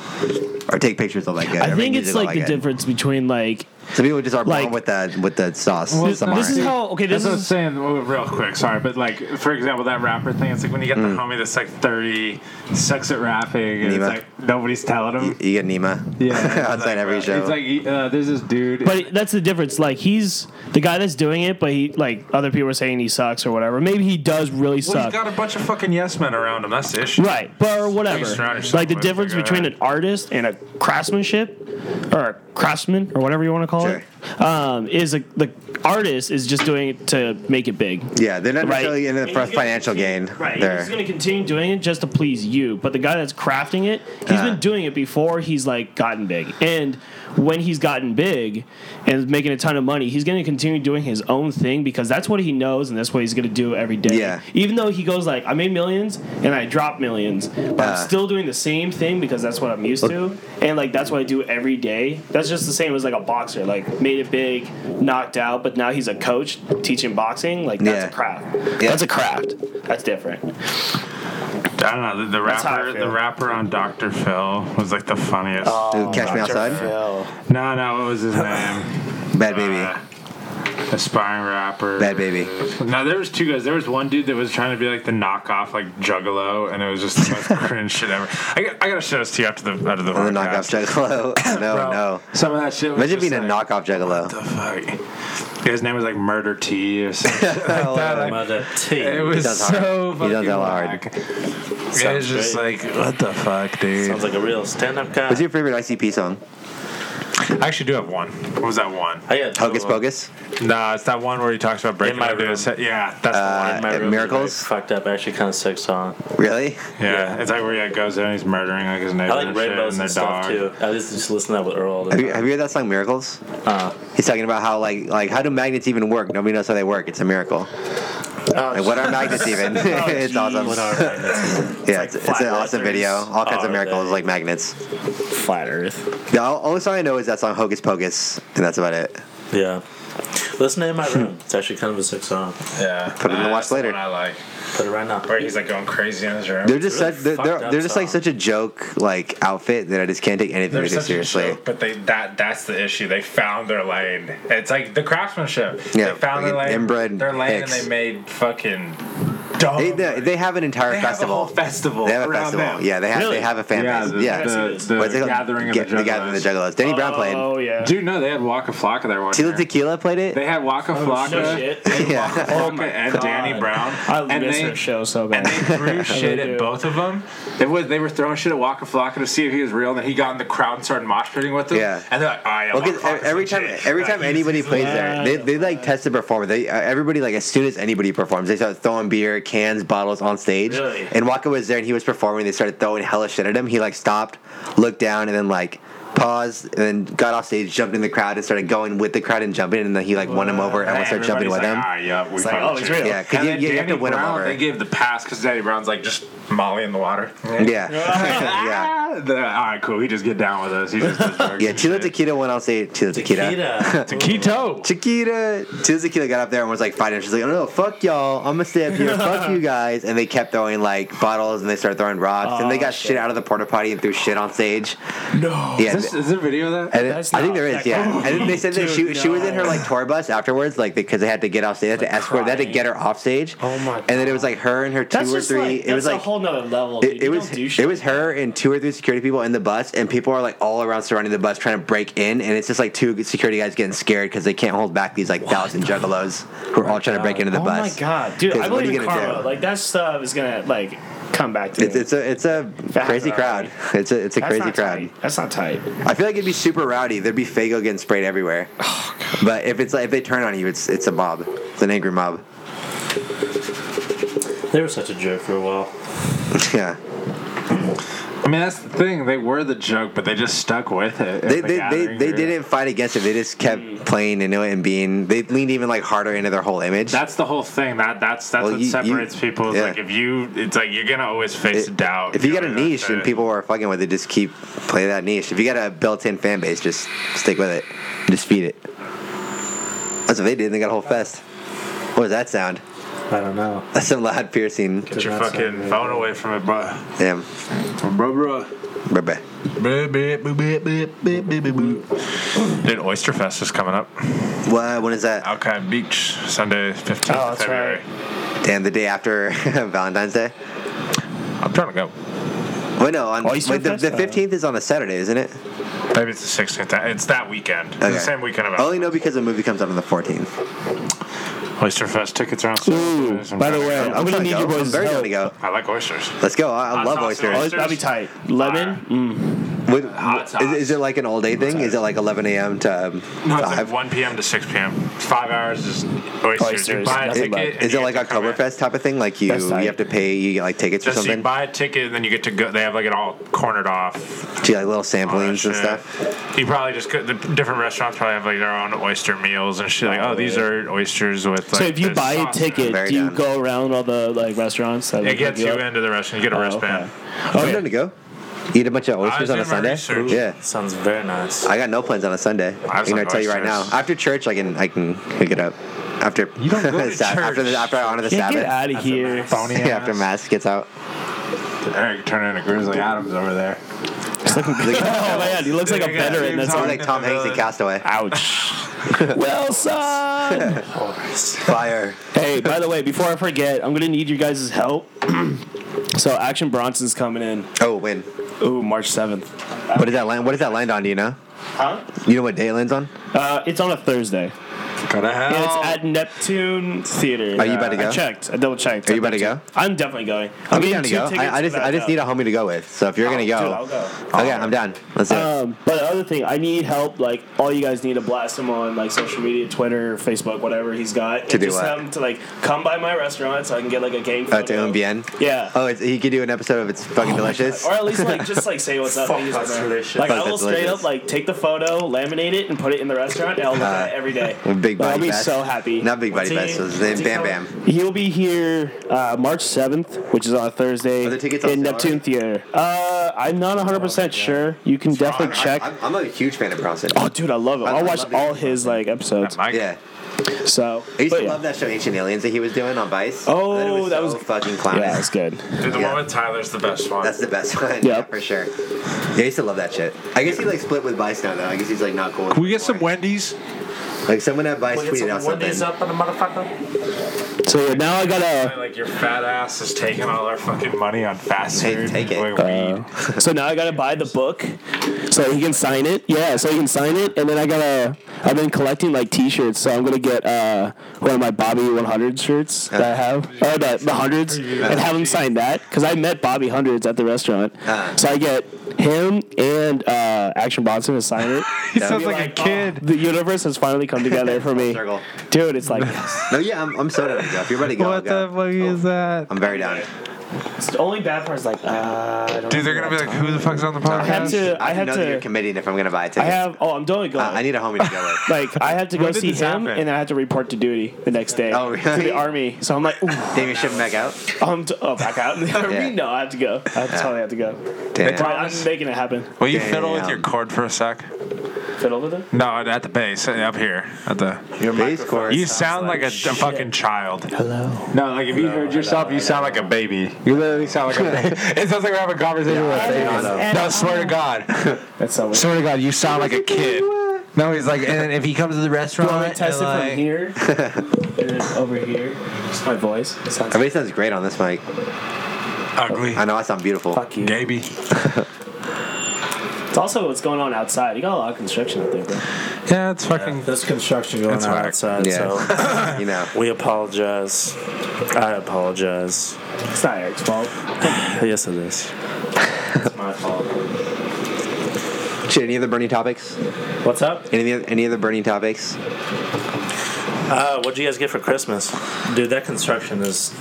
Speaker 4: or take pictures all that good.
Speaker 1: I
Speaker 4: or make
Speaker 1: think it's
Speaker 4: music all
Speaker 1: like the
Speaker 4: that good.
Speaker 1: difference between like
Speaker 4: Some people just are born
Speaker 1: like-
Speaker 4: with that with the sauce.
Speaker 3: Well,
Speaker 4: Some
Speaker 3: this
Speaker 1: this
Speaker 4: aren't.
Speaker 1: is how okay this
Speaker 3: That's what I'm
Speaker 1: is
Speaker 3: saying well, real quick, sorry, but like for example that rapper thing, it's like when you get
Speaker 1: Mm.
Speaker 3: the homie that's like thirty, sucks at rapping, and
Speaker 4: Nima.
Speaker 3: it's like nobody's telling him.
Speaker 4: you get Nima. outside
Speaker 3: Like,
Speaker 4: every show.
Speaker 3: It's like uh, there's this dude
Speaker 1: but that's the difference like he's the guy that's doing it but he like other people are saying he sucks or whatever maybe he does really
Speaker 3: Well,
Speaker 1: suck
Speaker 3: he's got a bunch of fucking yes men around him. That's the issue.
Speaker 1: right but or
Speaker 3: You
Speaker 1: whatever
Speaker 3: surround yourself
Speaker 1: like the
Speaker 3: with
Speaker 1: difference
Speaker 3: like,
Speaker 1: between
Speaker 3: uh,
Speaker 1: an artist and a craftsmanship or a craftsman or whatever you want to call it um, is a, the artist is just doing it to make it big
Speaker 4: Yeah, they're not
Speaker 1: Right.
Speaker 4: necessarily in it for financial gain.
Speaker 1: Right,
Speaker 4: They're-
Speaker 1: he's going to continue doing it just to please you. But the guy that's crafting it, he's
Speaker 4: Uh.
Speaker 1: been doing it before he's like gotten big. And when he's gotten big and is making a ton of money, he's going to continue doing his own thing because that's what he knows and that's what he's going to do every day.
Speaker 4: Yeah.
Speaker 1: Even though he goes like, I made millions and I dropped millions, but
Speaker 4: Uh.
Speaker 1: I'm still doing the same thing because that's what I'm used to, and like that's what I do every day. That's just the same as like a boxer boxer, like made it big, knocked out, but now he's a coach teaching boxing. Like that's
Speaker 4: Yeah.
Speaker 1: a craft.
Speaker 4: Yeah.
Speaker 1: That's a craft. That's different.
Speaker 3: I don't know. The, the
Speaker 1: That's how I
Speaker 3: rapper,
Speaker 1: feel. Oh,
Speaker 3: the rapper on Doctor Phil was like the funniest.
Speaker 4: Dude, Catch Me
Speaker 1: Dr.
Speaker 4: Outside.
Speaker 1: Phil.
Speaker 3: No, no, what was his name?
Speaker 4: Bad Baby.
Speaker 3: Uh, aspiring rapper.
Speaker 4: Bad Baby.
Speaker 3: No, there was two guys. There was one dude that was trying to be like the knockoff, like Juggalo, and it was just the most cringe shit ever. I, got- I gotta show this to you after the after the.
Speaker 4: the
Speaker 3: podcast.
Speaker 4: knockoff juggalo. No,
Speaker 3: Bro,
Speaker 4: no.
Speaker 3: Some of that shit. Was
Speaker 4: Imagine
Speaker 3: just
Speaker 4: being a
Speaker 3: like,
Speaker 4: knockoff juggalo.
Speaker 3: The fuck. His name was like Murder T or something.
Speaker 2: Mother T.
Speaker 3: It was
Speaker 4: does hard.
Speaker 3: so
Speaker 4: He
Speaker 3: fucking
Speaker 4: does that hard.
Speaker 3: whack. It was just like, what the fuck, dude?
Speaker 2: Sounds like a real stand-up guy.
Speaker 4: What's your favorite ICP song?
Speaker 3: I actually do have one. What was that one?
Speaker 2: I got two
Speaker 4: Hocus
Speaker 2: of them.
Speaker 4: Pocus.
Speaker 3: Nah, it's that one where he talks about breaking
Speaker 2: my
Speaker 3: up
Speaker 2: room.
Speaker 3: dudes. Yeah, that's
Speaker 4: Uh,
Speaker 3: the one.
Speaker 2: My room
Speaker 4: At
Speaker 2: is, like,
Speaker 4: Miracles?
Speaker 2: fucked up. Actually, kind of sick song.
Speaker 4: Really?
Speaker 3: Yeah, it's like where he goes there and he's murdering like his neighbor
Speaker 2: I like
Speaker 3: and shit
Speaker 2: rainbows
Speaker 3: and
Speaker 2: and,
Speaker 3: their
Speaker 2: stuff
Speaker 3: dog.
Speaker 2: too. I just, just listen to that with Earl. all the
Speaker 4: Have you,
Speaker 2: time.
Speaker 4: have you heard that song Miracles?
Speaker 2: Uh,
Speaker 4: He's talking about how like like how do magnets even work? Nobody knows how they work. It's a miracle. Like, what are magnets even? it's awesome.
Speaker 2: what are they?
Speaker 4: yeah, it's, it's an
Speaker 1: flat
Speaker 4: awesome
Speaker 1: earthers.
Speaker 4: video. All kinds
Speaker 2: Oh,
Speaker 4: of miracles
Speaker 2: okay.
Speaker 4: like magnets.
Speaker 1: Flat Earth.
Speaker 4: The o- only song I know is that song Hocus Pocus, and that's about it.
Speaker 2: yeah. Listen to In My Room. It's actually kind of a sick song.
Speaker 3: Yeah,
Speaker 4: Put it in the watch
Speaker 3: that's
Speaker 4: later.
Speaker 3: one I like
Speaker 2: Put it right now.
Speaker 3: where he's like going crazy in his room.
Speaker 4: They're just
Speaker 2: really
Speaker 4: such they're,
Speaker 2: fucked
Speaker 4: they're,
Speaker 2: up
Speaker 4: they're just like
Speaker 2: song.
Speaker 4: such a joke like outfit that I just can't take anything
Speaker 3: They're
Speaker 4: really
Speaker 3: such a
Speaker 4: seriously.
Speaker 3: joke, but they that that's the issue. They found their lane. It's like the craftsmanship.
Speaker 4: Yeah,
Speaker 3: they found their
Speaker 4: like
Speaker 3: lane.
Speaker 4: inbred
Speaker 3: their lane,
Speaker 4: hicks.
Speaker 3: and they made fucking. Dumb.
Speaker 4: They, they, they have an entire
Speaker 3: Oh, They have a
Speaker 4: festival.
Speaker 3: whole festival
Speaker 4: They have a
Speaker 3: around
Speaker 4: festival.
Speaker 3: them.
Speaker 4: Yeah, they have
Speaker 1: Really?
Speaker 4: they have a fan
Speaker 5: Yeah,
Speaker 4: base.
Speaker 5: the,
Speaker 4: yeah,
Speaker 5: the, the,
Speaker 4: What's it called?
Speaker 5: gathering of
Speaker 4: Ga-
Speaker 5: the,
Speaker 4: the gathering of the
Speaker 5: Juggalos.
Speaker 4: Juggalos. Danny Brown played.
Speaker 1: Oh yeah.
Speaker 5: Dude, no, they had Waka Flocka there one
Speaker 4: Tila
Speaker 5: year.
Speaker 4: Tequila played it.
Speaker 5: They had Waka Flocka,
Speaker 1: No Oh, shit.
Speaker 4: yeah, Oh
Speaker 5: Flocka and Danny Brown.
Speaker 1: I
Speaker 5: and
Speaker 1: miss
Speaker 5: they,
Speaker 1: her show so
Speaker 5: And
Speaker 1: bad.
Speaker 5: they threw shit
Speaker 1: do.
Speaker 5: at both of them. They was they were throwing shit at Waka Flocka to see if he was real, and then he got in the crowd and started mosh pitting with them.
Speaker 4: Yeah.
Speaker 5: And they're like, "Oh yeah."
Speaker 4: well, 'cause
Speaker 5: Waka Flocka's
Speaker 4: every
Speaker 5: legit."
Speaker 4: time every
Speaker 5: Like,
Speaker 4: time
Speaker 5: he's-
Speaker 4: anybody
Speaker 5: he's
Speaker 4: plays
Speaker 5: legit.
Speaker 4: there, they, they like test the performer. They uh, everybody like as soon as anybody performs, they start throwing beer cans, bottles on stage.
Speaker 1: Really?
Speaker 4: And Waka was there and he was performing. They started throwing hella shit at him. He like stopped, looked down, and then like paused, and then got off stage, jumped in the crowd, and started going with the crowd and jumping. And then he like won him over, and
Speaker 3: And
Speaker 4: everyone started jumping with
Speaker 3: everybody's
Speaker 4: him.
Speaker 3: like, "Ah, yeah, we
Speaker 1: like,
Speaker 3: fucking
Speaker 1: oh, he's
Speaker 3: cheered."
Speaker 1: real.
Speaker 4: Yeah, because
Speaker 5: And
Speaker 4: you,
Speaker 5: then
Speaker 4: you have
Speaker 5: Danny
Speaker 4: to win him
Speaker 5: Brown,
Speaker 4: over.
Speaker 5: They gave the pass because Danny Brown's like just Molly in the water.
Speaker 4: yeah, yeah.
Speaker 5: Ah, the- all right, cool. He just get down with us. He just does drugs
Speaker 4: Yeah,
Speaker 5: and
Speaker 4: Chila
Speaker 5: shit.
Speaker 4: Tequila went on stage. Chila Tequila.
Speaker 2: Keita.
Speaker 5: Keto.
Speaker 4: Chiquita, Chila Tequila got up there and was like fighting. She's like, "Oh no, fuck y'all! I'm gonna stay up here. fuck you guys!" And they kept throwing like bottles and they started throwing rocks and they
Speaker 1: Oh,
Speaker 4: got shit out of the porta potty and threw shit on stage. No, yeah.
Speaker 5: Is, this, is there a video of that?
Speaker 4: and
Speaker 1: That's
Speaker 4: I think
Speaker 1: not
Speaker 4: there is,
Speaker 1: that
Speaker 4: yeah.
Speaker 1: cool.
Speaker 4: And then they said that she,
Speaker 1: Dude,
Speaker 4: she was in her
Speaker 1: no.
Speaker 4: like tour bus afterwards, like because they had to get off stage, they had to escort, they had to get her off stage.
Speaker 5: Oh, my
Speaker 4: And then it was like her and her two
Speaker 1: that's
Speaker 4: or
Speaker 1: just
Speaker 4: three.
Speaker 1: like
Speaker 4: it was
Speaker 1: that's
Speaker 4: like
Speaker 1: a whole nother level. dude.
Speaker 4: it,
Speaker 1: You
Speaker 4: it
Speaker 1: don't
Speaker 4: was
Speaker 1: do
Speaker 4: it
Speaker 1: shit
Speaker 4: was her and two or three security people in the bus, and people are like all around surrounding the bus trying to break in, and it's just like two security guys getting scared because they can't hold back these like thousand juggalos who are all trying to break into the
Speaker 1: oh
Speaker 4: bus.
Speaker 1: my god, dude!
Speaker 4: 'Cause
Speaker 1: I
Speaker 4: what are
Speaker 1: believe
Speaker 4: you
Speaker 1: in
Speaker 4: gonna
Speaker 1: karma.
Speaker 4: do?
Speaker 1: Like that stuff is gonna like come back to
Speaker 4: It's,
Speaker 1: me.
Speaker 4: it's a it's a crazy crowd. It's a it's a
Speaker 1: That's
Speaker 4: crazy
Speaker 1: not
Speaker 4: crowd.
Speaker 1: Tight. That's not tight.
Speaker 4: I feel like it'd be super rowdy. There'd be Fago getting sprayed everywhere.
Speaker 1: Oh,
Speaker 4: But if it's like if they turn on you, it's it's a mob. It's an angry mob.
Speaker 2: They were such a joke for a while.
Speaker 4: Yeah,
Speaker 5: I mean, that's the thing. They were the joke, but they just stuck with it.
Speaker 4: they they, they, they didn't fight against it. They just
Speaker 1: Mm.
Speaker 4: kept playing into it and being. They leaned even like harder into their whole image.
Speaker 3: That's the whole thing. That that's that's
Speaker 4: Well,
Speaker 3: what
Speaker 4: you- you-
Speaker 3: separates people. Is
Speaker 4: yeah.
Speaker 3: Like if you, it's like you're gonna always face
Speaker 4: It-
Speaker 3: doubt.
Speaker 4: If you got a
Speaker 3: know,
Speaker 4: niche
Speaker 3: that's
Speaker 4: and
Speaker 3: it.
Speaker 4: people are fucking with it, just keep play that niche. If you got a built-in fan base, just stick with it. Just feed it. That's what they did. They got a whole fest. What was that sound?
Speaker 2: I don't know.
Speaker 4: That's some loud piercing.
Speaker 3: get your
Speaker 2: That's not
Speaker 3: fucking
Speaker 2: very
Speaker 3: phone away from it, bro.
Speaker 4: Damn.
Speaker 5: Bro, bro.
Speaker 4: Bruh, bruh.
Speaker 3: Dude, Oysterfest is coming up.
Speaker 4: What? When is that?
Speaker 3: Alki Beach, Sunday, 15th
Speaker 1: Oh,
Speaker 3: of
Speaker 1: that's
Speaker 3: February.
Speaker 4: Damn, the day after Valentine's Day.
Speaker 3: I'm trying to go.
Speaker 4: Wait, no. On, wait,
Speaker 1: Oyster
Speaker 4: the,
Speaker 1: Fest?
Speaker 4: the 15th is on a Saturday, isn't it?
Speaker 3: Maybe it's the 16th. That- It's that weekend. It's
Speaker 4: Okay. Oh.
Speaker 3: the same weekend of
Speaker 4: I only know because the movie comes out on the 14th.
Speaker 3: Oysterfest tickets are on sale. I'm
Speaker 1: By the
Speaker 3: trying to
Speaker 1: way,
Speaker 3: go.
Speaker 1: I'm gonna need
Speaker 4: go.
Speaker 1: your
Speaker 4: I'm
Speaker 1: boys'
Speaker 4: very down
Speaker 1: help.
Speaker 4: to go.
Speaker 3: I like oysters.
Speaker 4: Let's go. I, I
Speaker 3: Hot
Speaker 4: love
Speaker 3: sauce and
Speaker 4: oysters.
Speaker 3: oysters.
Speaker 1: That'd Oh, be tight. Lemon.
Speaker 4: With,
Speaker 3: Hot
Speaker 4: is, is it like an all day thing? Is it like 11 a.m. to um,
Speaker 3: No, it's like
Speaker 4: five?
Speaker 3: 1 p.m. to 6 p.m. It's Five hours is oysters. You
Speaker 1: Oysters,
Speaker 3: buy a
Speaker 1: nothing
Speaker 3: ticket.
Speaker 1: but-
Speaker 3: and
Speaker 4: Is it
Speaker 3: you
Speaker 4: like
Speaker 3: get to come in.
Speaker 4: Oktoberfest type of thing? Like you,
Speaker 1: That's
Speaker 4: you
Speaker 1: tight.
Speaker 4: have to pay, you get like tickets or
Speaker 3: Just so you
Speaker 4: something?
Speaker 3: buy a ticket and then you get to go. They have like it all cornered off.
Speaker 4: Do you like little
Speaker 3: all that
Speaker 4: samplings and
Speaker 3: Oh, shit.
Speaker 4: stuff?
Speaker 3: You probably just could, the different restaurants probably have like their own oyster meals and shit. Like, oh, these are oysters with. Like,
Speaker 1: So if you
Speaker 3: this
Speaker 1: buy a
Speaker 3: sauce in it.
Speaker 1: ticket,
Speaker 4: Very
Speaker 1: do you
Speaker 4: down.
Speaker 1: go around all the like restaurants? That
Speaker 3: It
Speaker 1: like,
Speaker 3: gets
Speaker 1: hook
Speaker 3: you
Speaker 1: up?
Speaker 3: into the restaurant. You get a
Speaker 1: Oh,
Speaker 3: wristband.
Speaker 1: Okay.
Speaker 4: I'm
Speaker 1: Okay.
Speaker 4: down to go. Eat a bunch of oysters
Speaker 3: was
Speaker 4: on a
Speaker 3: doing my
Speaker 4: Sunday.
Speaker 3: research.
Speaker 4: Yeah.
Speaker 2: Sounds very nice.
Speaker 4: I got no plans on a Sunday.
Speaker 3: have
Speaker 4: I'm gonna
Speaker 3: some
Speaker 4: tell you right now.
Speaker 3: oysters.
Speaker 4: After church, I can I can hook it up. After
Speaker 3: You don't go to
Speaker 4: Sab- after
Speaker 3: church.
Speaker 4: the, after I honor the
Speaker 1: Yeah, get
Speaker 4: Sabbath.
Speaker 1: out of here.
Speaker 5: Phony
Speaker 4: Yeah, after
Speaker 5: ass.
Speaker 4: mass gets out.
Speaker 5: Eric turning into Grizzly Adams over there.
Speaker 1: Oh my god, he looks like a
Speaker 3: Yeah, yeah,
Speaker 1: veteran.
Speaker 3: James
Speaker 1: That's
Speaker 3: Harden.
Speaker 4: like Tom Hanks in Castaway.
Speaker 1: ouch. Wilson.
Speaker 4: Fire.
Speaker 1: Hey, by the way, before I forget, I'm gonna need your guys' help. so Action Bronson's coming in.
Speaker 4: Oh, win.
Speaker 1: Ooh, March seventh.
Speaker 4: What is that land? What is that land on? Do you know?
Speaker 1: Huh?
Speaker 4: You know what day it lands on?
Speaker 1: Uh, it's on a Thursday.
Speaker 3: Gotta
Speaker 1: And
Speaker 3: hell.
Speaker 1: it's at Neptune Theater.
Speaker 4: Oh. Are you about to
Speaker 1: Uh, I
Speaker 4: go?
Speaker 1: checked. I double checked.
Speaker 4: Are you about to go?
Speaker 1: I'm definitely going.
Speaker 4: I'm
Speaker 1: getting
Speaker 4: down to
Speaker 1: two
Speaker 4: go.
Speaker 1: tickets
Speaker 4: I, I just
Speaker 1: for that,
Speaker 4: I just
Speaker 1: though.
Speaker 4: need a homie to go with. So if you're gonna
Speaker 1: Dude,
Speaker 4: Oh, go, Oh.
Speaker 1: I'll
Speaker 4: okay,
Speaker 1: go.
Speaker 4: I'm down. Let's do it.
Speaker 1: Um, but the other thing, I need help. Like all you guys need to blast him on like social media, Twitter, Facebook, whatever he's got.
Speaker 4: To do
Speaker 1: just
Speaker 4: what?
Speaker 1: have him to like come by my restaurant so I can get like a gang.
Speaker 4: Uh, to
Speaker 1: photo.
Speaker 4: MBN.
Speaker 1: Yeah.
Speaker 4: Oh, it's, he could do an episode of It's Fucking Delicious.
Speaker 1: Or at least like just like say what's up.
Speaker 2: Fuck,
Speaker 1: and he's
Speaker 2: that's
Speaker 1: like,
Speaker 2: delicious.
Speaker 1: Like I
Speaker 4: Fuck,
Speaker 1: will
Speaker 4: that's
Speaker 1: straight
Speaker 4: delicious.
Speaker 1: up like take the photo, laminate it, and put it in the restaurant, and I'll look at it every day.
Speaker 4: With Uh, Big
Speaker 1: Like, I'll
Speaker 4: Buddy
Speaker 1: be
Speaker 4: Best.
Speaker 1: so happy.
Speaker 4: Not Big Buddy
Speaker 2: What's he-
Speaker 4: Fest. It was named Bam Bam.
Speaker 1: He'll be here uh, March seventh, which is on a Thursday
Speaker 4: Are the tickets on
Speaker 1: in
Speaker 4: sale Oh,
Speaker 1: Neptune Theater. Uh, I'm not 100 percent sure. You can definitely check.
Speaker 4: I'm, I'm a huge fan of Bronson.
Speaker 1: Oh, dude, I love it.
Speaker 4: I-
Speaker 1: I'll
Speaker 4: I
Speaker 1: watch
Speaker 4: love it.
Speaker 1: all his like episodes.
Speaker 3: Mike,
Speaker 4: Yeah.
Speaker 1: So
Speaker 4: I used
Speaker 1: but
Speaker 4: to
Speaker 1: yeah.
Speaker 4: love that show Ancient Aliens that he was doing on Vice.
Speaker 1: Oh,
Speaker 4: And it
Speaker 1: that
Speaker 4: so
Speaker 1: was-
Speaker 4: fucking clown.
Speaker 1: Yeah, it's good.
Speaker 3: Dude, the
Speaker 4: Yeah.
Speaker 3: one with Tyler's the best one.
Speaker 4: That's the best one. Yeah,
Speaker 1: Yep.
Speaker 4: for sure. Yeah, I used to love that shit. I guess he like split with Vice now though. I guess he's like not cool. with
Speaker 5: Can we
Speaker 4: it
Speaker 5: get some
Speaker 4: anymore.
Speaker 5: Wendy's?
Speaker 4: Like someone at Vice
Speaker 2: We'll get
Speaker 4: tweeted
Speaker 2: some
Speaker 4: out something.
Speaker 2: Wendy's up on the motherfucker.
Speaker 1: So yeah, now I gotta.
Speaker 3: Like your fat ass is taking all our fucking money on fast
Speaker 4: Hey,
Speaker 3: food.
Speaker 4: take it.
Speaker 3: Like,
Speaker 1: Uh,
Speaker 3: weed.
Speaker 1: So now I gotta buy the book, so he can sign it. Yeah, so he can sign it, and then I gotta. I've been collecting like T-shirts, so I'm gonna get uh, one of my Bobby 100 shirts that I have, or the, the hundreds, and have him sign that because I met Bobby Hundreds at the restaurant.
Speaker 4: Uh.
Speaker 1: So I get him and uh, Action Bronson to sign it.
Speaker 5: He sounds like, a
Speaker 1: Like, oh,
Speaker 5: kid.
Speaker 1: the universe has finally come together for me,
Speaker 4: Circle.
Speaker 1: dude. It's like
Speaker 4: No, yeah, I'm, I'm so down to go. If you're ready to go,
Speaker 5: what
Speaker 4: I'll go. Oh,
Speaker 5: the fuck is that?
Speaker 4: I'm very down.
Speaker 1: the only bad part is like uh, I don't
Speaker 3: Dude, they're gonna be like, who the fuck's on the
Speaker 1: I have
Speaker 3: podcast?
Speaker 1: to.
Speaker 4: I,
Speaker 1: I
Speaker 4: have
Speaker 1: have
Speaker 4: know that you're
Speaker 1: to.
Speaker 4: committing if I'm gonna buy a
Speaker 1: I
Speaker 4: ticket.
Speaker 1: have. Oh, I'm doing going.
Speaker 4: Uh, I need a homie to go with.
Speaker 1: Like I had to go
Speaker 3: When did
Speaker 1: see
Speaker 3: this
Speaker 1: him,
Speaker 3: happen?
Speaker 1: and I had to report to duty the next day
Speaker 4: Oh,
Speaker 1: to
Speaker 4: really?
Speaker 1: the army. So I'm like, Ooh,
Speaker 4: Damn, you shipping back out.
Speaker 1: I'm t- oh, back out in the army.
Speaker 4: Yeah.
Speaker 1: No, I have to go. I have to totally have to go. But
Speaker 4: Damn.
Speaker 1: I'm making it happen.
Speaker 3: Will you
Speaker 4: Damn.
Speaker 3: fiddle with your cord for a sec?
Speaker 1: Fiddle with it.
Speaker 3: No, at the base, up here at the.
Speaker 4: Your base course.
Speaker 3: You sound like a, a fucking child. Hello. No, like if you heard yourself, you sound like a baby. You literally sound like a baby. It sounds like we're having a conversation with a baby. No, swear to God,
Speaker 1: That's so weird.
Speaker 3: swear to God, you sound like a kid. No, he's like, and if he comes to the restaurant,
Speaker 1: I test it from here and then over here. Just my voice. It sounds
Speaker 4: Everybody sounds great on this mic.
Speaker 3: ugly,
Speaker 4: I know I sound beautiful.
Speaker 1: fuck you.
Speaker 3: baby.
Speaker 1: It's also what's going on outside. You got a lot of construction out there, bro.
Speaker 3: Yeah, it's fucking.
Speaker 2: There's construction going
Speaker 3: That's
Speaker 2: on
Speaker 3: whack.
Speaker 2: outside, so
Speaker 4: Yeah. you know.
Speaker 2: we apologize. I apologize.
Speaker 1: It's not Eric's fault.
Speaker 2: Yes, it is.
Speaker 1: It's my fault.
Speaker 4: Shit, any other burning topics?
Speaker 1: What's up?
Speaker 4: Any other- any other burning topics?
Speaker 2: Uh, what'd you guys get for Christmas? Dude, that construction is.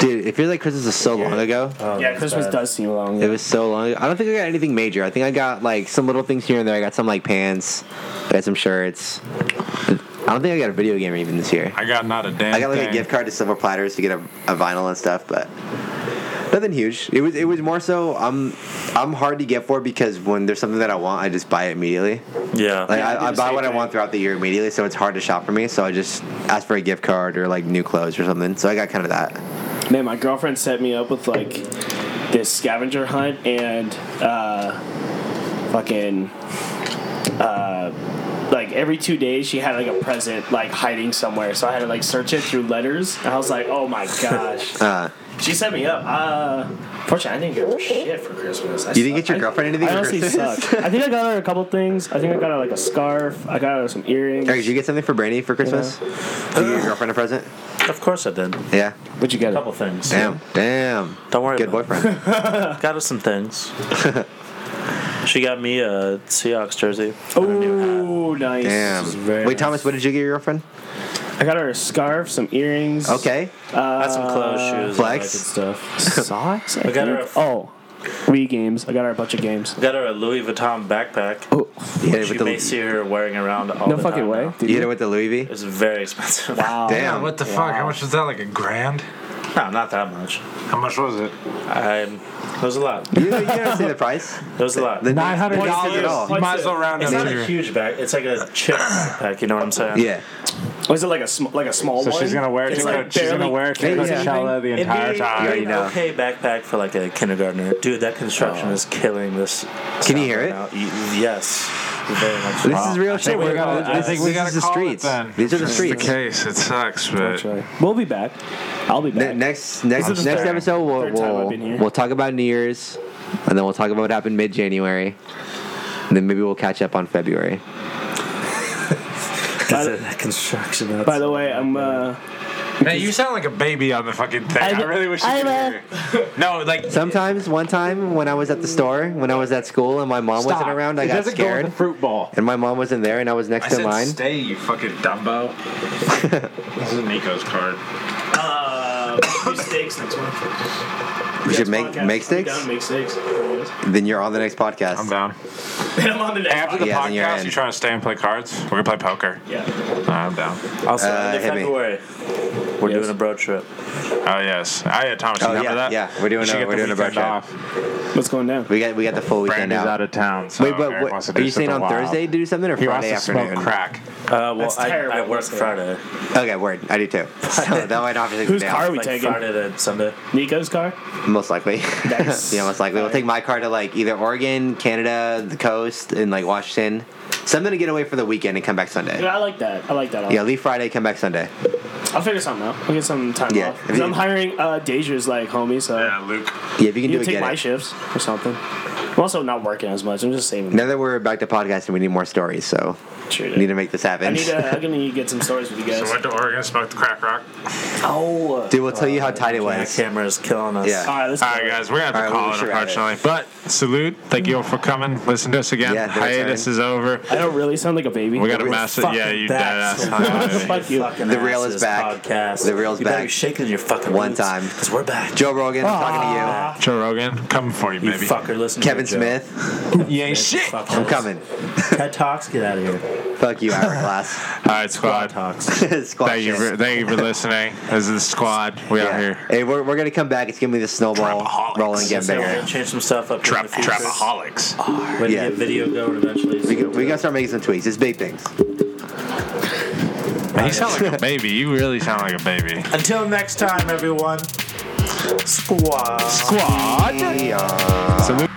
Speaker 4: Dude, it feels like Christmas is so long ago.
Speaker 2: Oh,
Speaker 1: yeah,
Speaker 2: that's
Speaker 1: Christmas
Speaker 2: bad.
Speaker 1: does seem long.
Speaker 4: It was so long. ago. I don't think I got anything major. I think I got like some little things here and there. I got some like pants. I got some shirts. I don't think I got a video game even this year.
Speaker 3: I got not a damn.
Speaker 4: I got like
Speaker 3: thing.
Speaker 4: a gift card to Silver Platters to get a, a vinyl and stuff, but nothing huge. It was it was more so I'm I'm hard to get for because when there's something that I want, I just buy it immediately.
Speaker 2: Yeah.
Speaker 4: Like
Speaker 1: I do
Speaker 4: I, I
Speaker 1: the
Speaker 4: buy
Speaker 1: same
Speaker 4: what I
Speaker 1: thing.
Speaker 4: want throughout the year immediately, so it's hard to shop for me. So I just ask for a gift card or like new clothes or something. So I got kind of that.
Speaker 1: Man, my girlfriend set me up with like this scavenger hunt and uh, fucking uh, like every two days she had like a present like hiding somewhere. So I had to like search it through letters. And I was like, oh my gosh,
Speaker 4: Uh,
Speaker 1: she set me up. Uh, fortunately, I didn't get her shit for Christmas. I
Speaker 4: you didn't
Speaker 1: suck.
Speaker 4: get your
Speaker 1: I-
Speaker 4: girlfriend anything?
Speaker 1: I
Speaker 4: for
Speaker 1: honestly
Speaker 4: Christmas?
Speaker 1: suck. I think I got her a couple things. I think I got her like a scarf. I got her some earrings.
Speaker 4: Eric, did you get something for Brandy for Christmas? Did you get your girlfriend a present?
Speaker 2: Of course I did. A
Speaker 4: Yeah.
Speaker 1: What'd you get? Her?
Speaker 2: couple things.
Speaker 4: Damn. Damn.
Speaker 2: Don't worry
Speaker 4: Good
Speaker 2: about
Speaker 4: boyfriend.
Speaker 2: Got us some things. she got me a Seahawks jersey.
Speaker 1: Oh, nice.
Speaker 4: Damn.
Speaker 2: very
Speaker 4: Wait,
Speaker 2: nice.
Speaker 4: Thomas, what did you get your girlfriend?
Speaker 1: I got her a scarf, some earrings.
Speaker 4: Okay.
Speaker 2: got some clothes, shoes, all that good
Speaker 4: Uh, Flex.
Speaker 2: stuff.
Speaker 1: socks. I,
Speaker 2: I got her
Speaker 1: think?
Speaker 2: a-
Speaker 1: oh, Wii games. I got her a bunch of games.
Speaker 2: Got her a Louis Vuitton backpack.
Speaker 1: Oh,
Speaker 4: You
Speaker 2: which
Speaker 4: hit it
Speaker 2: you
Speaker 4: with the,
Speaker 2: may see her wearing around all
Speaker 1: no
Speaker 2: the
Speaker 1: fucking
Speaker 2: time
Speaker 1: way.
Speaker 2: now.
Speaker 1: Did
Speaker 4: you hit
Speaker 1: you?
Speaker 4: it with the Louis V?
Speaker 2: It's very expensive.
Speaker 1: Wow.
Speaker 4: Damn.
Speaker 3: Yeah, what the fuck? How much was that? Like a grand?
Speaker 2: No, not that much.
Speaker 5: How much was it?
Speaker 2: Um, it was a lot.
Speaker 4: You, you don't say the price.
Speaker 2: It was a lot.
Speaker 4: The-
Speaker 5: Nine hundred
Speaker 4: What's it all?
Speaker 5: dollars. You might as well round
Speaker 2: It's
Speaker 5: it up.
Speaker 2: not a huge bag. It's like a chip backpack. You know what I'm saying?
Speaker 4: Yeah.
Speaker 1: Was Oh, it like a sm- like a small
Speaker 5: So
Speaker 1: one?
Speaker 5: she's gonna wear it
Speaker 2: It's
Speaker 5: to
Speaker 2: like
Speaker 5: Coach- she's gonna
Speaker 1: barely-
Speaker 5: wear it to
Speaker 4: Yeah.
Speaker 5: Coachella the
Speaker 2: It'd be
Speaker 5: entire time.
Speaker 2: an okay backpack for like a kindergartner. Dude, that construction is killing this.
Speaker 4: Oh. Can
Speaker 2: sound
Speaker 4: you hear
Speaker 2: right
Speaker 4: it?
Speaker 2: now. Y- Yes, very much.
Speaker 4: This
Speaker 2: so.
Speaker 4: is real shit.
Speaker 5: think we
Speaker 4: We're
Speaker 5: gotta- I
Speaker 4: this,
Speaker 5: think
Speaker 4: this
Speaker 5: we
Speaker 4: is
Speaker 5: gotta
Speaker 4: the
Speaker 5: call it
Speaker 4: streets.
Speaker 5: then.
Speaker 4: These are the
Speaker 3: That's the
Speaker 4: streets.
Speaker 3: case. It sucks, but
Speaker 1: We'll be back. I'll be back.
Speaker 4: Ne- next next
Speaker 1: This is
Speaker 4: next
Speaker 1: the third-
Speaker 4: episode we'll
Speaker 1: third time I've been here.
Speaker 4: we'll, we'll talk about New Year's, and then we'll talk about what happened mid January, and then maybe we'll catch up on February.
Speaker 2: That's it, that construction. That's
Speaker 1: By the way, I'm uh,
Speaker 3: man, you sound like a baby on the fucking thing. I,
Speaker 1: I-
Speaker 3: really wish you
Speaker 1: I
Speaker 3: could hear. No, like
Speaker 4: Sometimes, one time when I was at the store, when I was at school, and my mom wasn't around, I
Speaker 5: it
Speaker 4: got
Speaker 5: doesn't go with
Speaker 4: scared.
Speaker 5: the fruit ball.
Speaker 4: and my mom wasn't there, and I was
Speaker 3: I
Speaker 4: next in
Speaker 3: said,
Speaker 4: line.
Speaker 3: stay, you fucking Dumbo. this is Nico's card.
Speaker 1: uh, do steaks next one.
Speaker 4: we should
Speaker 1: Next
Speaker 4: make
Speaker 1: podcast.
Speaker 4: make
Speaker 1: I'm down
Speaker 4: stakes.
Speaker 1: to Make steaks.
Speaker 4: Then you're on the next podcast.
Speaker 3: I'm down.
Speaker 1: And I'm on the next.
Speaker 3: After the
Speaker 4: Oh, Yeah, then you're
Speaker 3: podcast,
Speaker 4: in.
Speaker 3: you trying to stay and play cards? We're gonna play poker.
Speaker 1: podcast. Yeah.
Speaker 3: Uh, I'm down.
Speaker 2: also
Speaker 4: Uh,
Speaker 2: end of
Speaker 4: hit me.
Speaker 2: February. Uh, We're
Speaker 1: Yes.
Speaker 2: doing a road trip.
Speaker 3: Oh yes. Oh yeah, Thomas. You
Speaker 4: Oh,
Speaker 3: remember
Speaker 4: yeah,
Speaker 3: that?
Speaker 4: yeah. We're doing
Speaker 3: You should
Speaker 4: a-
Speaker 3: get
Speaker 4: we're
Speaker 3: the
Speaker 4: doing a
Speaker 3: weekend
Speaker 4: brunch.
Speaker 3: off.
Speaker 1: What's going down?
Speaker 4: We got we got the full weekend
Speaker 3: Brandy's
Speaker 4: now.
Speaker 3: out of town. So
Speaker 4: Wait, but
Speaker 3: Eric wants to
Speaker 4: what,
Speaker 3: do
Speaker 4: are you saying on
Speaker 3: something wild.
Speaker 4: Thursday to do something or
Speaker 5: He
Speaker 4: Friday
Speaker 5: wants to
Speaker 4: afternoon?
Speaker 5: smoke crack.
Speaker 2: Uh, well,
Speaker 1: That's
Speaker 2: I,
Speaker 1: terrible.
Speaker 2: I work Friday.
Speaker 4: Okay, word. I do too. So that might not be
Speaker 1: Whose
Speaker 4: now.
Speaker 1: car are we
Speaker 2: like
Speaker 1: taking?
Speaker 2: Friday to Sunday.
Speaker 1: Nico's car.
Speaker 4: Most likely.
Speaker 1: Nice.
Speaker 4: yeah, most likely. We'll take my car to like either Oregon, Canada, the coast, and like Washington. So I'm gonna get away for the weekend and come back Sunday.
Speaker 1: Yeah, I like that. I like that. a lot.
Speaker 4: Yeah, leave Friday, come back Sunday.
Speaker 1: I'll figure something out. I'll get some time
Speaker 4: Yeah.
Speaker 1: off. 'Cause I'm hiring uh, Deja's like homie, so
Speaker 3: Yeah, Uh, Luke.
Speaker 4: Yeah, if you can
Speaker 1: you
Speaker 4: do it,
Speaker 1: take
Speaker 4: get
Speaker 1: my
Speaker 4: it.
Speaker 1: shifts or something. I'm also not working as much. I'm just saving.
Speaker 4: now that we're back to podcasting, we need more stories, so
Speaker 1: Sure,
Speaker 4: we need to make this happen.
Speaker 1: I need. Uh, I'm gonna need to get some stories with you
Speaker 3: So
Speaker 1: guys.
Speaker 3: went to Oregon, smoked the crack rock.
Speaker 1: oh.
Speaker 4: Dude, we'll tell you how tight it
Speaker 2: My
Speaker 4: was.
Speaker 2: camera is killing us.
Speaker 4: Yeah.
Speaker 1: All right, let's
Speaker 3: All
Speaker 1: go.
Speaker 3: right, guys, we're gonna have to
Speaker 4: All right,
Speaker 3: call
Speaker 4: we'll
Speaker 3: it
Speaker 4: be sure at it.
Speaker 3: unfortunately. But salute. Thank you all for coming. Listen to us again.
Speaker 4: Yeah, their
Speaker 3: Hiatus
Speaker 4: turn.
Speaker 3: is over.
Speaker 1: I don't really sound like a baby.
Speaker 3: We got a
Speaker 4: We're
Speaker 3: massive.
Speaker 2: Fucking
Speaker 3: Yeah, you dead
Speaker 2: back.
Speaker 3: ass.
Speaker 2: So
Speaker 3: Hi.
Speaker 1: Fuck you.
Speaker 2: fucking
Speaker 4: The reel is
Speaker 2: asses
Speaker 4: back.
Speaker 2: Podcast.
Speaker 4: The reel's
Speaker 2: you better
Speaker 4: back.
Speaker 2: be shaking your fucking
Speaker 4: One time.
Speaker 2: because we're back.
Speaker 4: Joe Rogan, I'm
Speaker 1: Ah.
Speaker 4: talking
Speaker 3: Joe Rogan, coming for you,
Speaker 2: you
Speaker 3: baby.
Speaker 2: fucker, listen.
Speaker 4: to you. Kevin
Speaker 2: to Joe.
Speaker 4: Smith,
Speaker 3: You ain't shit. All
Speaker 2: Fuck
Speaker 4: I'm
Speaker 2: this.
Speaker 4: coming.
Speaker 2: TED Talks, get out of here.
Speaker 4: Fuck you, hourglass.
Speaker 3: right,
Speaker 2: Squad
Speaker 3: squad.
Speaker 2: Talks.
Speaker 4: Squad
Speaker 3: Thank you,
Speaker 4: shit.
Speaker 3: for, thank you for listening. This is the squad. We out
Speaker 4: Yeah.
Speaker 3: here.
Speaker 4: Hey, we're, we're gonna come back. It's gonna be the snowball
Speaker 3: Trapaholics.
Speaker 4: rolling, get
Speaker 2: So we're
Speaker 4: bigger.
Speaker 2: gonna change some stuff up.
Speaker 3: Trap,
Speaker 2: in the future.
Speaker 3: trapaholics.
Speaker 2: Way to
Speaker 4: Yeah.
Speaker 2: get video going eventually.
Speaker 4: We, can- we gotta start making some tweaks. It's big things.
Speaker 3: Man, you sound like a baby. You really sound like a baby.
Speaker 2: Until next time, everyone. Squad.
Speaker 3: Squad.
Speaker 4: Yeah.
Speaker 3: Salute.